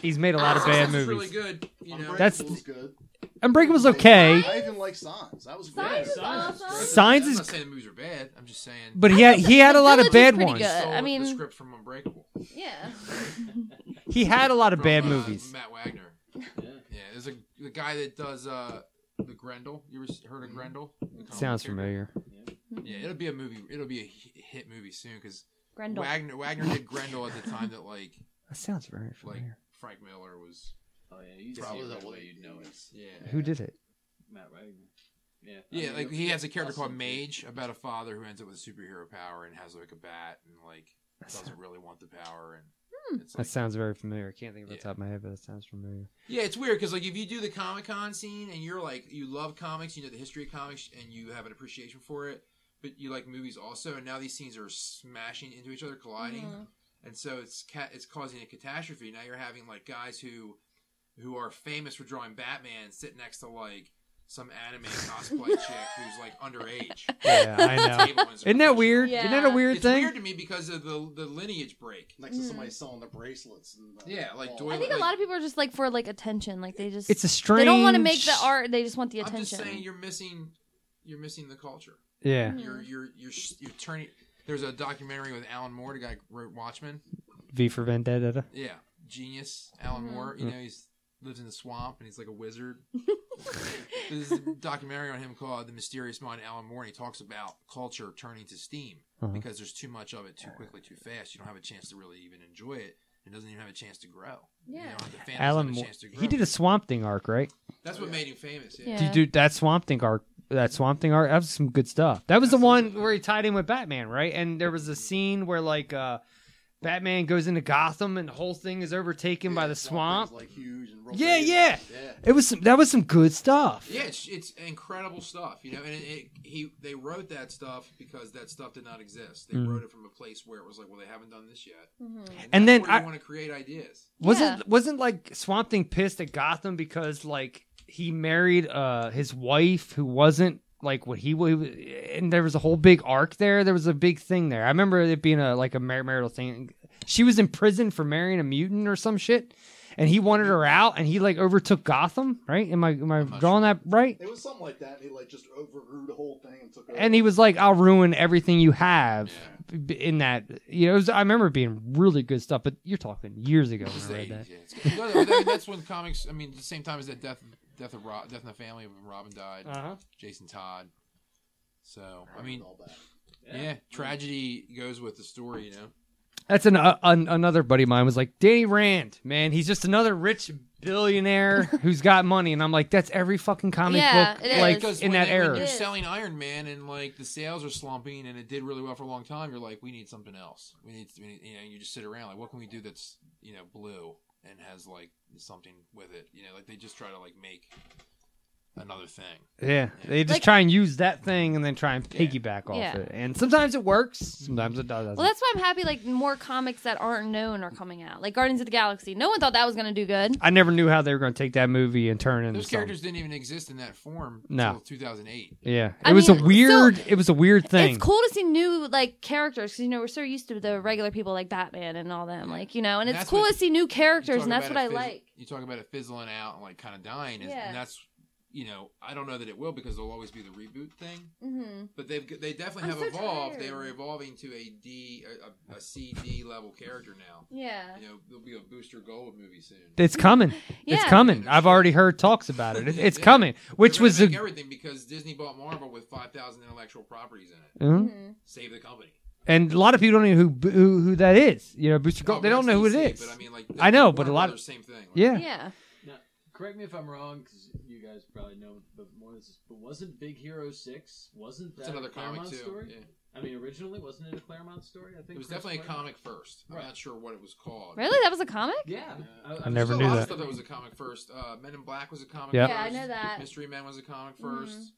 G: he's made a lot of
J: Sixth
G: bad
J: Sense is
G: movies.
J: really good. You know,
G: That's
K: Unbreakable's good.
G: Unbreakable's okay,
K: I even like Signs. That was great.
H: Signs is
J: Signs
H: awesome.
J: great.
G: Signs
J: I'm
G: is-
J: not saying the movies are bad. I'm just saying.
G: but he had he had a lot of
H: Village is
G: bad
H: pretty
G: ones.
H: good.
J: stole
H: I mean-
J: the script from Unbreakable.
H: Yeah.
G: He had a lot of
J: From,
G: bad
J: uh,
G: movies.
J: Matt Wagner. Yeah, There's a the guy that does uh the Grendel. You ever s- heard of Grendel? The comic
G: Sounds
J: character?
G: familiar.
J: Yeah, it'll be a movie. It'll be a hi- hit movie soon because
H: Grendel.
J: Wagner Wagner did Grendel at the time that like
G: That sounds very
J: like
G: familiar.
J: Frank Miller was.
I: Oh yeah, you
J: just
I: probably
J: see it
I: that
J: right
I: way you know it.
J: Yeah.
G: Who did it?
I: Matt Wagner. Yeah. I
J: Yeah,
I: mean,
J: like
I: it-
J: he has a character
I: awesome.
J: called Mage about a father who ends up with superhero power and has like a bat and like doesn't really want the power and
H: Hmm.
J: it's
G: That sounds very familiar. I can't think of the top of my head, but it sounds familiar.
J: Yeah, it's weird because like if you do the Comic Con scene and you're like you love comics, you know the history of comics, and you have an appreciation for it, but you like movies also, and now these scenes are smashing into each other, colliding,
H: Mm-hmm.
I: Mhm.
J: and so it's ca- it's causing a catastrophe. Now you're having like guys who who are famous for drawing Batman sit next to like some anime cosplay chick who's like underage.
G: Yeah, I
J: Table
G: know.
J: wins
G: Isn't that weird? Isn't that a weird
J: it's
G: thing?
J: weird to me because of the the lineage break.
K: Next to somebody selling the bracelets. And uh, the
J: Hmm. Yeah, like
K: ball.
H: I think a lot of people are just like for like attention. Like they just
G: It's a
H: They don't want to make the
G: strange-
H: art. They just want the
J: I'm just
H: attention.
J: saying you're missing you're missing the culture.
G: Yeah. Mhm.
J: You're you're you're sh- you're turning there's a documentary with Alan Moore, the guy who wrote Watchmen.
G: V for Vendetta.
J: Yeah. Genius Alan
I: Mhm.
J: Moore, you know,
G: Mm.
J: he's lives in the swamp and he's like a wizard. There's a documentary on him called The Mysterious Mind of Alan Moore and he talks about culture turning to steam
G: Uh-huh.
J: because there's too much of it too quickly, too fast. You don't have a chance to really even enjoy it. It doesn't even have a chance to grow. You
H: Yeah.
J: don't have the fans
G: Alan
J: have a
G: Moore.
J: chance to grow.
G: He did a Swamp Thing arc, right?
J: That's what made him famous. Yeah.
G: Dude, dude, that Swamp Thing arc, that Swamp Thing arc, that was some good stuff. That was the one where he tied in with Batman, right? And there was a scene where like uh Batman goes into Gotham and the whole thing is overtaken by the swamp.
K: like huge and
G: yeah, yeah,
J: Yeah.
G: It was some, that was some good stuff.
J: Yeah, it's, it's incredible stuff, you know. And it, it, he they wrote that stuff because that stuff did not exist. They
G: Mhm.
J: wrote it from a place where it was like, well, they haven't done this yet,
H: Mhm.
J: that's
G: And then
J: where
G: I-
J: you want to create ideas.
G: Wasn't wasn't like Swamp Thing pissed at Gotham because like he married uh his wife who wasn't like what he was, and there was a whole big arc there. There was a big thing there. I remember it being a like a mar- marital thing. She was in prison for marrying a mutant or some shit, and he wanted her out, and he like overtook Gotham. Right? Am I am I drawing that right?
K: It was something like that. And he like just overgrew the whole thing and took over.
G: And he was like, "I'll ruin everything you have." b- In that, you know, it was, I remember it being really good stuff. But you're talking years ago
J: It's
G: when I
J: the
G: read
J: 80s,
G: that.
J: yeah. It's- no, no, that- that's when comics. I mean, the same time as that death, death of Rob, death in the family when Robin died,
G: Uh-huh.
J: Jason Todd. So I
K: I
J: mean,
K: recall that.
J: yeah. tragedy goes with the story, you know.
G: That's an, uh, an another buddy of mine was like Danny Rand, man. He's just another rich billionaire who's got money, and I'm like, that's every fucking comic
H: Yeah,
G: book
H: it is.
G: like
J: Because
G: in
J: when
G: that
J: they- when
G: era.
J: you're selling Iron Man and like the sales are slumping and it did really well for a long time, you're like, we need something else. We need, we need you know, you just sit around like, what can we do that's you know blue and has like something with it? You know, like they just try to like make another thing.
G: Yeah, they just
H: Like-
G: try and use that thing and then try and piggyback off
H: Yeah.
G: it, and sometimes it works, sometimes it doesn't.
H: Well, that's why I'm happy. Like more comics that aren't known are coming out. Like Guardians of the Galaxy. No one thought that was going to do good.
G: I never knew how they were going to take that movie and turn it into
J: Those
G: something.
J: characters didn't even exist in that form
G: No.
J: until 2008.
G: Yeah, it
H: I
G: was
H: mean,
G: a
H: so-
G: weird. it was a weird thing.
H: It's cool to see new like characters because you know we're so used to the regular people like Batman and all them. Like you know, and it's
J: That's
H: cool
J: what-
H: to see new characters,
J: talk
H: and that's what
J: about
H: I
J: it fizz-
H: like.
J: You talk about it fizzling out and like kind of dying, and,
H: Yeah.
J: and that's you know I don't know that it will because there'll always be the reboot thing.
H: Mhm.
J: But they've g- they definitely have
H: I'm so
J: evolved. They
H: tired.
J: are evolving to a D a, a, a CD level character now.
H: Yeah.
J: you know there'll be a Booster Gold movie soon.
G: It's coming. It's
H: Yeah.
G: coming. I've already heard talks about it. It- It's coming,
J: They're
G: which
J: gonna
G: was a
J: make everything because Disney bought Marvel with five thousand intellectual properties in it.
G: Mhm.
J: Save the company.
G: and a lot of people don't even know who who, who that is. You know, Booster Gold. They don't know who it
J: DC,
G: is.
J: but I mean, like,
G: I know, but
J: Warner
G: a lot of
J: Brothers, same thing, like-
G: yeah,
H: Yeah.
I: Now, correct me if I'm wrong, because you guys probably know, but more than this, but wasn't Big Hero Six? Wasn't that
J: It's another
I: a
J: comic,
I: Claremont
J: too,
I: story?
J: yeah.
I: I mean, originally wasn't it a Claremont story? I think
J: It was
I: Chris
J: definitely a
I: Claremont-
J: comic first. I'm
I: Right.
J: not sure what it was called.
H: Really, that was a comic.
I: Yeah. I,
G: I never
J: There's a
G: knew
J: lot
G: that.
J: Of stuff that was a comic first. Uh, Men in Black was a comic.
G: Yep.
J: first.
H: Yeah, I know that.
J: Mystery Man was a comic
H: Mhm.
J: 1st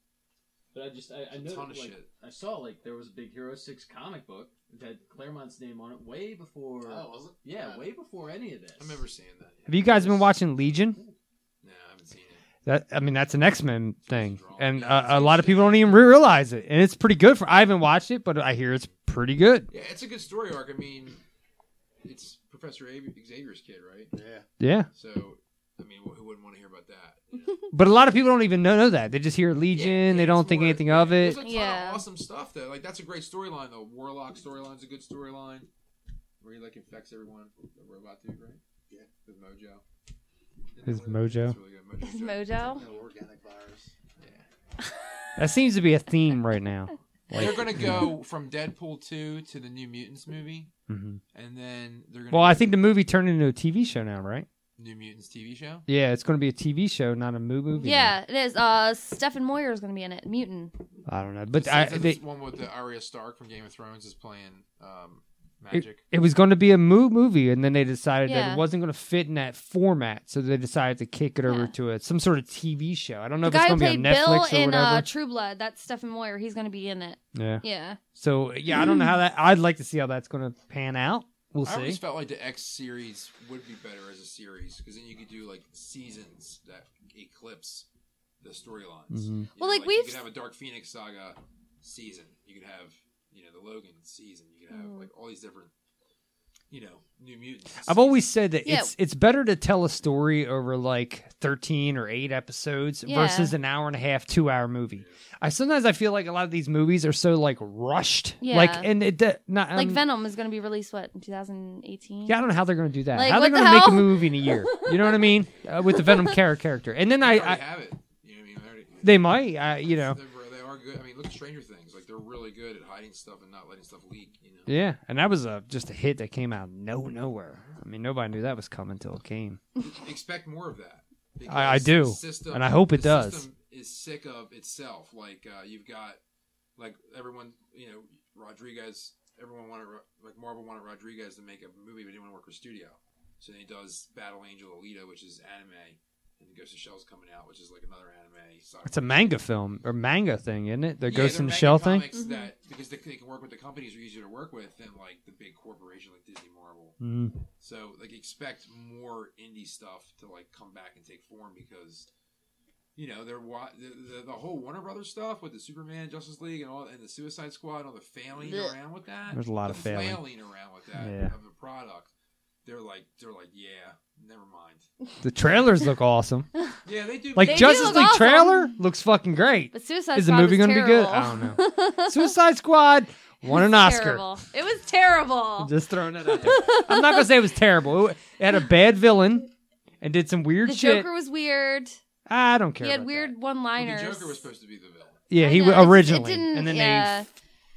I: But I just I, I know
J: ton
I: that,
J: of
I: like,
J: shit.
I: I saw like there was a Big Hero Six comic book that had Claremont's name on it way before.
K: Oh, was it?
I: Yeah, way before any of this.
J: I remember seeing that.
G: Have you guys been watching Legion?
J: No, I haven't seen it.
G: That I mean, that's an X Men thing, and uh, a lot of people don't even realize it. And it's pretty good for. I haven't watched it, but I hear it's pretty good.
J: Yeah, it's a good story arc. I mean, it's Professor Av- Xavier's kid, right?
K: Yeah.
G: Yeah.
J: So, I mean, who wouldn't want to hear about that?
G: But a lot of people don't even know, know that. They just hear Legion. they don't think anything of
J: There's
G: it.
J: a ton
H: Yeah.
J: of awesome stuff though. Like that's a great storyline. The Warlock storyline's a good storyline. Where he like infects everyone. The robot dude, right? Yeah. With Mojo.
G: His mojo.
H: His mojo.
K: An organic virus.
G: That seems to be a theme right now. Like-
J: they're gonna go from Deadpool two to the New Mutants movie,
G: Mhm.
J: and then they're gonna.
G: Well,
J: do
G: I think the movie turned into a TV show now, right?
J: New Mutants TV show.
G: Yeah, it's going to be a TV show, not a mo- movie.
H: Yeah, it is. Uh, Stephen Moyer is going to be in it. Mutant.
G: I don't know, but
J: Since
G: I,
J: that's
G: they,
J: the one with the Arya Stark from Game of Thrones is playing um,
G: it,
J: magic.
G: it was going to be a mo- movie, and then they decided that
H: Yeah.
G: it wasn't going to fit in that format, so they decided to kick it over to a, some sort of TV show. I don't know
H: The
G: if it's
H: guy who
G: going to be on
H: played
G: Netflix
H: Bill
G: or
H: in
G: whatever.
H: uh, True Blood, that's Stephen Moyer. He's going to be in it.
G: yeah.
H: Yeah.
G: So yeah, I don't know how that. I'd like to see how that's going to pan out. We'll
J: I always
G: see.
J: felt like the X series would be better as a series because then you could do like seasons that eclipse the storylines.
G: Mhm.
J: You
H: Well, like, we've-
J: you could have a Dark Phoenix saga season. You could have you know the Logan season. You could have
H: Mm.
J: like all these different you know New Mutants.
G: I've always said that
J: Yeah.
G: it's it's better to tell a story over like thirteen or eight episodes
J: Yeah.
G: versus an hour and a half, two hour movie. I sometimes I feel like a lot of these movies are so like rushed, like
H: Yeah.
G: and it de- not
H: like
G: um,
H: Venom is going to be released what in 2018.
G: Yeah, I don't know how they're going to do that.
H: Like,
G: how they're
H: what the
G: going to make a
H: hell?
G: movie in a year? You know what I mean? Uh, with the Venom char- character, and then I, I
J: have it. You know what I mean? They already-
G: they might, I, you know,
J: They're- they are good. I mean, look at Stranger Things. Like they're really good at hiding stuff and not letting stuff leak. You know.
G: yeah. And that was a just a hit that came out of no nowhere. I mean, nobody knew that was coming till it came.
J: expect more of that.
G: I- I
J: because
G: do,
J: the system-
G: and I hope it
J: the
G: does.
J: System is sick of itself. Like uh, you've got, like everyone, you know, Rodriguez. Everyone wanted, Ro- like Marvel wanted Rodriguez to make a movie, but didn't want to work with studio. So then he does Battle Angel Alita, which is anime, and the Ghost of Shell's coming out, which is like another anime. sci-fi.
G: It's a manga film or manga thing, isn't it? The
J: Yeah,
G: Ghost
J: they're
G: in the
J: mega
G: Shell thing.
J: comics That, because they, they can work with the companies that are easier to work with than like the big corporation like Disney, Marvel.
G: Mhm.
J: So like expect more indie stuff to like come back and take form because you know they're wa- the, the, the whole Warner Brothers stuff with the Superman, Justice League, and all and the Suicide Squad, and all the failing
G: Blech.
J: around with that.
G: There's a lot
J: the
G: of failing.
J: around with that
G: Yeah.
J: of the product. They're like they're like yeah, never mind.
G: The trailers look awesome.
J: Yeah, they do.
G: Like
J: They do
G: Justice
J: look
G: League
J: awesome.
G: trailer looks fucking great.
H: But Suicide
G: is
H: Squad
G: the movie
H: was
G: gonna be good? I
H: terrible.
G: don't know. Suicide Squad won an Oscar.
H: Terrible. It was terrible.
G: Just throwing that out there. I'm not gonna say it was terrible. It had a bad villain and did some weird
H: the
G: shit.
H: Joker was weird.
G: I don't care.
H: He had
G: about-
H: weird one-liners.
J: Joker was supposed to be the villain.
G: yeah, he
H: know,
G: w-
H: it's- it
G: originally,
H: didn't-
G: and then
H: yeah.
G: they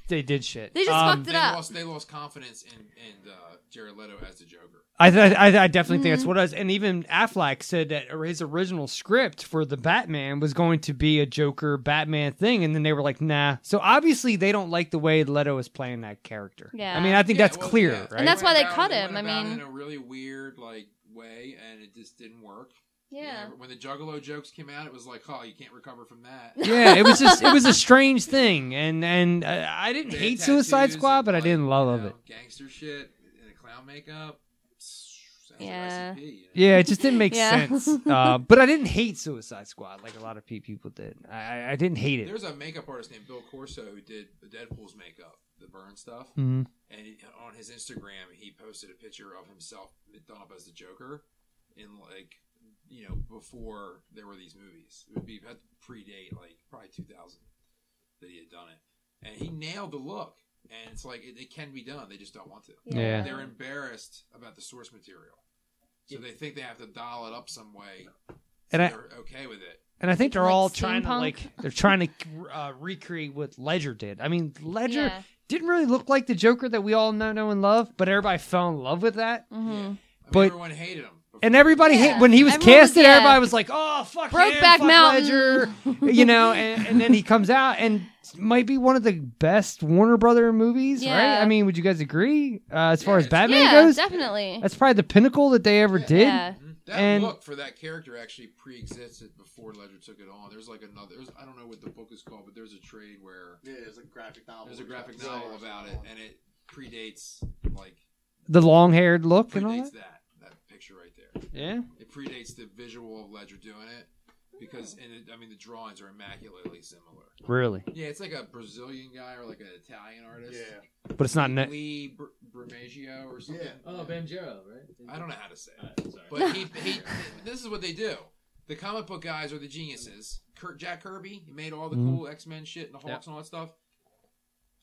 G: they did shit.
H: They just
G: Um,
H: fucked it
J: they
H: up.
J: Lost, they lost confidence in in uh, Jared Leto as the Joker.
G: I, th- I, I definitely think that's
J: Mhm.
G: what it was. And even Affleck said that or- his original script for the Batman was going to be a Joker Batman thing. And then they were like, nah. So obviously they don't like the way Leto is playing that character.
H: Yeah.
G: I mean, I think
J: Yeah,
G: that's
J: well,
G: clear,
J: yeah.
G: right?
H: And that's why they
J: went
H: cut
J: about it-
H: him. I
J: went about it
H: mean-
J: in a really weird like way, and it just didn't work. You
H: Yeah.
J: know, when the Juggalo jokes came out, it was like, oh, you can't recover from that.
G: yeah, it was just it was a strange thing, and and uh, I didn't
J: Bad
G: hate Suicide
J: tattoos
G: Squad,
J: and,
G: but I
J: like,
G: didn't love it.
J: gangster shit and the clown makeup. Sounds
H: Yeah.
J: like recipe.
G: Yeah, it just didn't make
H: Yeah.
G: sense. Uh, but I didn't hate Suicide Squad like a lot of pe- people did. I- I, I didn't hate it.
J: There's a makeup artist named Bill Corso who did the Deadpool's makeup, the burn stuff.
G: Mhm.
J: And he- on his Instagram, he posted a picture of himself done up as the Joker in like, you know, before there were these movies. It would be had to predate like probably 2000 that he had done it. And he nailed the look. And it's like it, it can be done. They just don't want to.
G: Yeah.
J: They're embarrassed about the source material. So they think they have to dial it up some way. so
G: And I-
J: they're okay with it.
G: And I think they're
J: Like
G: all trying to
J: steampunk?
G: like they're trying to uh, recreate what Ledger did. I mean, Ledger
J: Yeah.
G: didn't really look like the Joker that we all know, know and love, but everybody fell in love with that.
H: Mm-hmm.
G: But
J: everyone hated him,
G: and everybody hate, when he was
H: Everyone was-
G: casted.
H: yeah.
G: Everybody was like, "Oh fuck, him,
H: Brokeback
G: fuck
H: Mountain."
G: Ledger," you know. And, and then he comes out and might be one of the best Warner Brother movies,
H: Yeah.
G: right? I mean, would you guys agree? Uh, as far as Batman
H: yeah,
G: goes,
H: definitely.
G: that's probably the pinnacle that they ever did.
H: Yeah.
J: That
G: and
J: look for that character actually pre-existed before Ledger took it on. There's like another. There's, I don't know what the book is called, but there's a trade where
K: yeah, there's a graphic novel.
J: There's a
K: or
J: graphic
K: something.
J: novel about it, and it predates like
G: the long-haired look and all
J: predates
G: that.
J: that that picture right there.
G: Yeah.
J: it predates the visual of Ledger doing it because and it, I mean the drawings are immaculately similar.
G: Really?
J: Yeah, it's like a Brazilian guy or like an Italian artist. Yeah,
G: But it's not ne-
J: Lee Br- Bermejo or something.
I: Oh, Banjero, right?
J: I don't know how to say it. But he, he, this is what they do. The comic book guys are the geniuses. Kir Jack Kirby he made all the
G: Mhm.
J: cool X Men shit and the Hawks
G: Yeah.
J: and all that stuff.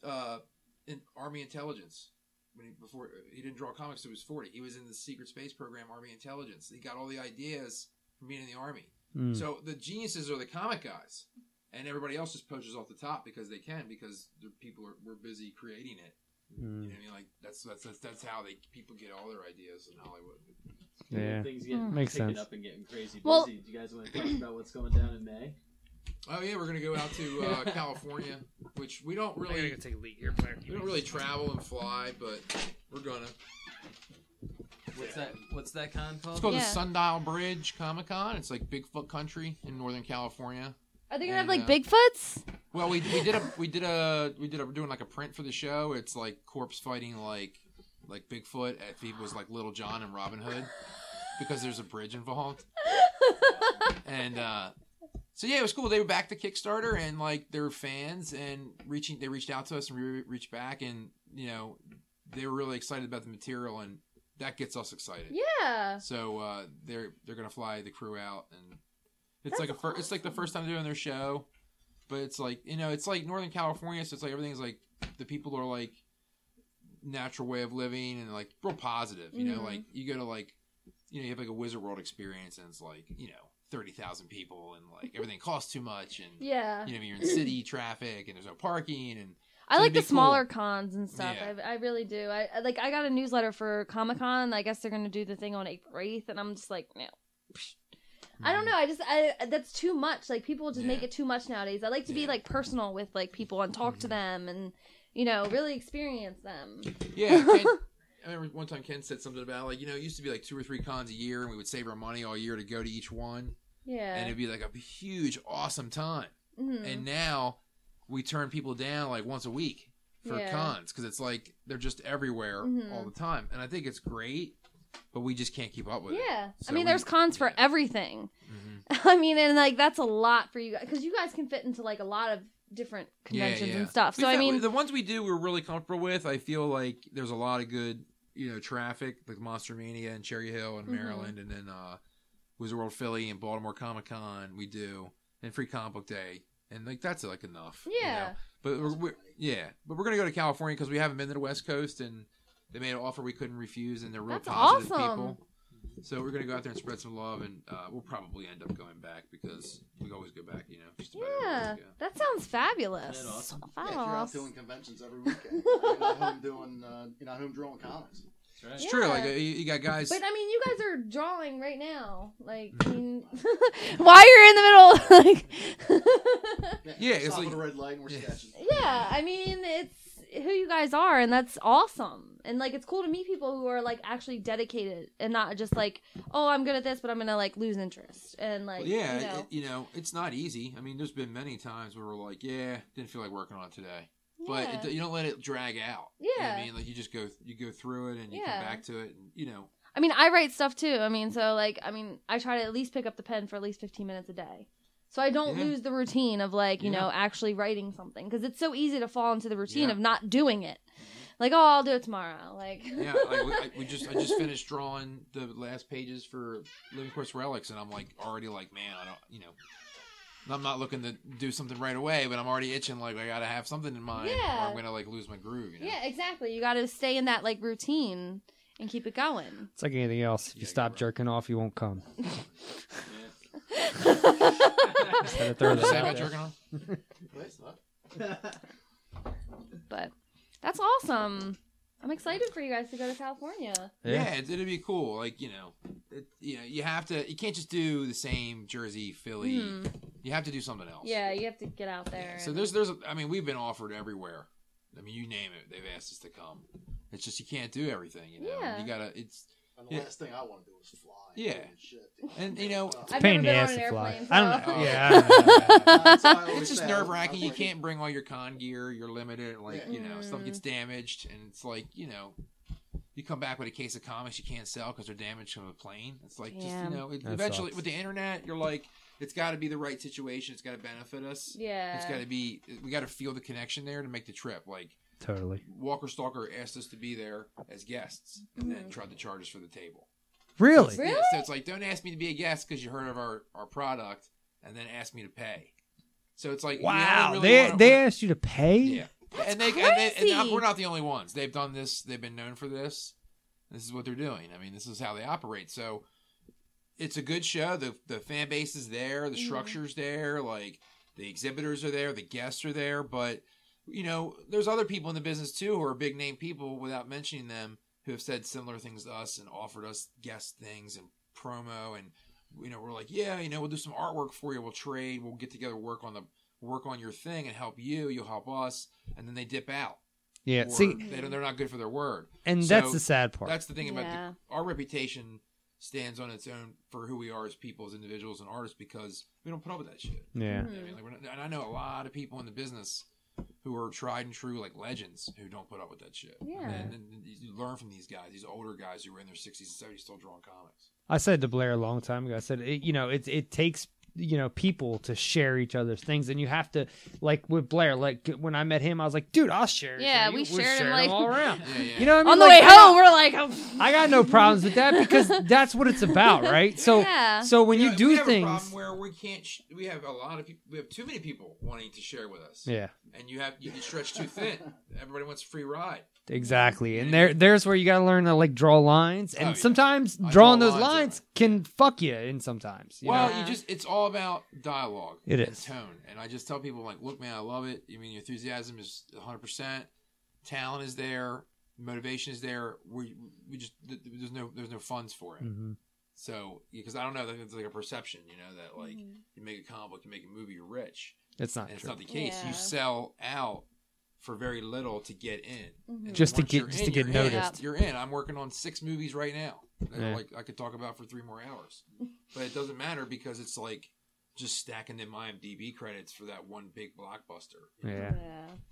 J: Uh, in Army Intelligence. When he, before he didn't draw comics till he was forty, he was in the secret space program, Army Intelligence. He got all the ideas from being in the army.
G: Mm.
J: So the geniuses are the comic guys, and everybody else just poaches off the top because they can because the people are we're busy creating it.
G: Hmm.
J: You know
G: Mm.
J: what I mean? Like that's that's that's, that's how they people get all their ideas in Hollywood.
G: Yeah.
I: Things get
N: Mm.
G: Makes
I: picking
G: sense.
I: up and getting crazy busy.
J: Well-
I: Do you guys want to talk about what's going down in May?
J: Oh yeah, we're gonna go out to uh, California, which we don't really
G: gonna take a leak here. Blair.
J: we don't really travel and fly, but we're gonna.
I: What's that? What's that con called?
J: It's called the Sundial Bridge Comic Con. It's like Bigfoot country in Northern California.
H: Are they gonna have like
J: Yeah.
H: Bigfoots?
J: Well, we, we did a we did a we did a we're doing like a print for the show. It's like corpse fighting like like Bigfoot. If he was like Little John and Robin Hood, because there's a bridge involved. and uh, so yeah, it was cool. They were back to Kickstarter and like their fans and reaching. They reached out to us and we re- reached back and you know they were really excited about the material and that gets us excited.
H: Yeah.
J: So uh, they're they're gonna fly the crew out, and it's
H: That's
J: like a fir- it's like the first time they're doing their show, but it's like you know it's like Northern California, so it's like everything's like the people are like natural way of living and like real positive. You
H: Mm-hmm.
J: know,
I: Mhm.
J: like you go to like you know you have like a Wizard World experience, and it's like you know thirty thousand people, and like everything costs too much, and
H: Yeah.
J: you know you're in city traffic, and there's no parking, and
H: I
J: so
H: like
J: it'd be
H: the smaller
J: cool.
H: cons and stuff.
J: Yeah.
H: I, I really do. I I- like. I got a newsletter for Comic Con. I guess they're gonna do the thing on April eighth, and I'm just like, no. I
K: Mm.
H: don't know. I just I that's too much. Like people just make it too much nowadays. I like to be like personal with like people and
K: Mm-hmm.
H: talk to them and you know really experience them.
J: Yeah, Ken, I remember one time Ken said something about like you know it used to be like two or three cons a year, and we would save our money all year to go to each one,
H: Yeah.
J: and it'd be like a huge, awesome time.
H: Mhm.
J: And now we turn people down like once a week for
H: Yeah.
J: cons because it's like they're just everywhere
H: Mhm.
J: all the time, and I think it's great, but we just can't keep up with it. Mm-hmm.
H: yeah.
J: So
H: I mean,
J: we-
H: there's cons for everything. I mean, and like that's a lot for you guys because you guys can fit into like a lot of different conventions and stuff.
J: We
H: So I
J: felt-
H: mean,
J: the ones we do, we're really comfortable with. I feel like there's a lot of good, you know, traffic like Monster Mania and Cherry Hill and
H: Mhm.
J: Maryland, and then uh, Wizard World Philly and Baltimore Comic Con. We do and Free Comic Book Day, and like that's like enough. you know?
H: Yeah.
J: But we're, we're yeah, but we're gonna go to California because we haven't been to the West Coast, and they made an offer we couldn't refuse, and they're real
H: That's
J: positive
H: awesome.
J: people. So we're gonna go out there and spread some love, and uh, we'll probably end up going back because we always go back, you know. Just about every
H: yeah,
J: week,
H: that sounds fabulous.
K: Isn't that awesome?
H: Fabulous.
K: Yeah, if you're out doing conventions every weekend, you're not home doing, uh, you're not home drawing comics.
J: It's true. Like
H: Yeah.
J: uh, you, you got guys.
H: But I mean, you guys are drawing right now. Like,
K: Mm-hmm.
H: I mean, why you're in the middle? Like,
J: Yeah,
K: it's
J: it's
K: like
J: like-
K: a red light and we're sketching.
H: yeah, I mean, it's who you guys are, and that's awesome. And like, it's cool to meet people who are like actually dedicated and not just like, oh, I'm good at this, but I'm gonna like lose interest and like,
J: Well, yeah,
H: you know.
J: it- you know, it's not easy. I mean, there's been many times where we're like, yeah, didn't feel like working on it today. But
H: Yeah.
J: it, you don't let it drag out. You know what
H: Yeah.
J: I mean, like you just go, you go through it, and you
H: Yeah.
J: come back to it, and you know,
H: I mean, I write stuff too. I mean, so like, I mean, I try to at least pick up the pen for at least 15 minutes a day. So I don't
J: Yeah.
H: lose the routine of like, you know,
J: Yeah.
H: actually writing something because it's so easy to fall into the routine
J: Yeah. Mm-hmm.
H: of not doing it. Like, oh, I'll do it tomorrow. Like,
J: yeah. Like we, I, we just, I just finished drawing the last pages for Living Course Relics, and I'm like already like, man, I don't, you know. I'm not looking to do something right away, but I'm already itching. Like I gotta have something in mind,
H: Yeah.
J: or I'm gonna like lose my groove. You know?
H: yeah, exactly. You got to stay in that like routine and keep it going.
G: It's like anything else. If you stop jerking off, you won't come. Instead of throwing
J: Is
G: it
J: that
G: out
J: what
G: there.
J: jerking off?
K: Wait, what?
H: but that's awesome. I'm excited for you guys to go to California.
J: Yeah, it's, it'd be cool. Like you know, it, you know, you have to. You can't just do the same Jersey, Philly.
N: Hmm.
H: Mhm.
J: You have to do something else.
H: Yeah, you have to get out there.
J: So there's, there's. I mean, we've been offered everywhere. I mean, you name it, they've asked us to come. It's just you can't do everything. You know,
H: Yeah.
J: you gotta. It's
K: And the
J: yeah,
K: last thing I want to do is fly.
J: yeah. and you know,
G: It's a pain in the ass to fly. I don't know. Yeah.
K: Oh.
J: oh.
K: That's why I always
J: it's just
K: say,
J: nerve
K: I
J: wracking.
K: was
J: You
K: like-
J: can't bring all your con gear. You're limited. Like
K: Yeah.
J: you know, stuff gets damaged, and it's like you know, you come back with a case of comics you can't sell because they're damaged from a plane. It's like just
H: Damn.
J: you know, it,
G: That
J: eventually
G: sucks.
J: with the internet, you're like, it's got to be the right situation. It's got to benefit us.
H: Yeah.
J: it's got to be. We got to feel the connection there to make the trip. Like
G: Totally.
J: Walker Stalker asked us to be there as guests, and then tried to charge us for the table.
G: Really?
J: Yeah, so it's like, don't ask me to be a guest because you heard of our, our product, and then ask me to pay. So it's like, we only
G: Wow.
J: really
G: They
J: wanna-
G: they asked you to pay? Yeah.
J: and they, and they- and
H: crazy.
J: we're not the only ones. They've done this. They've been known for this. This is what they're doing. I mean, this is how they operate. So it's a good show. The the fan base is there. The
I: Mhm.
J: structure's there. Like The exhibitors are there, the guests are there, but you know, there's other people in the business too who are big name people without mentioning them who have said similar things to us and offered us guest things and promo and you know, we're like, yeah, you know, we'll do some artwork for you, we'll trade, we'll get together, work on the work on your thing and help you, you'll help us, and then they dip out.
G: Yeah,
J: Or
G: see-
J: they don't, they're not good for their word.
G: And that's the sad part.
J: That's the thing about
N: Yeah.
J: the, our reputation stands on its own for who we are as people, as individuals, and artists because we don't put up with that shit.
G: Yeah.
J: You know
N: Hmm.
J: what I mean? Like, we're not- and I know a lot of people in the business who are tried and true like legends who don't put up with that shit.
N: Yeah.
J: and, and you learn from these guys, these older guys who were in their sixties and seventies still drawing comics.
G: I said to Blair a long time ago. I said, it, you know, it it takes you know people to share each other's things, and you have to like with Blair. Like when I met him, I was like, dude, I'll share. it
N: Yeah,
G: for you.
N: we
G: We'll
N: shared
G: share
N: him,
G: 'em
N: like-
G: all around.
N: Yeah, yeah.
G: You know, what I mean?
N: On the way
G: Like, I got-
N: home, we're like, oh.
G: I got no problems with that because that's what it's about, right? So,
N: Yeah.
G: so when you
J: Yeah, we
G: do
J: have a
G: things,
J: problem where we can't. Sh- we have a lot of people. We have too many people wanting to share with us.
G: Yeah.
J: and you have you you stretch too thin. Everybody wants a free ride.
G: exactly, and there, there's where you got to learn to like draw lines, and
J: Oh, yeah.
G: sometimes
J: I
G: drawing
J: draw
G: those
J: lines
G: lines can fuck you in sometimes. You
J: well,
G: know?
J: you just it's all about dialogue.
G: It
J: and
G: is.
J: tone, and I just tell people like, look, man, I love it. I mean, your enthusiasm is 100. percent Talent is there, motivation is there. We we just th- th- there's no there's no funds for it.
G: Mhm.
J: So because I don't know, I think it's like a perception, you know, that like you make a comic book, you make a movie, you're rich.
G: It's not
J: And It's
G: true.
J: not the case.
N: Yeah.
J: You sell out for very little to get in,
N: Mhm.
J: And
G: Just to
J: once
G: get-
J: you're
G: just
J: in,
G: to get
J: you're in.
G: noticed.
J: You're in. I'm working on six movies right now. That
G: Yeah.
J: Like I could talk about for three more hours, but it doesn't matter because it's like just stacking them IMDb credits for that one big blockbuster.
G: yeah.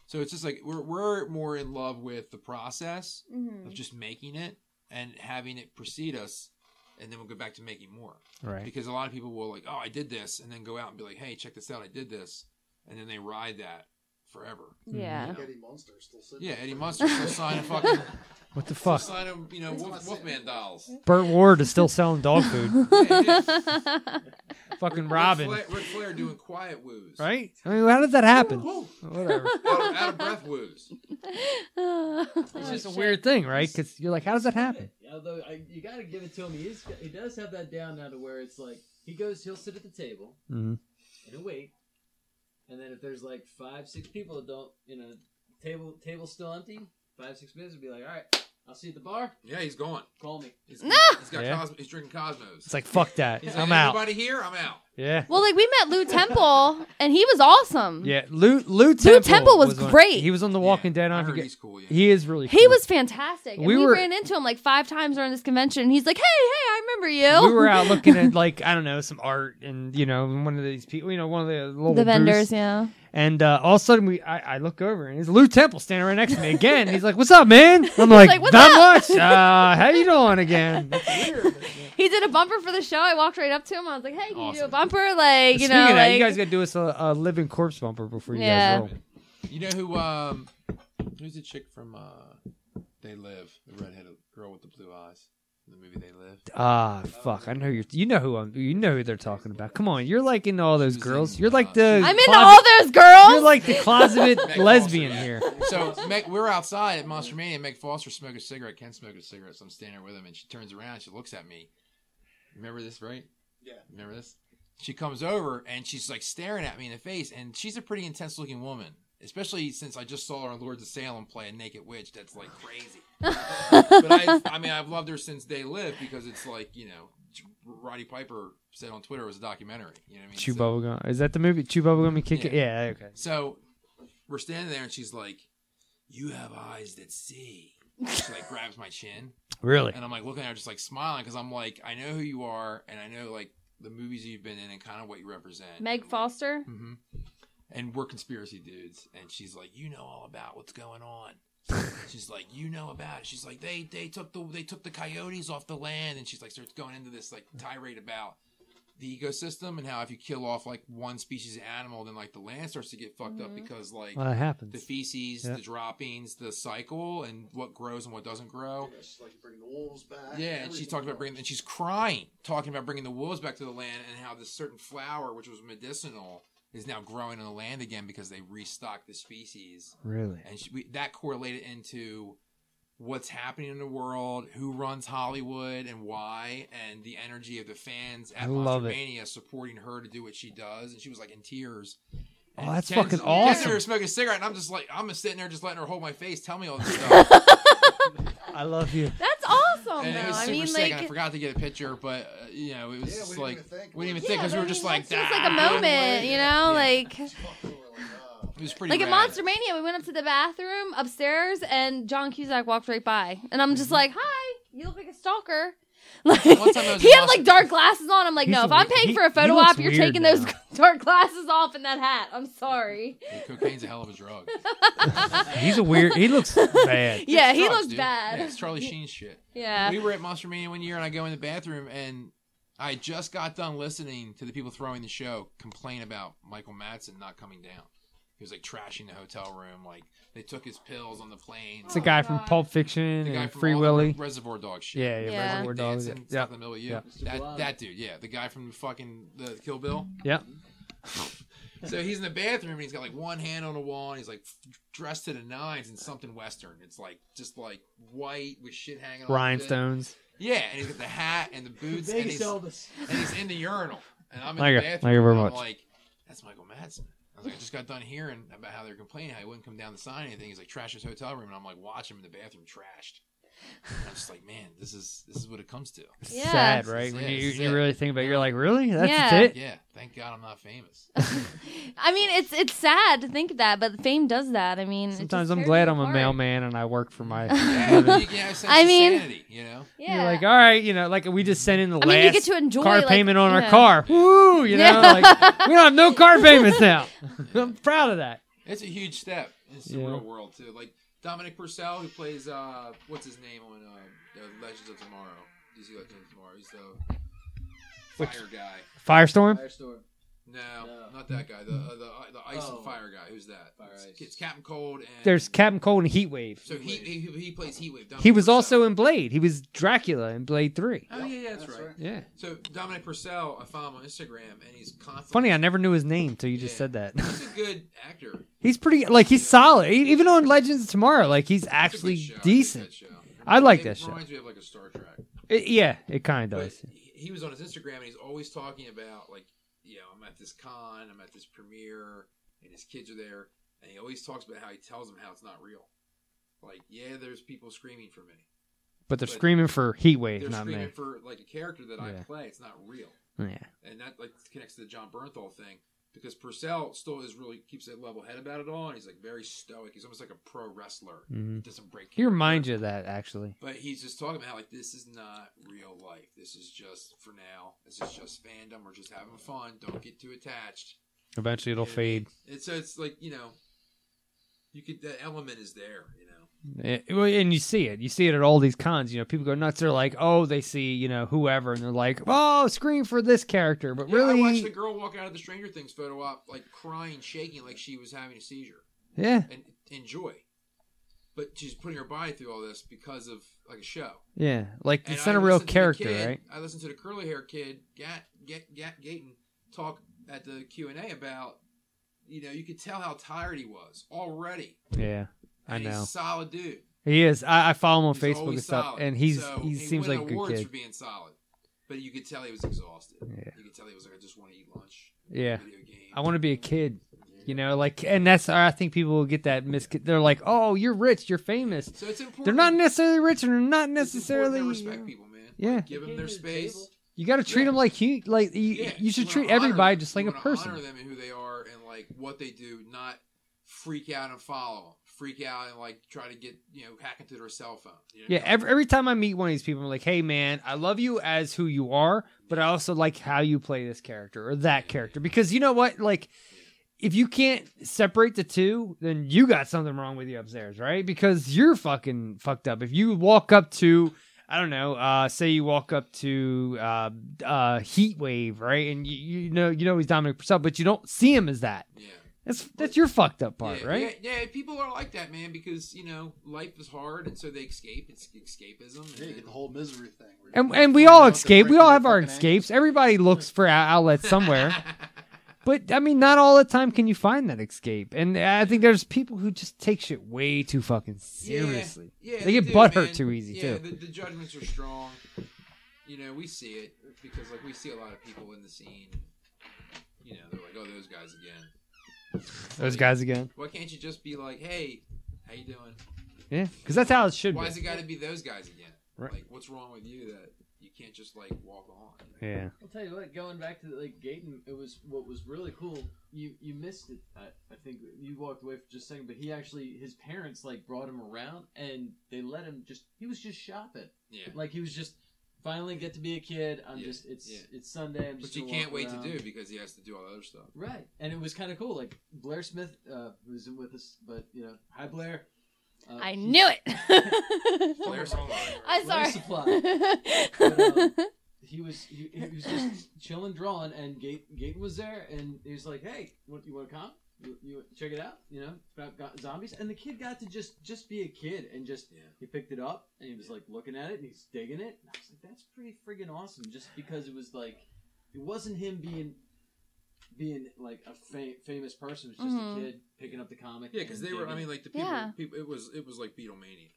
J: So it's just like we're we're more in love with the process
N: Mhm.
J: of just making it and having it precede us, and then we'll go back to making more.
G: Right.
J: Because a lot of people will like, oh, I did this, and then go out and be like, hey, check this out, I did this, and then they ride that forever.
K: Yeah.
J: You
G: Mm-hmm.
J: know?
K: Eddie Munster still sitting
J: Yeah,
K: there.
J: Eddie Munster still signing fucking.
G: What the
J: still
G: fuck?
J: Signing, you know, Wolf, Wolfman dolls.
G: Burt Ward is still selling dog food. Fucking Robin.
J: Ric Flair, Ric Flair doing quiet woos.
G: Right? I mean, how did that happen?
J: Woo.
G: Whatever.
J: out, of, out of breath woos.
G: It's
N: it's
G: just a weird thing, right? Because you're like, how does that happen?
I: Although I, you got to give it to him, he is, he does have that down now to where it's like he goes, he'll sit at the table
G: Mhm.
I: and he'll wait, and then if there's like five, six people that don't, you know, table table still empty, five, six minutes, will be like, all right, I'll see you at the bar.
J: Yeah, he's gone.
I: Call me.
J: He's, he's got
G: Yeah.
J: Cosmo, he's drinking Cosmos.
G: It's like, fuck that.
J: He's like,
G: I'm out.
J: Everybody here, I'm out.
G: Yeah.
N: Well, like we met Lou Temple, and he was awesome.
G: Yeah. Lou, Lou Temple,
N: Temple was
G: on-
N: great.
G: he was on The Walking Dead. I forget. He is really cool.
N: He was fantastic. And
G: We
N: we,
G: were-
N: ran into him like five times during this convention. And he's like, "Hey, hey, I remember you."
G: We were out looking at like I don't know some art and you know one of these people you know one of the little
N: the vendors,
G: booths.
N: yeah.
G: And uh, all of a sudden we I, I look over and it's Lou Temple standing right next to me again. He's like, "What's up, man?" I'm like,
N: like, "What's
G: "Not
N: up?"
G: much. Uh, how you doing again?"
N: He did a bumper for the show. I walked right up to him. I was like, "Hey, can you do a bumper?" Like, you
G: Speaking
N: know,
G: of that,
N: like,
G: you guys got to do us a, a living corpse bumper before you
N: Yeah.
G: guys roll.
J: You know who? Um, who's the chick from uh, They Live? The redheaded girl with the blue eyes in the movie They Live.
G: Ah, fuck! I know you. You know who I'm. You know who they're talking about. Come on, you're like into all those girls. You're like the.
N: I'm into
G: closet-
N: all those girls.
G: You're like the closeted
J: Meg
G: lesbian
J: Foster,
G: here.
J: yeah. So Meg, we're outside at Monster Mania. Meg Foster smoked a cigarette. Ken smoked a cigarette. So I'm standing there with him, and she turns around. She looks at me. Remember this, right? Yeah. Remember this? She comes over and she's like staring at me in the face, and she's a pretty intense looking woman. Especially since I just saw her on Lords of Salem play a naked witch. That's like crazy. but I, I mean, I've loved her since They Live because it's like you know, Roddy Piper said on Twitter it was a documentary. You know what I mean?
G: Chew
J: So-
G: bubblegum. Is that the movie? Chew bubblegum and kick it. Yeah. Okay.
J: so we're standing there, and she's like, "You have eyes that see." She like grabs my chin.
G: Really?
J: And I'm like looking at her, just like smiling, because I'm like, I know who you are, and I know like the movies you've been in, and kind of what you represent.
N: Meg Foster.
J: hmm And we're conspiracy dudes, and she's like, "You know all about what's going on." she's like, "You know about it." She's like, "They they took the they took the coyotes off the land," and she's like starts going into this like tirade about the ecosystem and how if you kill off like one species of animal, then like the land starts to get fucked up because like
G: Well, that happens.
J: the feces,
G: Yeah.
J: the droppings, the cycle, and what grows and what doesn't grow.
K: Yeah, she's like bringing the wolves back.
J: Yeah, and she talked about bringing, and she's crying, talking about bringing the wolves back to the land, and how this certain flower, which was medicinal, is now growing on the land again because they restocked the species.
G: Really?
J: and she, we, that correlated into what's happening in the world, who runs Hollywood, and why, and the energy of the fans
G: I
J: at
G: love it.
J: Monstermania supporting her to do what she does, and she was like in tears.
G: Oh, that's fucking
J: Ken's
G: awesome.
J: over smoking a cigarette, and I'm just like, I'm just sitting there, just letting her hold my face, tell me all this stuff.
G: I love you.
N: That's awesome,
J: and
N: though.
J: it was
N: Oh, I
J: super
N: mean,
J: sick. and I
N: like-
J: forgot to get a picture, but uh, you know, it was just like we didn't even
N: Yeah,
J: think
N: but
J: because we
N: I
J: were just
N: mean,
J: like,
N: that's just like a
J: "Ah."
N: moment, you know, like
J: It was pretty.
N: like at
J: rad.
N: Monster Mania, we went up to the bathroom upstairs, and John Cusack walked right by, and I'm
J: Mm-hmm.
N: just like, "Hi, you look like a stalker." Like,
J: was
N: he
J: in
N: had like dark glasses on. I'm like,
J: He's
N: no,
J: a
N: if I'm
J: weird-
N: paying
J: he-
N: for a
J: he
N: photo
J: looks
N: op, you're
J: weird
N: taking those dark glasses off and that hat. I'm sorry.
J: Yeah, cocaine's a hell of a drug.
G: He's a weird. He looks bad.
N: Yeah,
J: It's
N: he
J: drugs,
N: looks
J: dude.
N: bad.
J: Yeah, it's Charlie Sheen's shit.
N: Yeah.
J: We were at Monster Mania one year, and I go in the bathroom, and I just got done listening to the people throwing the show complain about Michael Madsen not coming down. He was like trashing the hotel room. Like they took his pills on the plane.
G: It's a guy from Pulp Fiction
J: The guy
G: and
J: from
G: Free
J: all the
G: Willy.
J: Reservoir Dog shit.
G: Yeah, yeah,
J: Like,
G: Reservoir Dogs.
J: dancing,
G: Yeah.
J: stuff in the middle of you.
G: Yeah.
J: That, that dude, yeah, the guy from fucking the Kill Bill.
G: Yep.
J: So he's in the bathroom and he's got like one hand on the wall and he's like dressed to the nines in something western. It's like just like white with shit hanging. off of it.
G: Rhinestones.
J: Yeah, and he's got the hat and the boots and
I: Vegas
J: he's,
I: Elvis.
J: and he's in the urinal. And I'm in
G: Thank you.
J: the bathroom.
G: Thank you very
J: and I'm
G: much.
J: like, that's Michael Madsen. I was like, I just got done hearing about how they're complaining how he wouldn't come down to sign anything. He's like trash his hotel room, and I'm like, watch him in the bathroom trashed. And I'm just like, man, this is this is what it comes to.
N: Yeah.
G: Sad,
J: This
G: right?
J: is
G: When
J: it,
G: you,
J: this is
G: you
J: it.
G: really think about, it, you're like, really? That's
N: Yeah.
G: it?
J: Yeah, thank God I'm not famous.
N: I mean, it's it's sad to think that, but fame does that. I mean, it
G: Sometimes
N: just
G: I'm
N: tears
G: glad
N: you
G: I'm a
N: apart.
G: mailman and I work for my.
J: you can have a sense
N: I
J: of
N: mean-
J: sanity, you know.
G: You're like, all right, you know, like we just sent in
N: I
G: the last
N: mean, you get to enjoy,
G: car
N: like,
G: payment on
N: you
G: our
N: know.
G: car. Woo! You know,
N: Yeah.
G: like we don't have no car payments now. I'm proud of that.
J: It's a huge step. It's the
G: Yeah.
J: real world too. Like Dominic Purcell, who plays uh, what's his name on uh, the Legends of Tomorrow, DC Legends of Tomorrow. He's the
G: Which-
J: fire guy.
G: Firestorm?
J: Firestorm. No, not that guy. The uh, the uh, the ice and fire guy. Who's that? It's, it's Captain Cold and
G: There's Captain Cold and Heatwave.
J: So he, he he plays Heatwave. Dominic
G: He was
J: Purcell.
G: also in Blade. He was Dracula in Blade Three.
J: Oh yeah, yeah, that's, right.
G: Yeah.
J: So Dominic Purcell, I follow him on Instagram, and he's constantly
G: Funny, I never knew his name till you just said that.
J: He's a good actor.
G: he's pretty like he's solid. E- Even on Legends of Tomorrow, like he's actually decent. I like
J: It
G: that show.
J: Reminds me of like a Star Trek.
G: It- yeah, it kind of does.
J: he was on his Instagram and he's always talking about like, you know, I'm at this con, I'm at this premiere, and his kids are there, and he always talks about how he tells them how it's not real. Like, yeah, there's people screaming for me.
G: But they're screaming for Heatwave,
J: They're
G: not
J: screaming
G: me.
J: for like a character that I
G: Yeah.
J: play. It's not real.
G: Yeah.
J: And that like connects to the John Bernthal thing because Purcell still is really keeps a level head about it all, and he's like very stoic. He's almost like a pro wrestler.
G: Mhm.
J: He doesn't break.
G: He reminds you of that actually.
J: But he's just talking about how, like this is not real life. This is just for now. This is just fandom. We're just having fun. Don't get too attached.
G: Eventually, it'll fade.
J: It's so it's like you know, you could that element is there. You know,
G: Yeah, Eh, well, and you see it. You see it at all these cons. You know, people go nuts. They're like, oh, they see, you know, whoever, and they're like, oh, scream for this character. But
J: Yeah, I watched
G: really,
J: the girl walk out of the Stranger Things photo op like crying, shaking, like she was having a seizure.
G: Yeah.
J: and enjoy. But she's putting her body through all this because of like a show.
G: yeah, like
J: And
G: it's
J: I
G: not a real
J: listened to the
G: character,
J: kid-
G: right?
J: I listened to the curly hair kid Gat, Gat, Gat Gaten talk at the Q and A about, you know, you could tell how tired he was already.
G: Yeah, I
J: And He's
G: know.
J: a solid dude.
G: He is. I, I follow him on
J: He's
G: Facebook
J: always
G: and stuff,
J: solid.
G: and he's
J: So
G: he seems
J: won
G: like a good
J: awards
G: kid.
J: for being solid, but you could tell he was exhausted.
G: Yeah.
J: You could tell he was like, I just want to eat lunch.
G: Yeah, I want to be a kid. You know, like, and that's I think people will get that mis. They're like, oh, you're rich, you're famous.
J: So it's important.
G: They're not necessarily rich, and they're not
J: Important
G: necessarily.
J: to respect people, man.
G: Yeah.
J: Like, give them their space.
G: You got to treat them like you like. You, you should
J: wanna
G: treat
J: honor
G: everybody
J: them.
G: just
J: You
G: like a
J: wanna
G: person.
J: Honor them and who they are, and like what they do. Not freak out and follow them. Freak out and like try to get you know hack into their cell phone. You know?
G: Yeah, every, every time I meet one of these people, I'm like, hey, man, I love you as who you are, but I also like how you play this character or that character. Because you know what? Like, if you can't separate the two, then you got something wrong with you upstairs, right? Because you're fucking fucked up. If you walk up to, I don't know, uh, say you walk up to uh, uh, Heat Wave, right? And you, you know you know he's Dominic Purcell, but you don't see him as that. Yeah. That's, that's your fucked up part,
J: Yeah,
G: right?
J: Yeah, yeah, people are like that, man, because you know life is hard, and so they escape. It's escapism. Yeah, you get the
K: whole misery thing.
G: and and we all escape. We all have our escapes. Everybody looks for ou- outlets somewhere. But I mean, not all the time can you find that escape. And I think there's people who just take shit way too fucking seriously.
J: Yeah,
G: they get
J: do,
G: butt hurt
J: man.
G: too easy
J: yeah,
G: too.
J: The, the judgments are strong. You know, we see it because like we see a lot of people in the scene. You know, they're like, "Oh, those guys again."
G: Those guys again.
J: Why can't you just be like, hey, how you doing?
G: Yeah, because that's how it should
J: Why
G: be.
J: has it got to be those guys again?
G: Right.
J: Like, what's wrong with you that you can't just like walk on?
G: Yeah.
I: I'll tell you what. Going back to like Gaten, it was what was really cool. You you missed it. I, I think you walked away for just a second, but he actually his parents like brought him around and they let him just. He was just shopping.
J: Yeah.
I: Like he was just finally get to be a kid. I'm
J: Yeah,
I: just it's
J: yeah.
I: it's Sunday. I'm just.
J: But you
I: gonna
J: can't
I: walk
J: wait
I: around.
J: to do because he has to do all the other stuff.
I: Right, and it was kind of cool. Like Blair Smith, uh, who's in with us, but you know, hi Blair.
G: "Oh,
I: Uh,
N: I
I: he-
N: knew it.
I: Blair Supply.
N: I'm
I: Blair
N: sorry.
I: Supply. But, um, he was he, he was just chilling, drawing, and Gate Gate was there, and he was like, "Hey, what you want to come? You, you check it out? You know, it's about got zombies." And the kid got to just just be a kid, and just he picked it up, and he was like looking at it, and he's digging it. And I was like, "That's pretty friggin' awesome!" Just because it was like, it wasn't him being being like a fa- famous person, it was just
J: Mhm.
I: a kid picking up the comic.
J: Yeah, because
I: and
J: they were. I
I: digging
J: mean,
I: it.
J: like the people. people it was. It was like Beatlemania.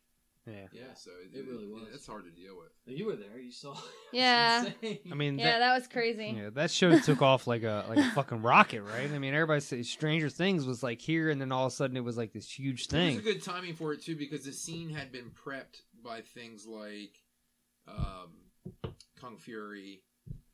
G: Yeah.
J: Yeah. So it,
I: It really was.
J: It's hard to deal with.
I: You were there. You saw.
N: yeah.
G: I mean,
N: yeah,
G: that-
N: that, was crazy.
G: Yeah, that show took off like a like a fucking rocket, right? I mean, everybody said Stranger Things was like here, and then all of a sudden it was like this huge
J: It
G: thing.
J: was a good timing for it too because the scene had been prepped by things like um, Kung Fury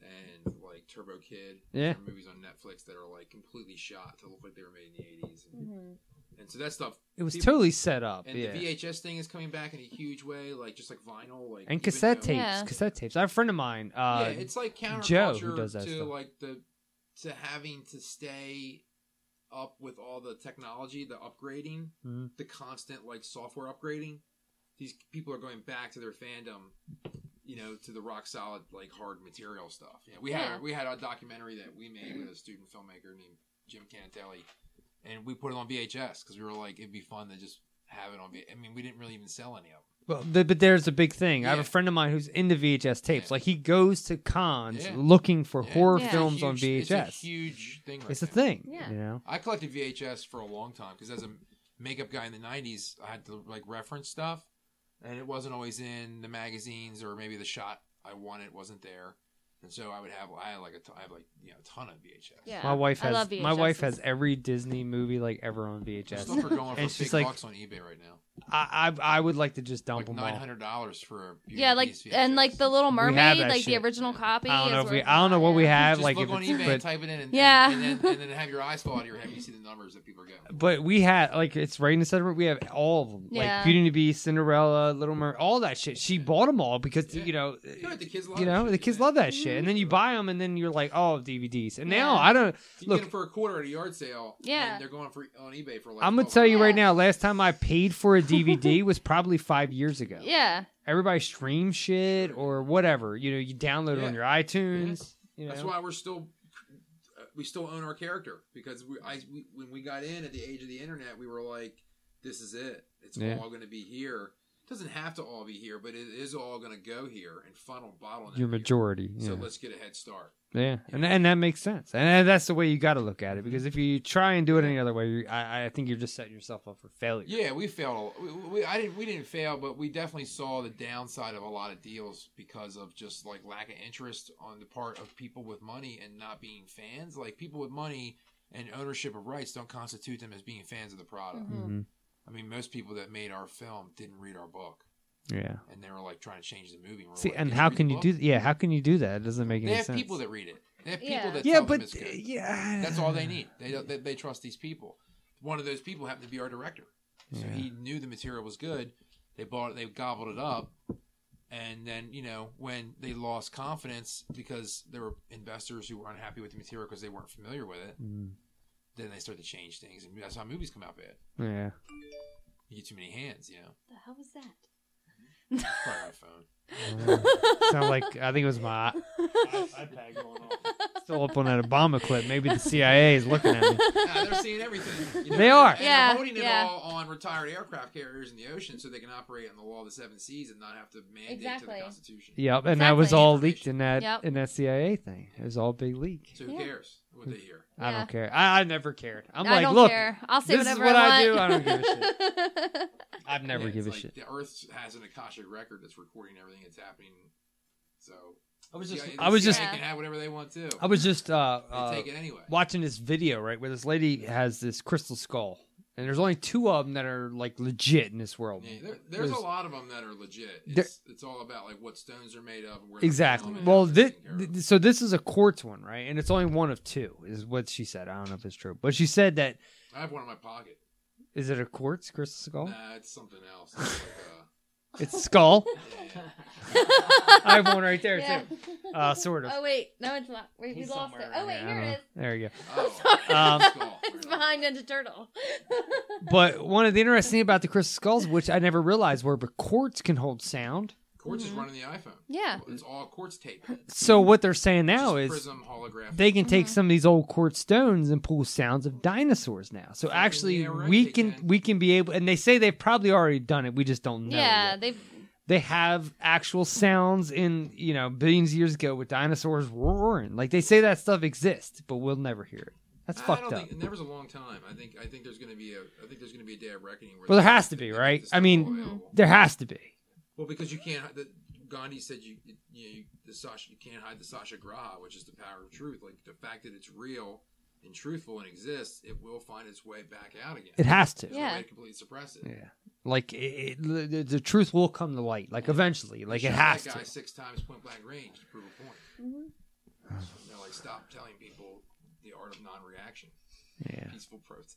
J: and like Turbo Kid. There
G: Yeah.
J: are movies on Netflix that are like completely shot to look like they were made in the eighties.
N: Mm-hmm.
J: And so that stuff.
G: It was
J: people-
G: totally set up,
J: And
G: yeah.
J: the VHS thing is coming back in a huge way, like just like vinyl, like even
G: and cassette
J: though-
G: tapes, cassette tapes. I have a friend of mine, uh,
J: yeah, it's like counterculture
G: Joe, who does that
J: to
G: stuff.
J: like the to having to stay up with all the technology, the upgrading,
G: Mhm.
J: the constant like software upgrading. These people are going back to their fandom, you know, to the rock solid like hard material stuff. Yeah, we
I: Yeah.
J: had we had a documentary that we made with a student filmmaker named Jim Canatelli, and we put it on VHS because we were like it'd be fun to just have it on. V- I mean, we didn't really even sell any of them.
G: Well, th- but there's a big thing. I have a
J: Yeah.
G: friend of mine who's into VHS tapes. Like he goes to cons
J: Yeah.
G: looking for
J: Yeah.
G: horror
J: It's a
G: films
J: huge-
G: on VHS.
J: It's a huge thing. Right
G: It's a
J: now.
G: thing, Yeah. you know?
J: I collected VHS for a long time because as a makeup guy in the '90s, I had to like reference stuff, and it wasn't always in the magazines or maybe the shot I wanted wasn't there, and so I would have I had like a t- I have like you know a ton of VHS.
N: Yeah.
G: my wife
N: I
G: has
N: love
G: my wife
N: VHSs.
G: has every Disney movie like ever on VHS.
J: Stuff are going for
G: and
J: big
G: she's like,
J: bucks on eBay right now.
G: I, I I would like to just dump
J: Like
G: them
J: nine
G: all.
J: hundred dollars for a beautiful
N: Yeah, like
J: piece of
N: and
J: VHS.
N: like the Little
G: We have
N: Mermaid,
G: that
N: like the
G: shit.
N: original copy.
G: I don't know
N: is
G: if we
N: worth-
G: I don't know what we have
J: Just
G: like
J: look
G: if
J: on
G: it's,
J: eBay
G: but,
J: and type it in, and,
N: Yeah.
J: and, then, and then have your eyes fall out of your head. when You see the numbers that people are getting.
G: But we had like it's right in the center. We have all of them,
J: Yeah.
G: like Beauty and the Beast, Cinderella, Little Mermaid, all that shit. She bought them all because you know,
J: You know, the kids love
G: you
J: that
G: know,
J: shit,
G: the kids
J: man.
G: love that shit. And then you buy them, and then you're like, oh, DVDs. And now
J: Yeah.
G: I don't
J: You can
G: look.
J: get them for a quarter at a yard sale.
N: Yeah.
J: and they're going for on eBay for like.
G: I'm gonna
J: $12.
G: tell you right now. Last time I paid for a DVD was probably five years ago.
N: Yeah.
G: Everybody streams shit or whatever. You know, you download it on your iTunes. You know?
J: That's why we're still uh, we still own our character because we, I, we when we got in at the age of the internet, we were like, "This is it. It's
G: Yeah.
J: all going to be here." It doesn't have to all be here, but it is all going to go here and funnel bottleneck. here.
G: Your majority,
J: So
G: yeah.
J: let's get a head start.
G: Yeah, and and that makes sense, and that's the way you got to look at it. Because if you try and do it any other way, you I, I think you're just setting yourself up for failure.
J: Yeah, we failed. a- We, we, I didn't. We didn't fail, but we definitely saw the downside of a lot of deals because of just like lack of interest on the part of people with money and not being fans. Like people with money and ownership of rights don't constitute them as being fans of the product.
G: Mhm. Mhm.
J: I mean, most people that made our film didn't read our book.
G: Yeah.
J: and they were like trying to change the movie. and we're
G: See,
J: like,
G: and
J: "Did
G: how
J: read
G: can
J: the
G: you
J: book?"
G: do? Yeah, how can you do that? It doesn't make
J: They
G: any
J: have
G: sense.
J: people that read it. They have people
N: Yeah.
J: that
G: Yeah,
J: tell
G: but,
J: them it's good.
G: yeah.
J: that's all they need. They, don't- they they trust these people. One of those people happened to be our director, so
G: Yeah.
J: he knew the material was good. They bought it. They gobbled it up, and then you know when they lost confidence because there were investors who were unhappy with the material because they weren't familiar with it.
G: Mm.
J: Then they start to change things, and that's how movies come out bad.
G: Yeah.
J: You get too many hands, you know.
N: The hell was that?
J: Probably on a phone.
G: Sound like I think it was my still up on that Obama clip. Maybe the CIA is looking at me.
J: Yeah, they're seeing everything. you know?
G: They are.
J: And they're
N: Yeah,
J: holding it
N: yeah.
J: all on retired aircraft carriers in the ocean so they can operate on the law of the seven seas and not have to mandate to
N: Exactly.
J: the Constitution.
G: Yep, and that was all leaked in that
N: Yep.
G: in that CIA thing. It was all a big leak.
J: So who cares what they hear?
G: I don't care. I, I never cared. I'm
N: I
G: like,
N: don't
G: look,
N: care. I'll say
G: this is
N: whatever
G: what
N: I
G: do. I
N: want."
G: don't give a shit. I've never
J: Yeah,
G: give
J: it's
G: a
J: like
G: shit.
J: The Earth has an Akashic record that's recording everything that's happening. So
I: I was just-
G: I was just
J: they can have whatever they want to.
G: I was just uh,
J: They
G: uh,
J: take it anyway.
G: watching this video right where this lady has this crystal skull, and there's only two of them that are like legit in this world.
J: Yeah, there, there's, a lot of them that are legit.
G: There-
J: It's, it's all about like what stones are made of. and where they're
G: Exactly.
J: from.
G: Well, thi- thi- so this is a quartz one, right? And it's only one of two, is what she said. I don't know if it's true, but she said that
J: I have one in my pocket.
G: is it a quartz crystal skull?
J: Nah, it's something else. It's like, uh,
G: It's skull.
H: I
G: have one right there, too. Uh, sort of.
H: Oh wait, no, it's not. Wait, we
G: He's
H: lost it.
G: somewhere
H: Oh wait,
G: I
H: here
G: don't
H: it
G: know.
H: is.
G: There you go.
H: Sorry.
G: Um,
H: it's behind Ninja Turtle.
G: but one of the interesting thing about the crystal skulls, which I never realized were, but quartz can hold sound.
J: quartz is running the iPhone.
H: Yeah.
J: It's all quartz tape.
H: Mm-hmm.
G: So what they're saying now
J: Just
G: is
J: prism holographic.
G: they can take some of these old quartz stones and pull sounds of dinosaurs now.
H: Oh,
G: So actually, we can, we can be able, and they say they've probably already done it. We just don't know.
H: yeah, they've.
G: They have actual sounds in you know billions of years ago with dinosaurs roaring. Like they say that stuff exists, but we'll never hear it. That's
J: I
G: fucked
J: don't
G: up.
J: think never's a long time. I think I think there's gonna be a I think there's gonna be a day of reckoning. Where
G: well, there
J: they-
G: has to
J: they
G: be,
J: make
G: right?
J: this stuff
G: I
J: all
G: mean,
J: available.
G: there has to be.
J: Well, because you can't. The, Gandhi said you you, you the Sasha you can't hide the Sasha Graha, which is the power of truth. Like the fact that it's real and truthful and exists, it will find its way back out again.
G: It has to.
J: There's no
G: Yeah.
J: way to completely suppress it.
G: Yeah. Like it, it, the, the truth will come to light, like eventually, like
J: They
G: it
J: shot
G: has
J: that
G: to.
J: guy six times point blank range to prove a point.
H: Mhm.
G: Mm-hmm.
J: They're like, stop telling people the art of non-reaction.
G: Yeah.
J: Peaceful protest.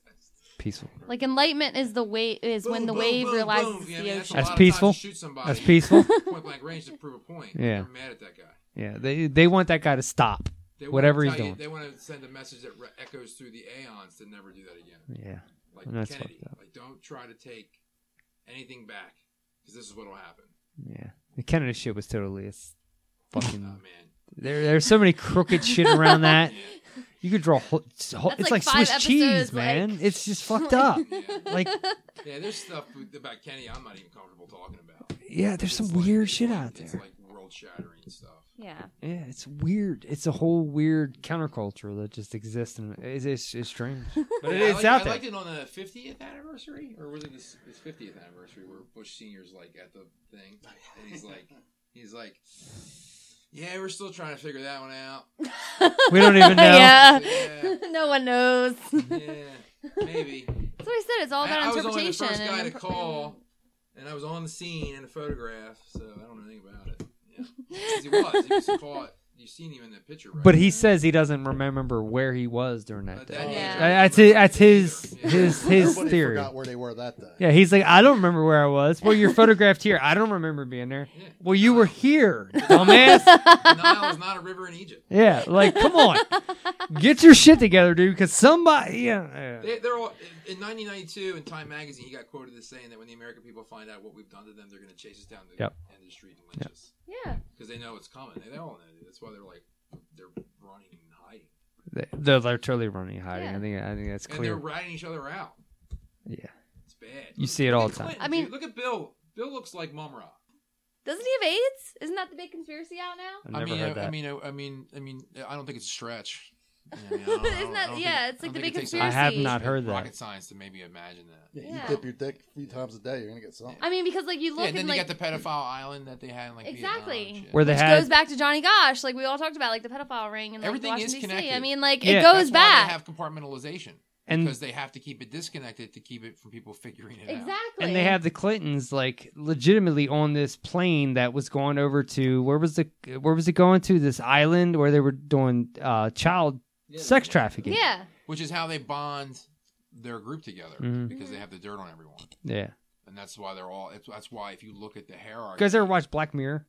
G: Peaceful.
H: Like enlightenment is the wave is when the wave realizes
J: boom. Yeah, I
H: the
J: mean, a
H: ocean.
G: That's
J: lot of times
G: peaceful.
J: you Shoot somebody
G: That's peaceful.
J: point blank range to prove a point.
G: Yeah.
J: They're mad at that guy.
G: Yeah, they they want that guy to stop
J: They wanna
G: whatever he's
J: tell you-
G: doing.
J: they want to send a message that re- echoes through the aeons to never do that again.
G: Yeah.
J: Like
G: And that's
J: Kennedy.
G: fucked up.
J: Like, don't try to take anything back because this is what will happen.
G: Yeah, the Kennedy shit was totally it's fucking.
J: Uh, man.
G: There there's so many crooked shit around that. You could draw. Whole, it's whole-
J: That's
G: it's
J: like
G: like,
J: five
G: Swiss cheese,
J: episodes,
G: man. It's just fucked up. Like
J: yeah, there's stuff with- about Kenny I'm not even comfortable talking about.
G: yeah, there's some weird shit out there.
J: It's like world shattering stuff.
H: Yeah.
G: yeah, it's weird. It's a whole weird counterculture that just exists, and it's it's, it's strange. But it,
J: Yeah, I
G: it's
J: liked-
G: out
J: I
G: there.
J: liked it on the 50th anniversary, or was it his, his 50th anniversary, where Bush Senior's like at the thing, and he's like, he's like, yeah, we're still trying to figure that one out.
G: We don't even know.
H: Oh, yeah.
J: Yeah.
H: no one knows.
J: Yeah, maybe.
H: That's what I said. It's all about
J: I, I was only the
H: interpretation.
J: first guy
H: and
J: to
H: impre-
J: call, and I was on the scene and a photograph, so I don't know anything about it. Yeah, 'Cause he was, he was caught. You seen him in the picture, right?
G: But he says he doesn't remember where he was during that day.
J: that
G: That-
J: Yeah.
G: That's his, that's his his his
K: Everybody
G: theory.
K: forgot where they were that day.
G: Yeah, he's like, I don't remember where I was. Well, you're photographed here. I don't remember being there. Well, you were here, dumbass.
J: Nile is not a river in Egypt.
G: yeah, like, come on, get your shit together, dude. Because somebody, yeah, yeah.
J: They, they're all in 1992 in Time magazine. He got quoted as saying that when the American people find out what we've done to them, they're going to chase us down the
G: Yep.
J: end of the street and lynch us.
H: Yeah,
J: because they know it's coming. They, they all know. That's why they're like they're running and hiding,
G: They- they're, they're totally running hiding.
J: Yeah.
G: I think I think that's
J: and they're
G: clear.
J: riding each other out.
G: Yeah,
J: It's bad.
G: You see it all
J: Look at
G: the time.
J: Clinton,
H: I mean-
J: dude. look at Bill. Bill looks like Mum Ra.
H: Doesn't he have AIDS? Isn't that the big conspiracy out now?
G: I've never
J: mean,
G: heard
J: I, I
G: that.
J: mean, I, I mean, I mean, I don't think it's a stretch.
H: Isn't that- yeah, it's like the big
G: I have not heard that.
J: Rocket science to maybe imagine that.
K: Yeah,
H: Yeah.
K: You dip your dick a few times a day, you're gonna get something.
H: I mean, because like you look
J: yeah, and then
H: and
J: they
H: like
J: got the pedophile island that they had in like Vietnam
H: exactly
G: Where they
H: Which
G: had-
H: goes back to Johnny Gosh, like we all talked about, like the pedophile ring and like,
J: Everything is
H: Washington D.C.
J: connected.
H: I mean, like
G: Yeah.
H: it
J: That's
H: goes
J: Why
H: back.
J: they have compartmentalization
G: And-
J: because they have to keep it disconnected to keep it from people figuring it out.
H: Exactly.
G: and they have the Clintons like legitimately on this plane that was going over to where was the where was it going to this island where they were doing uh, child sex trafficking.
H: Yeah.
J: Which is how they bond their group together
G: Mhm.
J: because they have the dirt on everyone,
G: Yeah.
J: and that's why they're all. It's, that's why if you look at the
G: You
J: hierarchy,
G: guys ever watch Black Mirror?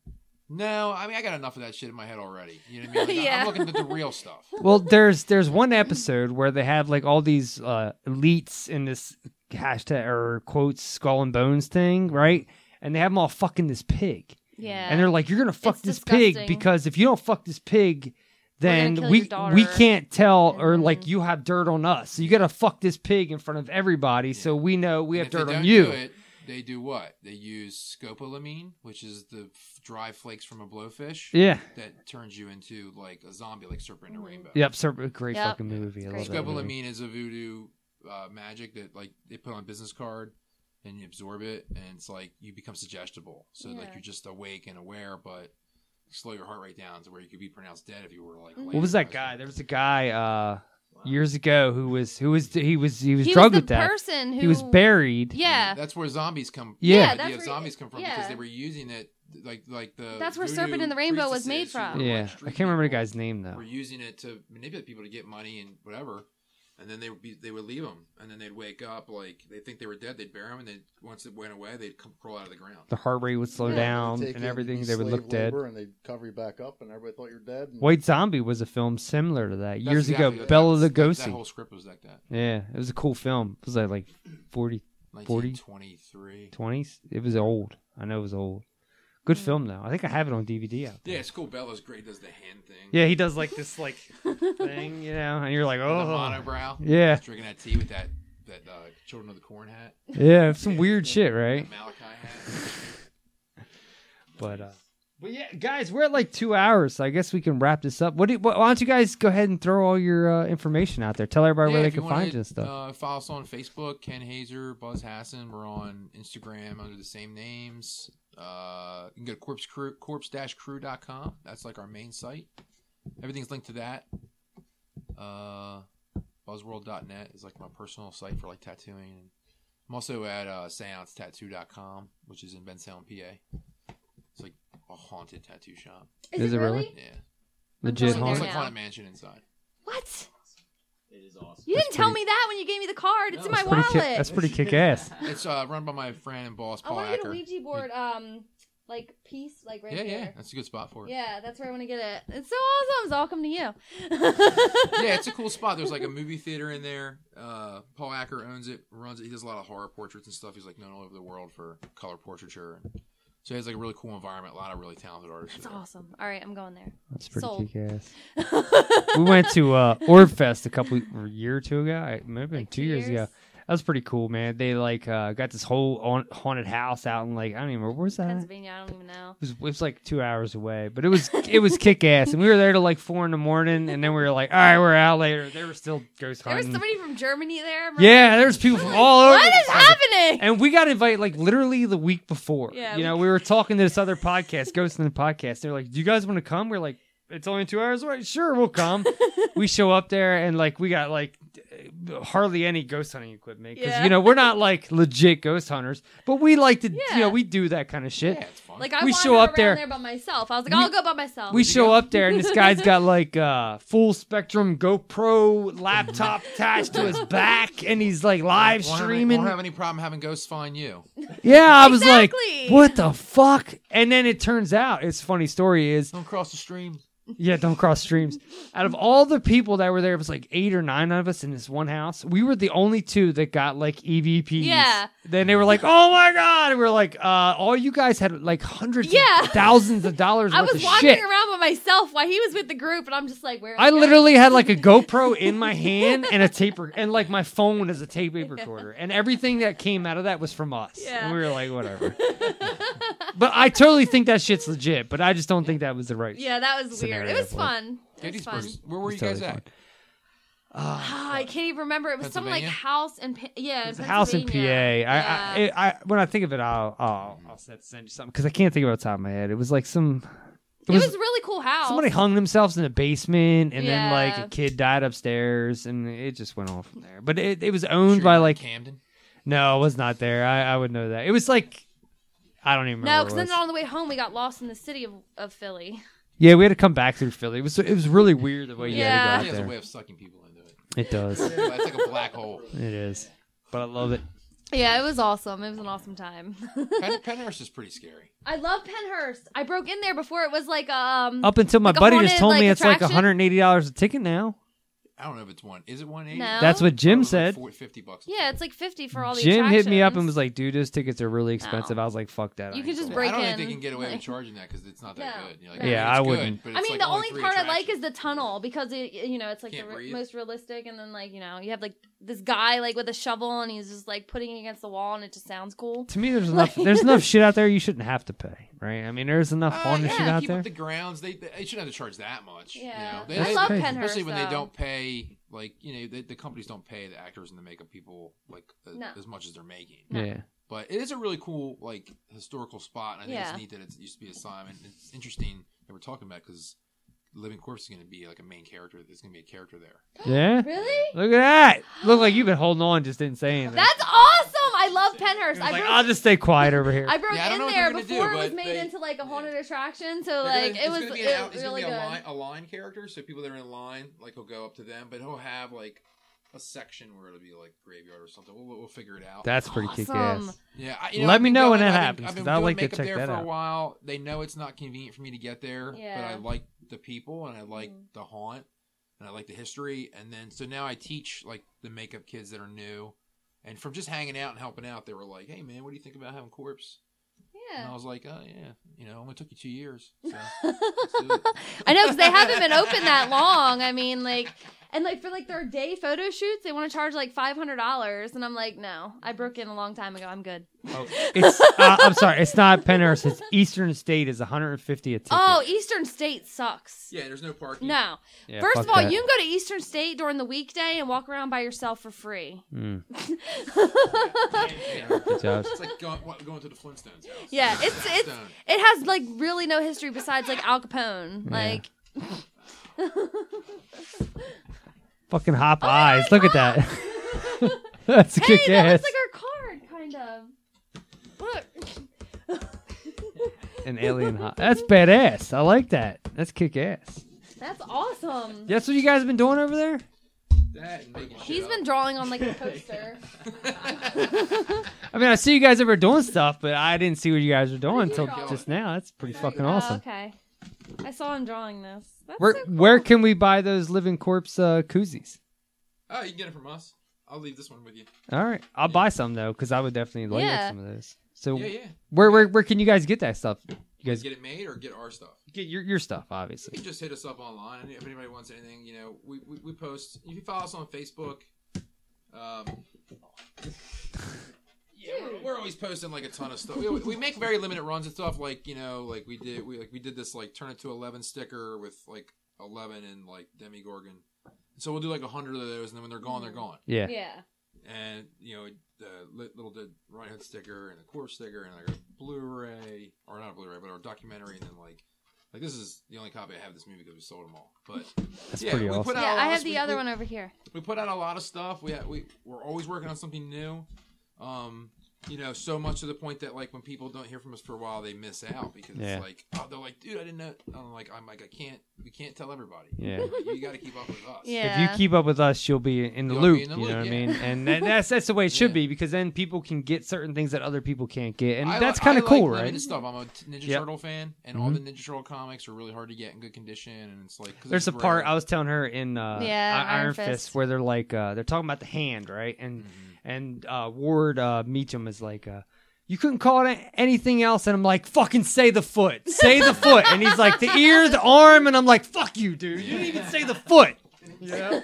J: no, I mean I got enough of that shit in my head already. You know what I mean? Like,
H: Yeah.
J: I'm looking at the real stuff.
G: Well, there's there's one episode where they have like all these uh, elites in this hashtag or quotes skull and bones thing, right? And they have them all fucking this pig.
H: Yeah.
G: And they're like, "You're gonna fuck
H: It's
G: this
H: disgusting.
G: pig because if you don't fuck this pig,
H: kill
G: then
H: your
G: we
H: daughter." Mm-hmm.
G: we can't tell or like you have dirt on us. So you gotta fuck this pig in front of everybody so we know we
J: And
G: have
J: if
G: dirt
J: they
G: on
J: don't
G: you."
J: do it, they do what? They use scopolamine, which is the f- dry flakes from a blowfish.
G: Yeah.
J: That turns you into like a zombie, like Serpent in
H: Mm-hmm.
J: a Rainbow.
G: Yep, Serpent- great
H: Yep.
G: fucking movie. I love that movie.
J: Scopolamine is a voodoo uh, magic that like they put on a business card and you absorb it, and it's like you become suggestible. So like
H: Yeah.
J: you're just awake and aware, but slow your heart rate down to where you could be pronounced dead if you were
H: Mm-hmm.
J: like.
G: What was that guy? There was a guy uh, years ago who was who was he was he was
H: He was
G: drugged
H: the
G: with that
H: person
G: He was
H: who-
G: buried.
H: Yeah.
J: That's where zombies come.
G: Yeah. Yeah,
J: the
H: that's
J: idea of
H: where-
J: zombies come from
H: yeah.
J: because they were using it like like the.
H: That's where
J: voodoo
H: Serpent in the Rainbow was made
J: priestesses who
H: from.
J: were, like,
G: Yeah, I
J: street
G: can't remember the guy's name though.
J: Were using it to manipulate people to get money and whatever, and then they would be, they would leave them, and then they'd wake up like they think they were dead. They'd bury them, and then once it went away, they'd come crawl out of the ground.
G: The heart rate would slow
K: Yeah.
G: down
K: They'd take
G: and
K: you
G: everything.
K: be
G: They would
K: slave
G: look dead.
K: labor And they'd cover you back up, and everybody thought you're dead. and-
G: White Zombie was a film similar to that
K: That's
G: years
K: exactly
G: ago.
K: what-
G: Bella
K: that- that
G: Lugosi.
K: whole script was like that.
G: Yeah, it was a cool film. It was that like 40, 40
J: 1923.
G: 20s? It was old. I know it was old. Good film though. I think I have it on DVD. Out.
J: Yeah, it's cool. Bella's great. Does the hand thing?
G: Yeah, he does like this like thing, you know, and you're like,
J: The
G: oh,
J: monobrow.
G: Yeah,
J: drinking that tea with that that uh, Children of the Corn hat.
G: yeah, it's some weird shit, right?
J: That Malachi hat.
G: But uh, but yeah, guys, we're at like two hours, so I guess we can wrap this up. What? Do, why don't you guys go ahead and throw all your uh, information out there? Tell everybody
J: Yeah,
G: where they
J: if you
G: can
J: wanna,
G: find you and stuff.
J: Uh, follow us on Facebook, Ken Hazer, Buzz Hassan. We're on Instagram under the same names. Uh, you can go to corpse crew, corpse-crew.com. That's like our main site. Everything's linked to that. Uh, buzzworld.net is like my personal site for like tattooing. I'm also at uh, seancetattoo.com, which is in Bensalem, PA. It's like a haunted tattoo shop.
G: Is Is it it really? really?
J: Yeah.
G: Legit
J: It's like-
G: haunted?
J: It's like
H: now.
J: haunted mansion inside.
H: What?
I: It is awesome.
H: You didn't
J: That's
H: tell
J: pretty-
H: me that when you gave me the card. It's in my
G: That's pretty
H: wallet.
G: ki- that's pretty kick-ass.
J: It's uh, run by my friend and boss
H: I
J: Paul
H: want to get a
J: Acker.
H: Ouija board, um, like piece, like right
J: yeah,
H: there.
J: yeah, that's a good spot for it.
H: Yeah, that's where I want to get it. It's so awesome. So I'll come to you.
J: yeah, it's a cool spot. There's like a movie theater in there. Uh, Paul Acker owns it, runs it. He does a lot of horror portraits and stuff. He's like known all over the world for color portraiture. So he has like a really cool environment. A lot of really talented artists.
H: That's
J: there.
H: awesome. All right, I'm going there.
G: That's pretty
H: Sold.
G: kick-ass. we went to uh, Orbfest a couple a year or two ago. I maybe two years, ago. That was pretty cool, man. They like uh, got this whole on- haunted house out in like I don't even remember where's that. at?
H: Pennsylvania. I don't even know.
G: It was, it was like two hours away, but it was it was kick ass, and we were there till like four in the morning, and then we were like, all right, we're out later. There were still ghost
H: There was
G: hunting.
H: somebody from Germany there. remember?
G: yeah, there was people from all over.
H: What
G: the
H: is
G: place.
H: happening?
G: And we got invited like literally the week before.
H: Yeah,
G: you know, we were talking to this other podcast, Ghost in the Podcast. They're like, "Do you guys want to come?" We're like, "It's only two hours away. Sure, we'll come." we show up there, and like we got like hardly any ghost hunting equipment because
H: Yeah.
G: you know we're not like legit ghost hunters, but we like to you know we do that kind of shit.
H: Like I
G: we
H: wandered
G: show up
H: around
G: there.
H: there by myself. I was like, I'll go by myself.
G: We show up there and this guy's got like uh, full spectrum GoPro laptop attached to his back and he's like
J: Won't
G: live
J: have any-
G: streaming.
J: Won't have any problem having ghosts find you.
G: Yeah, I was
J: Exactly.
G: like, what the fuck? And then it turns out it's a funny story is
J: Don't cross the stream.
G: yeah, don't cross streams. Out of all the people that were there, it was like eight or nine of us in this one house. We were the only two that got like EVPs.
H: Yeah.
G: Then they were like, "Oh my god!" And we were like, uh, "All you guys had like hundreds,
H: Yeah.
G: of thousands of dollars
H: I
G: worth
H: was
G: of
H: walking
G: shit."
H: around by myself while he was with the group, and I'm just like, where?
G: I literally had like a GoPro in my hand and a tape, rec- and like my phone as a tape recorder, and everything that came out of that was from us.
H: Yeah.
G: And we were like, whatever. but I totally think that shit's legit, but I just don't think that was the right.
H: Yeah, that was weird.
G: scenario
H: It was
G: for
H: fun. It was
J: Gettysburg.
H: fun.
J: Where were
G: It's
J: you guys
G: totally
J: at?
H: Ah, I can't even remember. It was some like
J: Pennsylvania?
H: house and yeah, in
G: It's a house in PA. I,
H: Pennsylvania.
G: I, it- I, when I think of it, I'll, I'll, I'll send send you something because I can't think of it off the top of my head. It was like some.
H: It was, a really cool house.
G: Somebody hung themselves in the basement, and then like
H: Oh, Yeah.
G: a kid died upstairs, and it just went on from there. But it, it was owned by like
J: Camden.
G: No, I was not there. I, I would know that. It was like I don't even
H: No,
G: remember.
H: because
G: where it
H: then
G: was.
H: on the way home we got lost in the city of, of Philly.
G: yeah, we had to come back through Philly. It was it was really weird the way you
H: Yeah.
J: It
G: had
J: has
G: to
J: a
G: go out
J: way
G: there.
J: of sucking people into it.
G: It does.
J: Yeah, it's like a black hole.
G: It is, but I love it.
H: Mm. Yeah, it was awesome. It was an awesome time.
J: Pen- Penhurst is pretty scary.
H: I love Penhurst. I broke in there before it was like um
G: Up until my
H: like a
G: buddy just
H: haunted,
G: told me it's like
H: attraction.
G: 180 dollars a ticket now.
J: I don't know if it's one. Is it one eighty?
H: No.
G: That's what
J: It
G: Jim
J: was like
G: said.
J: 40 Fifty bucks.
H: Yeah, it's like fifty for all the
G: Jim hit me up
H: attractions.
G: and was like, "Dude, those tickets are really expensive." I was like, "Fuck that."
H: You
G: I
H: can
G: ain't
H: just
G: going."
H: break
J: I don't
H: in.
J: think they can get away
H: like-
J: with charging that because it's not that
H: No.
J: good. You're like,
G: Yeah, I
J: it's good,
G: wouldn't.
J: but
H: I
J: it's
H: mean,
J: like
H: the
J: only
H: only
J: three
H: part I
J: attractions.
H: like is the tunnel because it, you know, it's like the
J: Can't
H: re-
J: breathe.
H: most realistic, and then like you know, you have like this guy like with a shovel and he's just like putting it against the wall, and it just sounds cool.
G: To me, there's enough. There's enough shit out there. You shouldn't have to pay, right? I mean, there's enough
H: Uh, Oh,
G: haunted
J: yeah,
G: shit out
J: keep
G: there.
J: up the grounds. They, they, they shouldn't have to charge that much.
H: Yeah.
J: you know? they,
H: I
J: they-
H: love
J: especially
H: Penhurst,
J: when they
H: though.
J: don't pay. Like you know, the, the companies don't pay the actors and the makeup people like uh,
H: No.
J: as much as they're making.
G: No. Yeah.
J: But it is a really cool like historical spot. And I think
H: Yeah.
J: it's neat that it's- it used to be a Simon. It's interesting that we're talking about because Living Corpse is going to be like a main character. There's going to be a character there.
G: Yeah.
H: Really?
G: Look at that. Look like you've been holding on, just didn't say anything.
H: That's awesome. I love Penhurst. I
G: like,
H: wrote,
G: I'll just stay quiet over here.
H: I wrote
J: Yeah, I don't know
H: in
J: what
H: there
J: they're gonna do,
H: before it was
J: but
H: made
J: they-
H: into like a haunted attraction. So
J: They're
H: like
J: gonna-
H: it was
J: gonna be an out-
H: it
J: it's
H: was
J: gonna
H: really
J: be
H: good.
J: A line, a line character, so people that are in line, like he'll go up to them, but he'll have like a section where it'll be like graveyard or something. We'll, we'll figure it out.
G: That's pretty
H: Awesome.
G: kick-ass.
J: Yeah, I, you know,
G: Let
J: I've
G: me
J: been
G: know when
J: going-
G: that
J: I've been-
G: happens,
J: I've
G: 'cause
J: been
G: I'd
J: doing
G: like to
J: makeup
G: check
J: there
G: that
J: for
G: out.
J: a while. They know it's not convenient for me to get there, but I
H: Yeah. Mm.
J: like the people and I like the haunt and I like the history. And then so now I teach like the makeup kids that are new, and from just hanging out and helping out, they were like, "Hey man, what do you think about having corpse?" And I
H: Yeah.
J: was like, "Oh yeah, you know, it only took you two years." So.
H: I know because they haven't been open that long. I mean, like, and like for like their day photo shoots, they want to charge like five hundred dollars, and I'm like, no, I broke in a long time ago. I'm good.
G: Oh, it's, uh, I'm sorry. It's not Penhurst. It's Eastern State is 150 a ticket.
H: Oh, Eastern State sucks.
J: Yeah, there's no parking.
H: No.
G: Yeah,
H: First
G: fuck
H: of all,
G: that.
H: you can go to Eastern State during the weekday and walk around by yourself for free.
G: Mm.
J: Yeah.
G: Good job.
J: It's like going, what, going to the Flintstones. house.
H: Yeah, it's it's
J: Flintstone.
H: it has like really no history besides like Al Capone. Like
G: Fucking hop eyes. Look at that. That's a
H: oh Hey,
G: good
H: that
G: guess.
H: looks like our card kind of. Look.
G: An alien hop. That's badass. I like that. That's kick ass.
H: That's awesome.
G: That's what you guys have been doing over there?
H: He's been drawing on like a poster.
G: I mean, I see you guys ever doing stuff, but I didn't see what you guys were doing
H: you
G: until
H: draw?
G: just now. That's pretty fucking
H: Oh,
G: awesome.
H: okay. I saw him drawing this. That's
G: Where
H: so
G: where can we buy those living corpse uh, koozies?
J: Oh, you can get it from us. I'll leave this one with you.
G: All right, I'll buy some though because I would definitely like
H: Yeah.
G: some of those. So
J: Yeah, yeah.
G: where where where can you guys get that stuff? You guys
J: get it made or get our stuff.
G: get your your stuff,
J: You
G: obviously.
J: can just hit us up online if anybody wants anything. You know, we, we, we post. If you follow us on Facebook, um, yeah, we're, we're always posting like a ton of stuff. We, we make very limited runs and stuff. Like you know, like we did we like we did this like turn it to eleven sticker with like eleven and like Demi Gorgon. So we'll do like a hundred of those, and then when they're gone, they're gone.
G: Yeah.
H: Yeah.
J: and you know the li- little did Ryan Hood sticker and a corpse sticker and like a Blu-ray or not a Blu-ray but our documentary and then like like this is the only copy I have of this movie because we sold them all. But
G: That's pretty awesome.
J: out
H: Yeah,
J: a
H: I
J: lot
H: have
J: of-
H: the
J: we-
H: other
J: we-
H: one over here.
J: We put out a lot of stuff. We we we're always working on something new. Um, you know, so much to the point that like when people don't hear from us for a while, they miss out because
G: Yeah.
J: it's like oh, they're like, dude, I didn't know. I'm like, I'm like, I can't. We can't tell everybody.
G: Yeah.
J: Like, you got to keep up with us.
G: If you keep up with us, you'll be in the
J: You'll be
G: loop.
J: in the
G: you know
J: loop,
G: what I
J: yeah.
G: mean? And that, that's that's the way it should be because then people can get certain things that other people can't get, and
J: I
G: that's
J: li-
G: kind
J: I
G: of cool,
J: like
G: right?
J: limited Stuff. I'm a t- Ninja
G: Yep.
J: Turtle fan, and all the
G: Mhm.
J: Ninja Turtle comics are really hard to get in good condition. And it's like 'cause
G: There's a
J: it's
G: part
J: rare.
G: I was telling her in uh,
H: Yeah,
G: I- Iron,
H: Iron
G: Fist.
H: Fist.
G: where they're like uh, they're talking about the hand, right? And and uh, Ward uh, Meacham is like, uh, you couldn't call it a- anything else, and I'm like, fucking say the foot, say the foot, and he's like the ear, the arm, and I'm like, fuck you, dude, you didn't even say the foot. You know?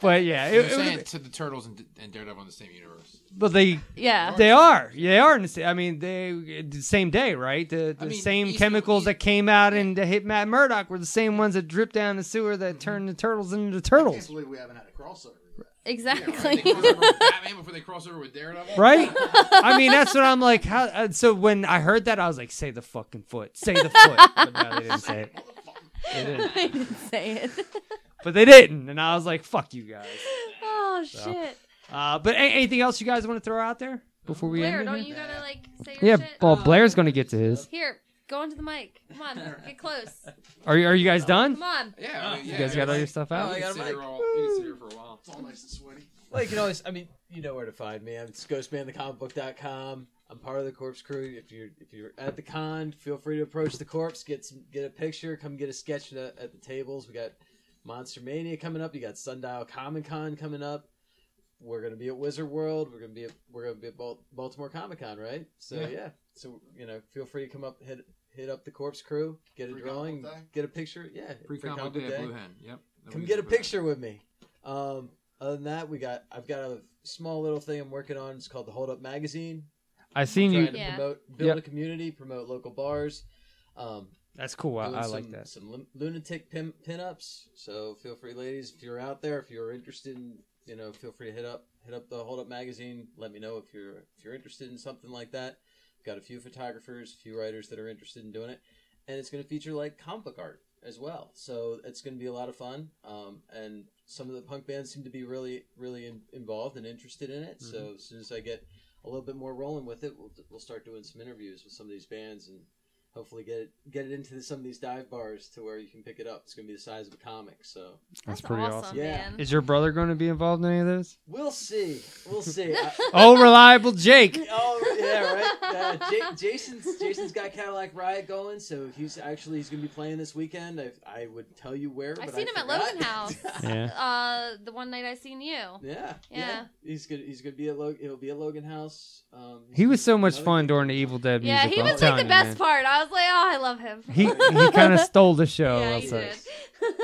G: but yeah,
J: You're
G: it, it
J: saying
G: was-
J: to the turtles and, D- and Daredevil in the same universe.
G: but they
H: Yeah.
G: they are they are in the same. I mean they the same day right the, the
J: mean,
G: same
J: East-
G: chemicals that came out and that hit Matt Murdock were the same ones that dripped down the sewer that turned the turtles into the
K: I can't
G: turtles
K: believe we haven't had a crossover.
H: Exactly.
J: They cross over with Batman before they cross over with Daredevil.
G: right I mean that's what I'm like how uh, so when I heard that I was like say the fucking foot say the foot but no, they didn't say it they didn't.
H: I didn't say it.
G: but they didn't and I was like fuck you guys
H: oh
G: So,
H: shit.
G: uh, but a- anything else you guys want to throw out there before we end
H: Blair,
G: it
H: don't
G: here?
H: you gotta like say your
G: yeah
H: shit? Oh,
G: well Blair's gonna get to his
H: Here, go onto the mic. Come on, get close.
G: are you are you guys done
H: Come on.
J: Yeah, I mean,
G: you
J: yeah,
G: guys got all your stuff out
J: we
I: I
J: can
I: got
J: sit
I: a
J: here
I: mic.
J: all- we can sit here for a while.
K: It's all nice and sweaty.
I: Well, you can always, I mean, you know where to find me. I'm it's ghostmanthecomicbook.com. I'm part of the corpse crew. If you're if you're at the con, feel free to approach the corpse, get some, get a picture, come get a sketch at, at the tables. We got Monster Mania coming up. You got Sundial Comic Con coming up. We're gonna be at Wizard World. We're gonna be at, we're gonna be at Bal- Baltimore Comic Con, right? So
J: Yeah.
I: yeah. So you know, feel free to come up, hit hit up the corpse crew, get a
K: Free comic
I: drawing,
K: book day?
I: get a picture. Yeah,
J: Free
I: free
J: comic
I: comic
J: day at
I: day.
J: Blue Hen. Yep. That
I: Come
J: we
I: get a
J: can put out.
I: picture with me. Um, other than that, we got I've got a small little thing I'm working on. It's called the Hold Up Magazine.
G: I seen
I: trying
G: you
I: to
H: Yeah.
I: promote, build
G: Yep.
I: a community, promote local bars. Um,
G: That's cool. I,
I: doing
G: I
I: some,
G: like that.
I: Some lun- lunatic pin pinups. So feel free, ladies, if you're out there, if you're interested in, you know, feel free to hit up hit up the Hold Up Magazine. Let me know if you're if you're interested in something like that. Got a few photographers, a few writers that are interested in doing it.
K: and it's going to feature like comic book art as well. So it's going to be a lot of fun. Um, and some of the punk bands seem to be really, really in- involved and interested in it. So
G: Mm-hmm.
R: Mhm.
K: as soon as I get a little bit more rolling with it, we'll, we'll start doing some interviews with some of these bands and hopefully get it get it into some of these dive bars to where you can pick it up. It's going to be the size of a comic. So
G: That's, pretty awesome.
K: Yeah,
G: Is your brother going to be involved in any of this?
K: we'll see. We'll see. I-
G: Oh, reliable Jake.
K: Oh yeah, right. Uh, Ja Jason's Jason's got Cadillac Riot going, so he's actually he's gonna be playing this weekend. I, I would tell you where.
H: I've
K: but
H: seen
K: I
H: him
K: forgot.
H: at Logan House.
G: Yeah.
H: Uh, the one night I seen you.
K: Yeah,
H: Yeah.
K: He's gonna he's gonna be at Logan. He'll be at Logan House. Um,
G: He was so much fun during the Evil Dead music.
H: Yeah, he
G: I'm
H: was like
G: telling
H: the
G: you,
H: best
G: man.
H: part. I was like, oh, I love him.
G: He he kind of stole the show.
H: Yeah,
G: I'll
H: he
G: say.
H: did.
K: he's, a great,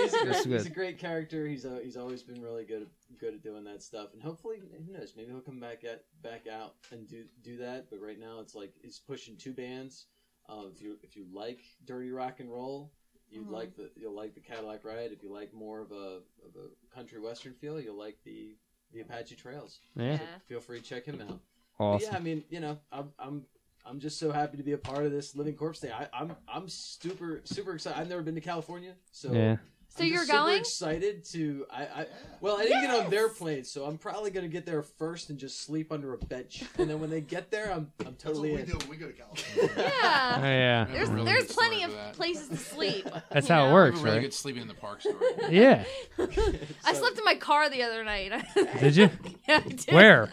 K: he's
G: That's
K: a
G: good.
K: great character. He's uh, he's always been really good good at doing that stuff, and hopefully, who knows? Maybe he'll come back at back out and do do that. But right now, it's like he's pushing two bands. Uh, if you if you like dirty rock and roll, you
R: Mhm.
K: would like the you'll like the Cadillac Ride. If you like more of a of a country western feel, you'll like the the Apache Trails.
G: Yeah.
K: So feel free to check him out. But
G: Awesome.
K: yeah, I mean, you know, I'm I'm I'm just so happy to be a part of this Living Corpse thing. I, I'm I'm super super excited. I've never been to California, so
G: Yeah.
H: So
K: I'm
H: you're
K: just super
H: going?
K: Excited to I, I well I didn't get on their plane, so I'm probably gonna get there first and just sleep under a bench, and then when they get there, I'm I'm totally in.
S: we go to California.
H: Yeah.
G: Oh, yeah.
H: There's
G: Really
H: there's
G: good
H: plenty of places to sleep.
G: That's
H: you
G: how
H: know?
G: it works,
J: Really
G: right?
J: good sleeping in the park story.
G: Yeah.
H: I slept in my car the other night.
G: Did you?
H: yeah, I did.
G: Where?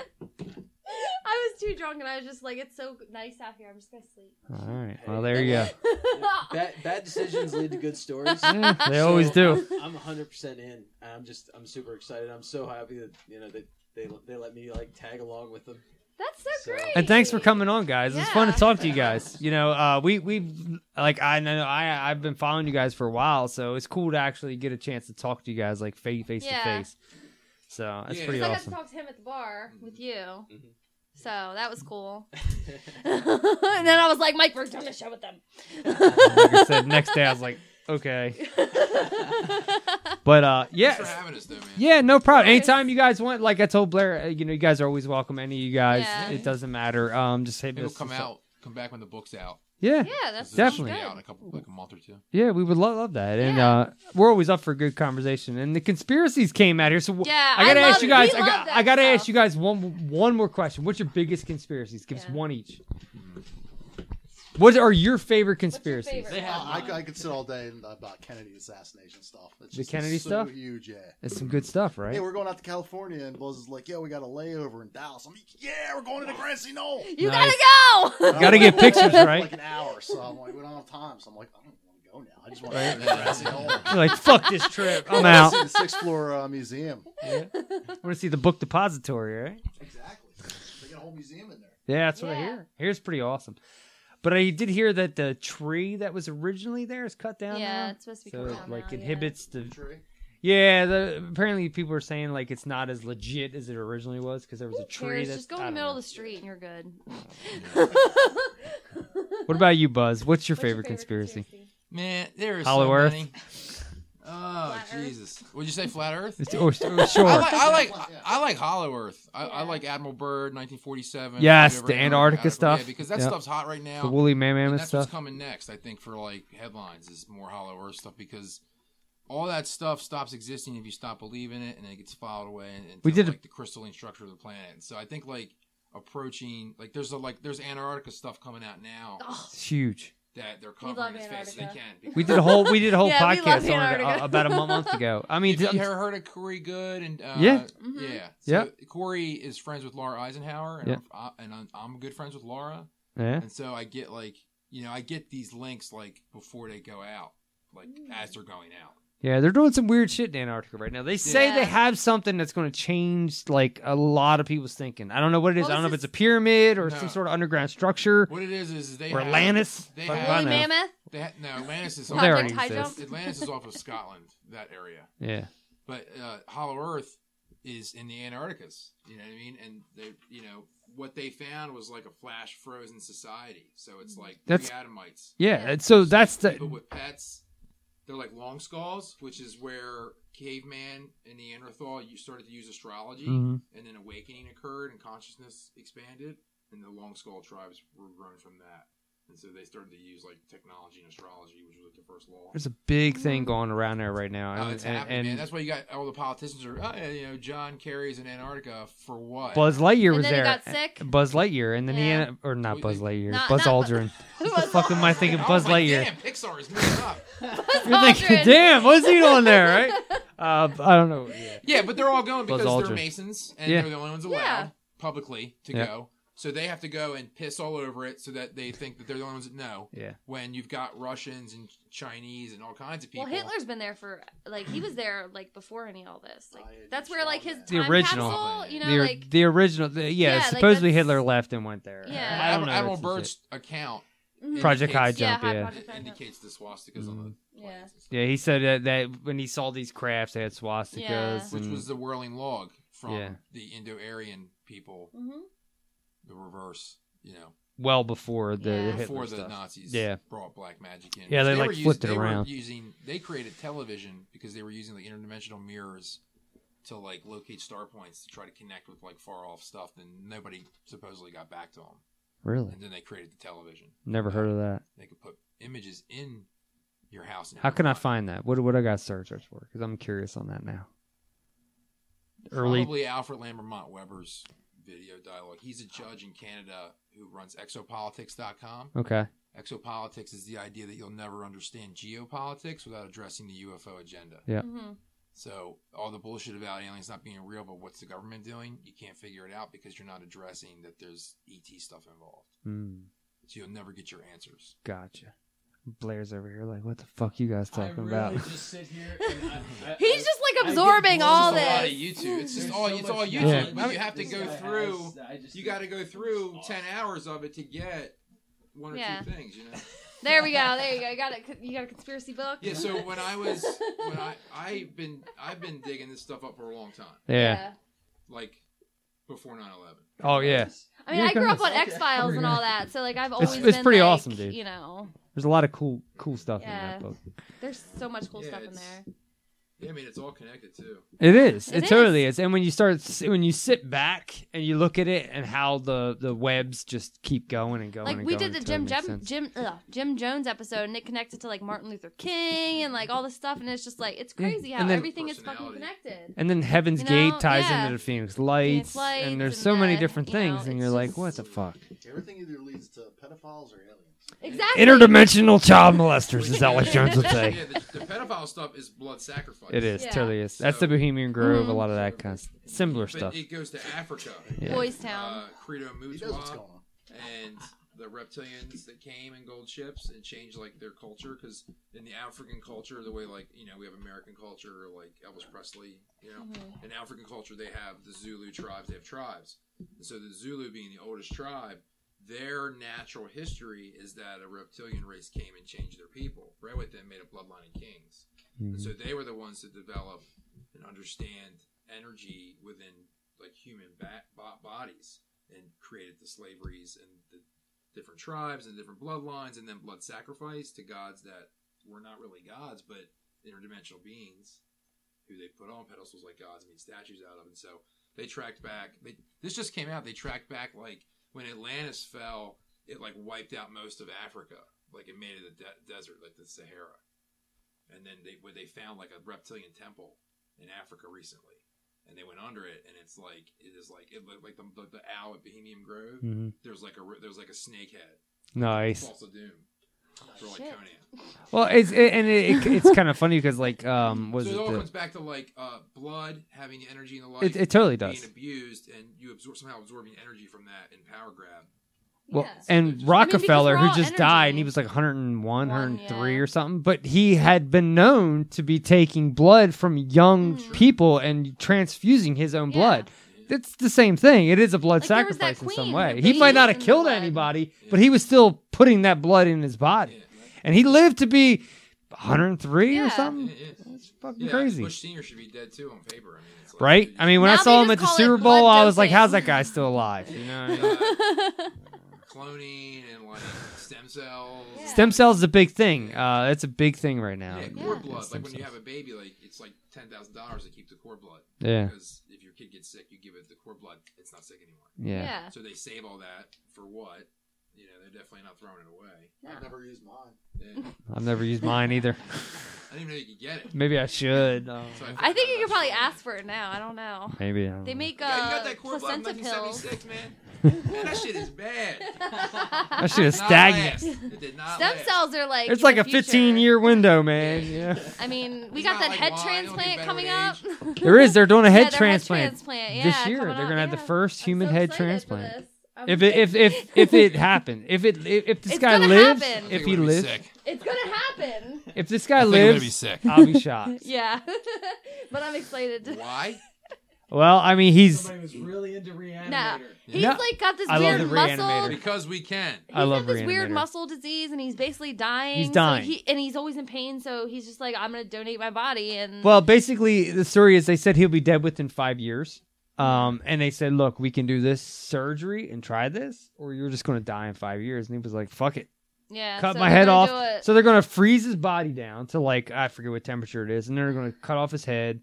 H: I was too drunk and I was just like, it's so nice out here. I'm just gonna sleep.
G: All right. Well, there you go.
K: Bad, bad decisions lead to good stories.
G: Yeah, they always do.
K: I'm 100 percent in. and I'm just I'm super excited. I'm so happy that you know that they they let me like tag along with them.
H: That's so, great.
G: And thanks for coming on, guys. It's fun to talk to you guys. You know, uh, we we like I know I I've been following you guys for a while, so it's cool to actually get a chance to talk to you guys like face face
H: Yeah.
G: to face. So that's
H: Yeah.
G: pretty
H: 'Cause I got to
G: awesome.
H: talk to him at the bar with you. So that was cool. and then I was like, Mike, we're doing the show with them.
G: Like I said, next day I was like, okay. But uh, yeah,
J: Thanks for having us, though, man.
G: yeah, no problem. Anytime you guys want, like I told Blair, uh, you know, you guys are always welcome. Any of you guys,
J: Yeah.
G: it doesn't matter. Um, just hit me.
J: It'll come out, come back when the book's out.
G: Yeah.
H: Yeah,
J: This
H: that's
J: is
G: definitely.
J: gonna be out in a couple, like a month or two.
G: Yeah, we would love, love that, and uh, we're always up for good conversation. And the conspiracies came out here, so w-
H: Yeah,
G: I gotta
H: I
G: ask
H: love-
G: you guys.
H: we
G: I,
H: love
G: got,
H: that
G: I gotta ask you guys one one more question. What's your biggest conspiracies? Give us one each. What are your favorite conspiracies?
S: They have I, I could sit all day and, uh, about Kennedy assassination stuff. It's
G: The
S: just-
G: Kennedy
S: it's so
G: stuff.
S: huge, yeah.
G: It's some good stuff, right?
S: Hey, we're going out to California, and Buzz is like, "Yo, we got a layover in Dallas." I'm like, "Yeah, we're going to the Grassy Knoll."
H: You gotta go.
S: And I
G: Gotta
S: was
G: get
S: like,
G: pictures,
S: "Oh,
G: right?
S: Like an hour, so I'm like, "We don't have time." So I'm like, "I don't want to go now. I just want
G: Right.
S: to go to the Grassy Knoll."
G: You're like, "Fuck this trip.
S: I
G: I'm
S: wanna
G: out."
S: see The sixth floor uh, museum.
G: Yeah. I want to see the book depository, right?
S: Exactly. They got a whole museum in there.
G: Yeah, that's what I
S: Yeah.
G: hear. Here's pretty awesome. But I did hear that the tree that was originally there is cut down.
H: Yeah,
G: now.
H: it's supposed to be
G: so
H: cut
G: it,
H: down
G: like
H: now, yeah.
G: inhibits the.
S: Tree?
G: Yeah, the, apparently people are saying like it's not as legit as it originally was because there was a tree.
H: Cares,
G: That's,
H: just go
G: I
H: in the
G: don't
H: middle of the street and you're good.
G: know. What about you, Buzz? What's your, favorite, conspiracy?
J: Man, there is
G: Hollow
J: so
G: Earth.
J: many. Oh Jesus! Would you say flat Earth?
G: It's- or- or sure.
J: I like I like, I like Hollow Earth. I, I like Admiral Byrd, 1947.
G: Yes,
J: Whatever,
G: the
J: you know,
G: Antarctica
J: Antarctica,
G: stuff.
J: Yeah, because that
G: Yeah.
J: stuff's hot right now.
G: The woolly
J: and
G: mammoth
J: that's
G: stuff.
J: what's coming next. I think for like headlines is more Hollow Earth stuff because all that stuff stops existing if you stop believing it, and it gets filed away. And, we
G: We did
J: did
G: a-
J: like the crystalline structure of the planet. And so I think like approaching like there's a like there's Antarctica stuff coming out now.
G: It's huge.
J: That they're covering as fast as they can.
G: We did a whole we did a whole
J: Yeah, we love
G: podcast on it
J: Antarctica.
G: uh, about a month, month ago. I mean,
J: Have
G: I'm-
J: you ever heard of Corey Good? And uh,
G: Yeah.
J: yeah,
G: Yeah.
J: Corey is friends with Laura Eisenhower, and
G: Yeah.
J: I'm, I, and I'm, I'm good friends with Laura.
G: Yeah.
J: And so I get like, you know, I get these links like before they go out, like
G: Mm.
J: as they're going out.
G: Yeah, they're doing some weird shit in Antarctica right now. They say they
J: Yeah.
G: have something that's going to change like a lot of people's thinking. I don't know what it is. I don't know if it's a pyramid or some sort of underground structure.
J: What it is is they
G: or
J: have-
G: Atlantis.
J: They
G: Fuck if
J: have,
G: I know.
J: They ha- no, Atlantis is
G: Well, there
J: off-
G: it Project High exists. Jump?
J: Atlantis is off of Scotland, that area.
G: Yeah.
J: But uh, Hollow Earth is in the Antarcticas. You know what I mean? And they, you know, what they found was like a flash frozen society. So
G: Mm.
J: it's like
G: That's
J: three Adamites.
G: Yeah, and so that's
J: People
G: the
J: with pets. They're like long skulls, which is where caveman and Neanderthal you started to use astrology,
G: Mhm.
J: and then awakening occurred and consciousness expanded, and the long skull tribes were grown from that. And so they started to use like technology and astrology, which was like the first law.
G: There's a big thing going around there right now,
J: Oh,
G: and,
J: it's
G: and-
J: happening, man.
G: and
J: That's why you got all the politicians are, oh, yeah, you know, John Kerry's in Antarctica for what?
G: Buzz Lightyear was
J: then
G: there.
J: he
G: uh, Buzz Lightyear, and then he ended- or not Buzz Lightyear,
J: Not-
G: Buzz
J: not-
G: Aldrin. what the fuck am I thinking?
J: I
G: Buzz
J: was like,
G: Lightyear.
J: Oh, Damn, Pixar is moving up.
G: You're thinking, damn, what's he doing there, right? Uh, I don't know.
J: Yeah, but they're all going
G: Buzz
J: because
G: Aldrin.
J: they're Masons and
G: Yeah.
J: they're the only ones allowed publicly to
G: Yeah.
J: go. So they have to go and piss all over it so that they think that they're the only ones that know.
G: Yeah.
J: When you've got Russians and Chinese and all kinds of people.
H: Well, Hitler's been there for like he was there like before any all this. Like that's where like his
G: The
H: time
G: original,
H: capsule, you know,
G: the, or-
H: like
G: the original, the- yeah.
H: Yeah, like
G: supposedly
H: that's-
G: Hitler left and went there.
H: Yeah.
G: I don't know.
J: Admiral
G: this is
J: Byrd's account.
H: Mhm.
G: Project High
J: indicates-
G: Jump, Mm-hmm. Yeah, High yeah. Project
J: It indicates the swastikas on the
H: yeah.
G: it. yeah, he said that, that when he saw these crafts, they had swastikas,
J: which
G: and-
J: was the whirling log from
G: Mm. Yeah.
J: the Indo-Aryan people.
H: Mm-hmm,
J: The reverse, you know,
G: well before the
J: Yeah.
G: Hitler
J: Before the
G: stuff.
J: Nazis
G: yeah.
J: brought black magic in.
G: Yeah, they,
J: were
G: like
J: using-
G: flipped it
J: they were
G: around.
J: using they created television because they were using the interdimensional mirrors to like locate star points to try to connect with like far off stuff. And nobody supposedly got back to them.
G: Really?
J: And then they created the television.
G: Never heard of that.
J: They could put images in your house. And
G: How can I find that? What what I got search search for? Because I'm curious on that now. Early,
J: Probably Alfred Lambermont Weber's video dialogue. He's a judge in Canada who runs exopolitics.com.
G: Okay.
J: Exopolitics is the idea that you'll never understand geopolitics without addressing the UFO agenda.
G: Yeah.
H: Mhm.
J: So all the bullshit about aliens not being real, but what's the government doing? You can't figure it out because you're not addressing that there's ET stuff involved.
G: Hmm.
J: So you'll never get your answers.
G: gotcha. Blair's over here, like, what the fuck you guys talking about?
I: really just sit here and I- I-
H: He's just, like,
I: I get
H: absorbing
I: bored.
H: all
J: It's a lot of
H: this.
J: YouTube. It's just
I: There's
J: all
I: so
J: it's all
I: much
J: YouTube.
I: knowledge.
J: But
I: I mean,
J: you have to
I: this
J: go
I: guy
J: through.
I: has- I just
J: you got to go through ten hours of it to get one or
H: Yeah.
J: two things. You know.
H: There we go. There you go. You got a you got a conspiracy book.
J: Yeah. So when I was when I I've been I've been digging this stuff up for a long time.
G: Yeah. Yeah.
J: Like before 9-11.
G: Oh yeah.
H: I mean,
G: Yeah,
H: I grew up
G: guys.
H: on X Files and all that, so like I've always
G: It's,
H: been
G: it's pretty
H: like,
G: awesome, dude.
H: You know,
G: there's a lot of cool cool stuff
H: yeah.
G: in that book.
H: There's so much cool
J: Yeah,
H: stuff in
J: it's-
G: Oh
H: there.
J: Yeah, I mean it's all connected too.
G: It is. It,
H: It is.
G: totally is. And when you start, when you sit back and you look at it, and how the the webs just keep going and going.
H: Like
G: and
H: we
G: going
H: did the
G: until it
H: Jim
G: makes
H: Jim
G: sense.
H: Jim ugh, Jim Jones episode, and it connected to like Martin Luther King and like all this stuff, and it's just like it's
G: Yeah.
H: crazy how
G: And then-
H: everything is fucking connected.
G: And then Heaven's
H: You know?
G: Gate ties
H: Yeah.
G: into the Phoenix Lights,
H: Lights
G: and there's
H: and
G: so many
H: the-
G: different
H: you know,
G: things, and
H: it's
G: you're like,
H: just-
G: what the fuck?
K: Everything either leads to pedophiles or aliens.
H: Exactly.
G: Interdimensional child molesters, as Alex Jones would say.
J: Yeah, the, the pedophile stuff is blood sacrifice.
G: It is
J: Yeah.
G: totally is. That's the Bohemian Grove.
H: Mm.
G: A lot of that kind of similar
J: but
G: stuff.
J: It goes to Africa.
G: Yeah.
H: Boys Town.
J: Uh, Credo
K: knows what's
J: Mutua and the reptilians that came in gold ships and changed like their culture because in the African culture, the way like you know we have American culture like Elvis Presley, you know,
H: Mm-hmm.
I: Mhm.
J: in African culture they have the Zulu tribes. They have tribes, and so the Zulu being the oldest tribe. Their natural history is that a reptilian race came and changed their people. Right with them made a bloodline of kings.
G: Mm-hmm.
J: And so they were the ones to develop and understand energy within like human ba- bo- bodies and created the slaveries and the different tribes and different bloodlines and then blood sacrifice to gods that were not really gods but interdimensional beings who they put on pedestals like gods and made statues out of. And so they tracked back. They, this just came out. They tracked back like when Atlantis fell, it like wiped out most of Africa. Like it made it a de- desert, like the Sahara and then they where they found like a reptilian temple in Africa recently, and they went under it, and it's like it is like it looked like the, the, the owl at Bohemian Grove.
G: Mhm.
J: There's like a re- there's like a snake head.
G: Nice.
J: False of doom. For Lyconia.
G: Well, it's it, and it, it, it's kind of funny because like um was
J: so
G: it
J: it all
G: the,
J: comes back to like uh, blood having the energy in the life.
G: It- it totally does.
J: Being abused, and you absorb somehow absorbing energy from that in power grab.
G: Well, and Rockefeller,
J: we're all
G: who just died, and he was like 101,
J: yeah.
G: 103 or something, but he had been known to be taking blood from young
J: Mm-hmm.
G: people and transfusing his own blood. It's the same thing. It is a blood sacrifice in some way. He might not have killed anybody, but he was still putting that blood in his body. And he lived to be 103 or something. It's fucking
J: Yeah,
G: crazy.
J: Bush Senior should be dead too on paper. I mean, it's like,
G: Right? I mean, when I
J: Now
G: saw
J: they
G: him at
J: just
G: the
J: call it
G: Super
J: blood
G: Bowl, I was like,
J: doping.
G: how's that guy still alive? You know? what I mean?
J: Yeah. uh, cloning and like stem cells.
G: Stem cells is a big thing. Uh, it's a big thing right now.
J: Yeah, cord blood.
G: Stem
J: Like when you
G: cells.
J: have a baby, like it's like ten thousand dollars to keep the cord blood.
G: Yeah.
J: Because if your kid gets sick, you give it the cord blood. It's not sick anymore.
G: Yeah. Yeah.
J: So they save all that for what? you know, they're definitely not throwing it away.
K: I've never used mine.
J: Yeah.
G: I've never used mine either.
J: I didn't even know you could get it.
G: Maybe I should. though.
T: I think you could probably ask for it now. I don't know.
G: Maybe. I don't
T: They
G: know.
T: make uh,
J: Yeah, you got that cord block
T: placenta pills.
J: 1976, man. man, that shit is bad. that
G: shit is stagnant.
J: It did not
T: Stem
J: last.
T: cells are like.
G: it's like
T: the
G: a 15
T: future.
G: year window, man. Yeah.
T: I mean, we got that head transplant coming up.
G: There is. They're doing a
T: Yeah,
G: head
T: their
G: transplant,
T: transplant,
G: this
T: yeah,
G: year. They're
T: coming
G: gonna
T: up,
G: have the
T: yeah.
G: first human head transplant.
T: I'm
G: If it if if if it happened, if it if, if this
T: It's
G: guy
T: gonna
G: lives,
T: happen.
G: if he lives,
T: It's gonna happen.
G: if this guy
J: I think I'm gonna
G: lives,
J: be sick.
G: I'll be shocked.
T: Yeah, but I'm excited.
J: Why?
G: Well, I mean, he's
I: was really into Rihanna.
T: No, he's
G: No,
T: like got this
G: I love
T: weird
G: the
T: muscle.
G: Reanimator.
J: Because we can.
G: I love
T: This weird
G: Reanimator.
T: muscle disease, and he's basically dying.
G: He's
T: so
G: dying.
T: he, and he's always in pain. So he's just like, I'm gonna donate my body. And
G: Well, basically, the story is they said he'll be dead within five years. Um, and they said, look, we can do this surgery and try this, or you're just going to die in five years. And he was like, fuck it.
T: yeah,
G: cut
T: so
G: my
T: they're
G: head
T: gonna
G: off.
T: do it.
G: So they're going to freeze his body down to like, I forget what temperature it is. And they're going to cut off his head,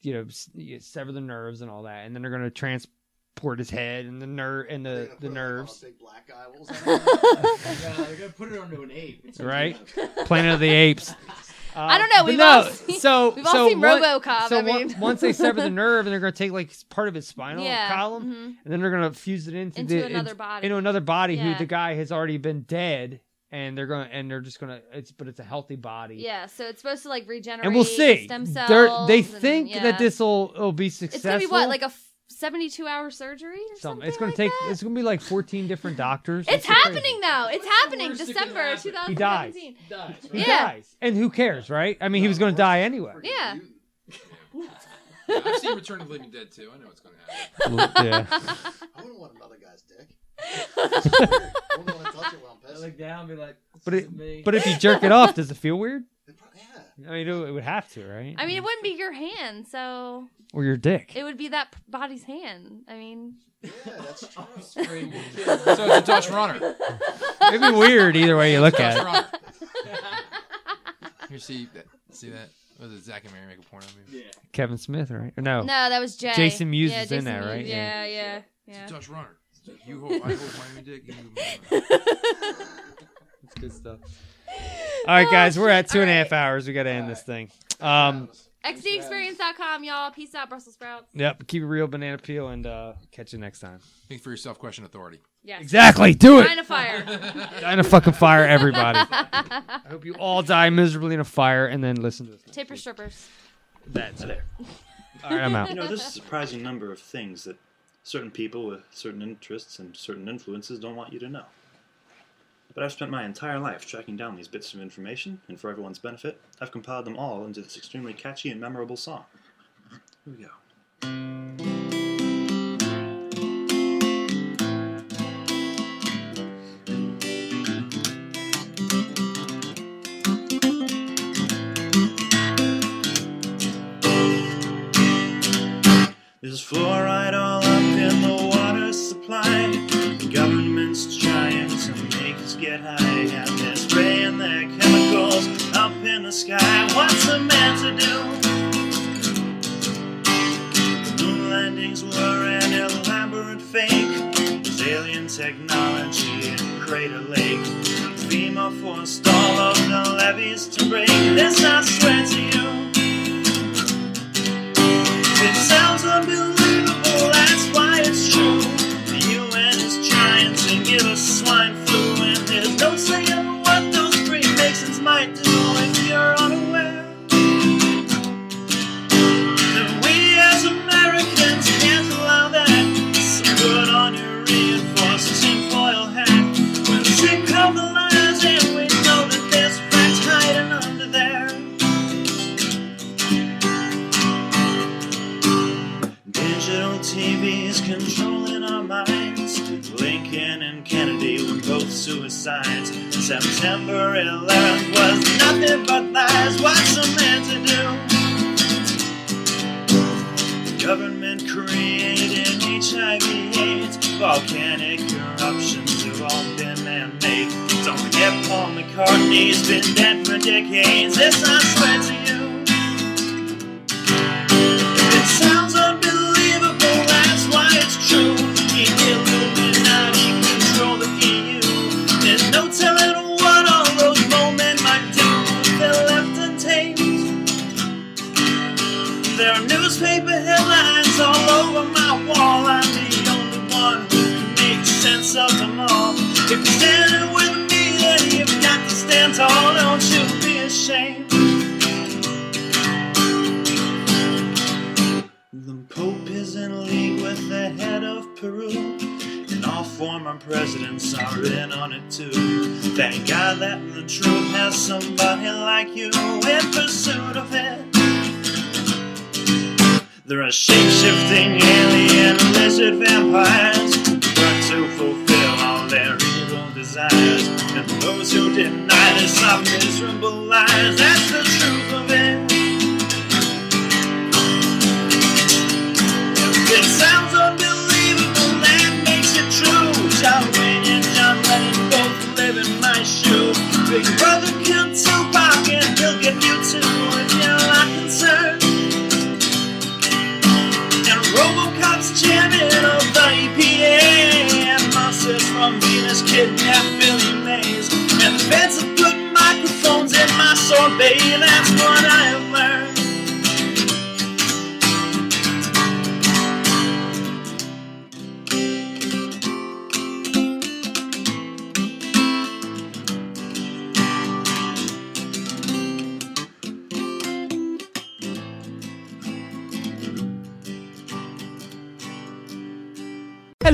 G: you know, s- you sever the nerves and all that. And then they're going to transport his head and the nerve and the, the nerves.
K: uh, Big black guy. What was that?
I: Yeah, they're gonna put it onto an ape. It's
G: right? Planet of the Apes.
T: I don't know.
G: but
T: We've
G: no,
T: all seen,
G: so
T: we've all
G: so
T: seen
G: one-
T: RoboCop.
G: So
T: I
G: one-
T: mean,
G: once they sever the nerve, and they're going to take like part of his spinal
T: Yeah,
G: column,
T: mhm.
G: and then they're going to fuse it into,
T: Into
G: the,
T: another
G: in-
T: body.
G: Into another body
T: Yeah.
G: who the guy has already been dead, and they're going to and they're just going to. It's but it's a healthy body.
T: yeah, so it's supposed to like regenerate.
G: And we'll see.
T: Stem
G: They're-
T: cells.
G: they
T: and-
G: think
T: yeah.
G: that this will will be successful.
T: It's gonna be what like a f- seventy-two hour surgery or something.
G: Some- It's going to take. It's going to be like fourteen different doctors.
T: It's
G: gonna be crazy.
T: happening now. It's happening.
I: worst that could
T: December
I: happen?
T: two
I: He
T: thousand
G: dies.
T: seventeen.
G: He
T: Yeah.
G: dies, and who cares, right? I mean, he was going to die anyway.
T: Yeah.
J: Yeah, I've seen Return of the Living Dead too. I know what's going to happen.
G: Well, yeah.
K: I wouldn't want another guy's dick.
I: I look down and be like, this
G: But
I: is me.
G: it, but if you jerk it off, does it feel weird? I mean, it, it would have to, right?
T: I mean, it wouldn't be your hand, so
G: or your dick.
T: it would be that p- body's hand. I mean,
J: So it's a Dutch runner.
G: It'd be weird either way you look
J: Dutch
G: at it.
J: runner. Here, see that? See that? Was it Zach and Mary make a porno movie? Yeah.
G: Kevin Smith, right? Or no?
T: no, that was Jay.
G: Oh. Jason Mewes
T: yeah,
G: is in
T: Jason
G: that,
T: Mewes.
G: right?
T: Yeah, yeah, yeah.
J: It's a Dutch runner. It's like, you hold, I hold my own dick. You hold my
G: It's good stuff. All right, guys, we're at
T: shit.
G: two and a
T: All
G: half hours. We got to end this thing. Um,
T: XDExperience.com, y'all. Peace out, Brussels sprouts.
G: yep. Keep it real, banana peel, and uh, catch you next time.
J: Think for yourself. Question authority.
T: Yeah.
G: Exactly. Do it.
T: Find a fire.
G: Dying a fucking fire, everybody. I hope you all die miserably in a fire, and then listen to this.
T: Taper strippers.
H: That's there.
G: All right, I'm out.
H: You know, there's a surprising number of things that certain people with certain interests and certain influences don't want you to know. But I've spent my entire life tracking down these bits of information, and for everyone's benefit, I've compiled them all into this extremely catchy and memorable song. Here we go. There's fluoride all up in the water supply. The government's trying to make us get high, and they're spraying their chemicals up in the sky. What's a man to do? The moon landings were an elaborate fake. There's alien technology in Crater Lake. FEMA forced all of the levees to break. This I swear to you. It sounds unbelievable, that's why it's true. The UN is trying to give us swine flu, and there's no saying what those three mixins might do if you're unaware. That we as Americans can't allow that. So put on your reinforced tinfoil hat. We're sick of the lies, and we know that there's facts hiding under there. Digital TV's controlling our minds. Lincoln and Kennedy were both suicides. September 11th was nothing but lies. What's a man to do? The government created HIV/AIDS. Volcanic eruptions have all been man-made. Don't forget Paul McCartney's been dead for decades. This I swear to you. It sounds unbelievable, that's why it's true. The E Illuminati control the EU. newspaper headlines all over my wall. I'm the only one who can make sense of them all. If you're standing with me, then you've got to stand tall. Don't you be ashamed. The Pope is in league with the head of Peru, and all former presidents are in on it too. Thank God that the truth has somebody like you in pursuit of it. They're a shape-shifting alien lizard vampires brought to fulfill all their evil desires. And those who deny this are miserable liars. That's the truth of it. If it sounds unbelievable, that makes it true. Shout when you're done, let it both live in my shoe. Big brother killed Tupac, and he'll get you too if you're not concerned. And Robocop's jamming on the EPA. And monsters from Venus kidnap Billy Mays. And the feds have put microphones in my sorbet. That's what I have learned.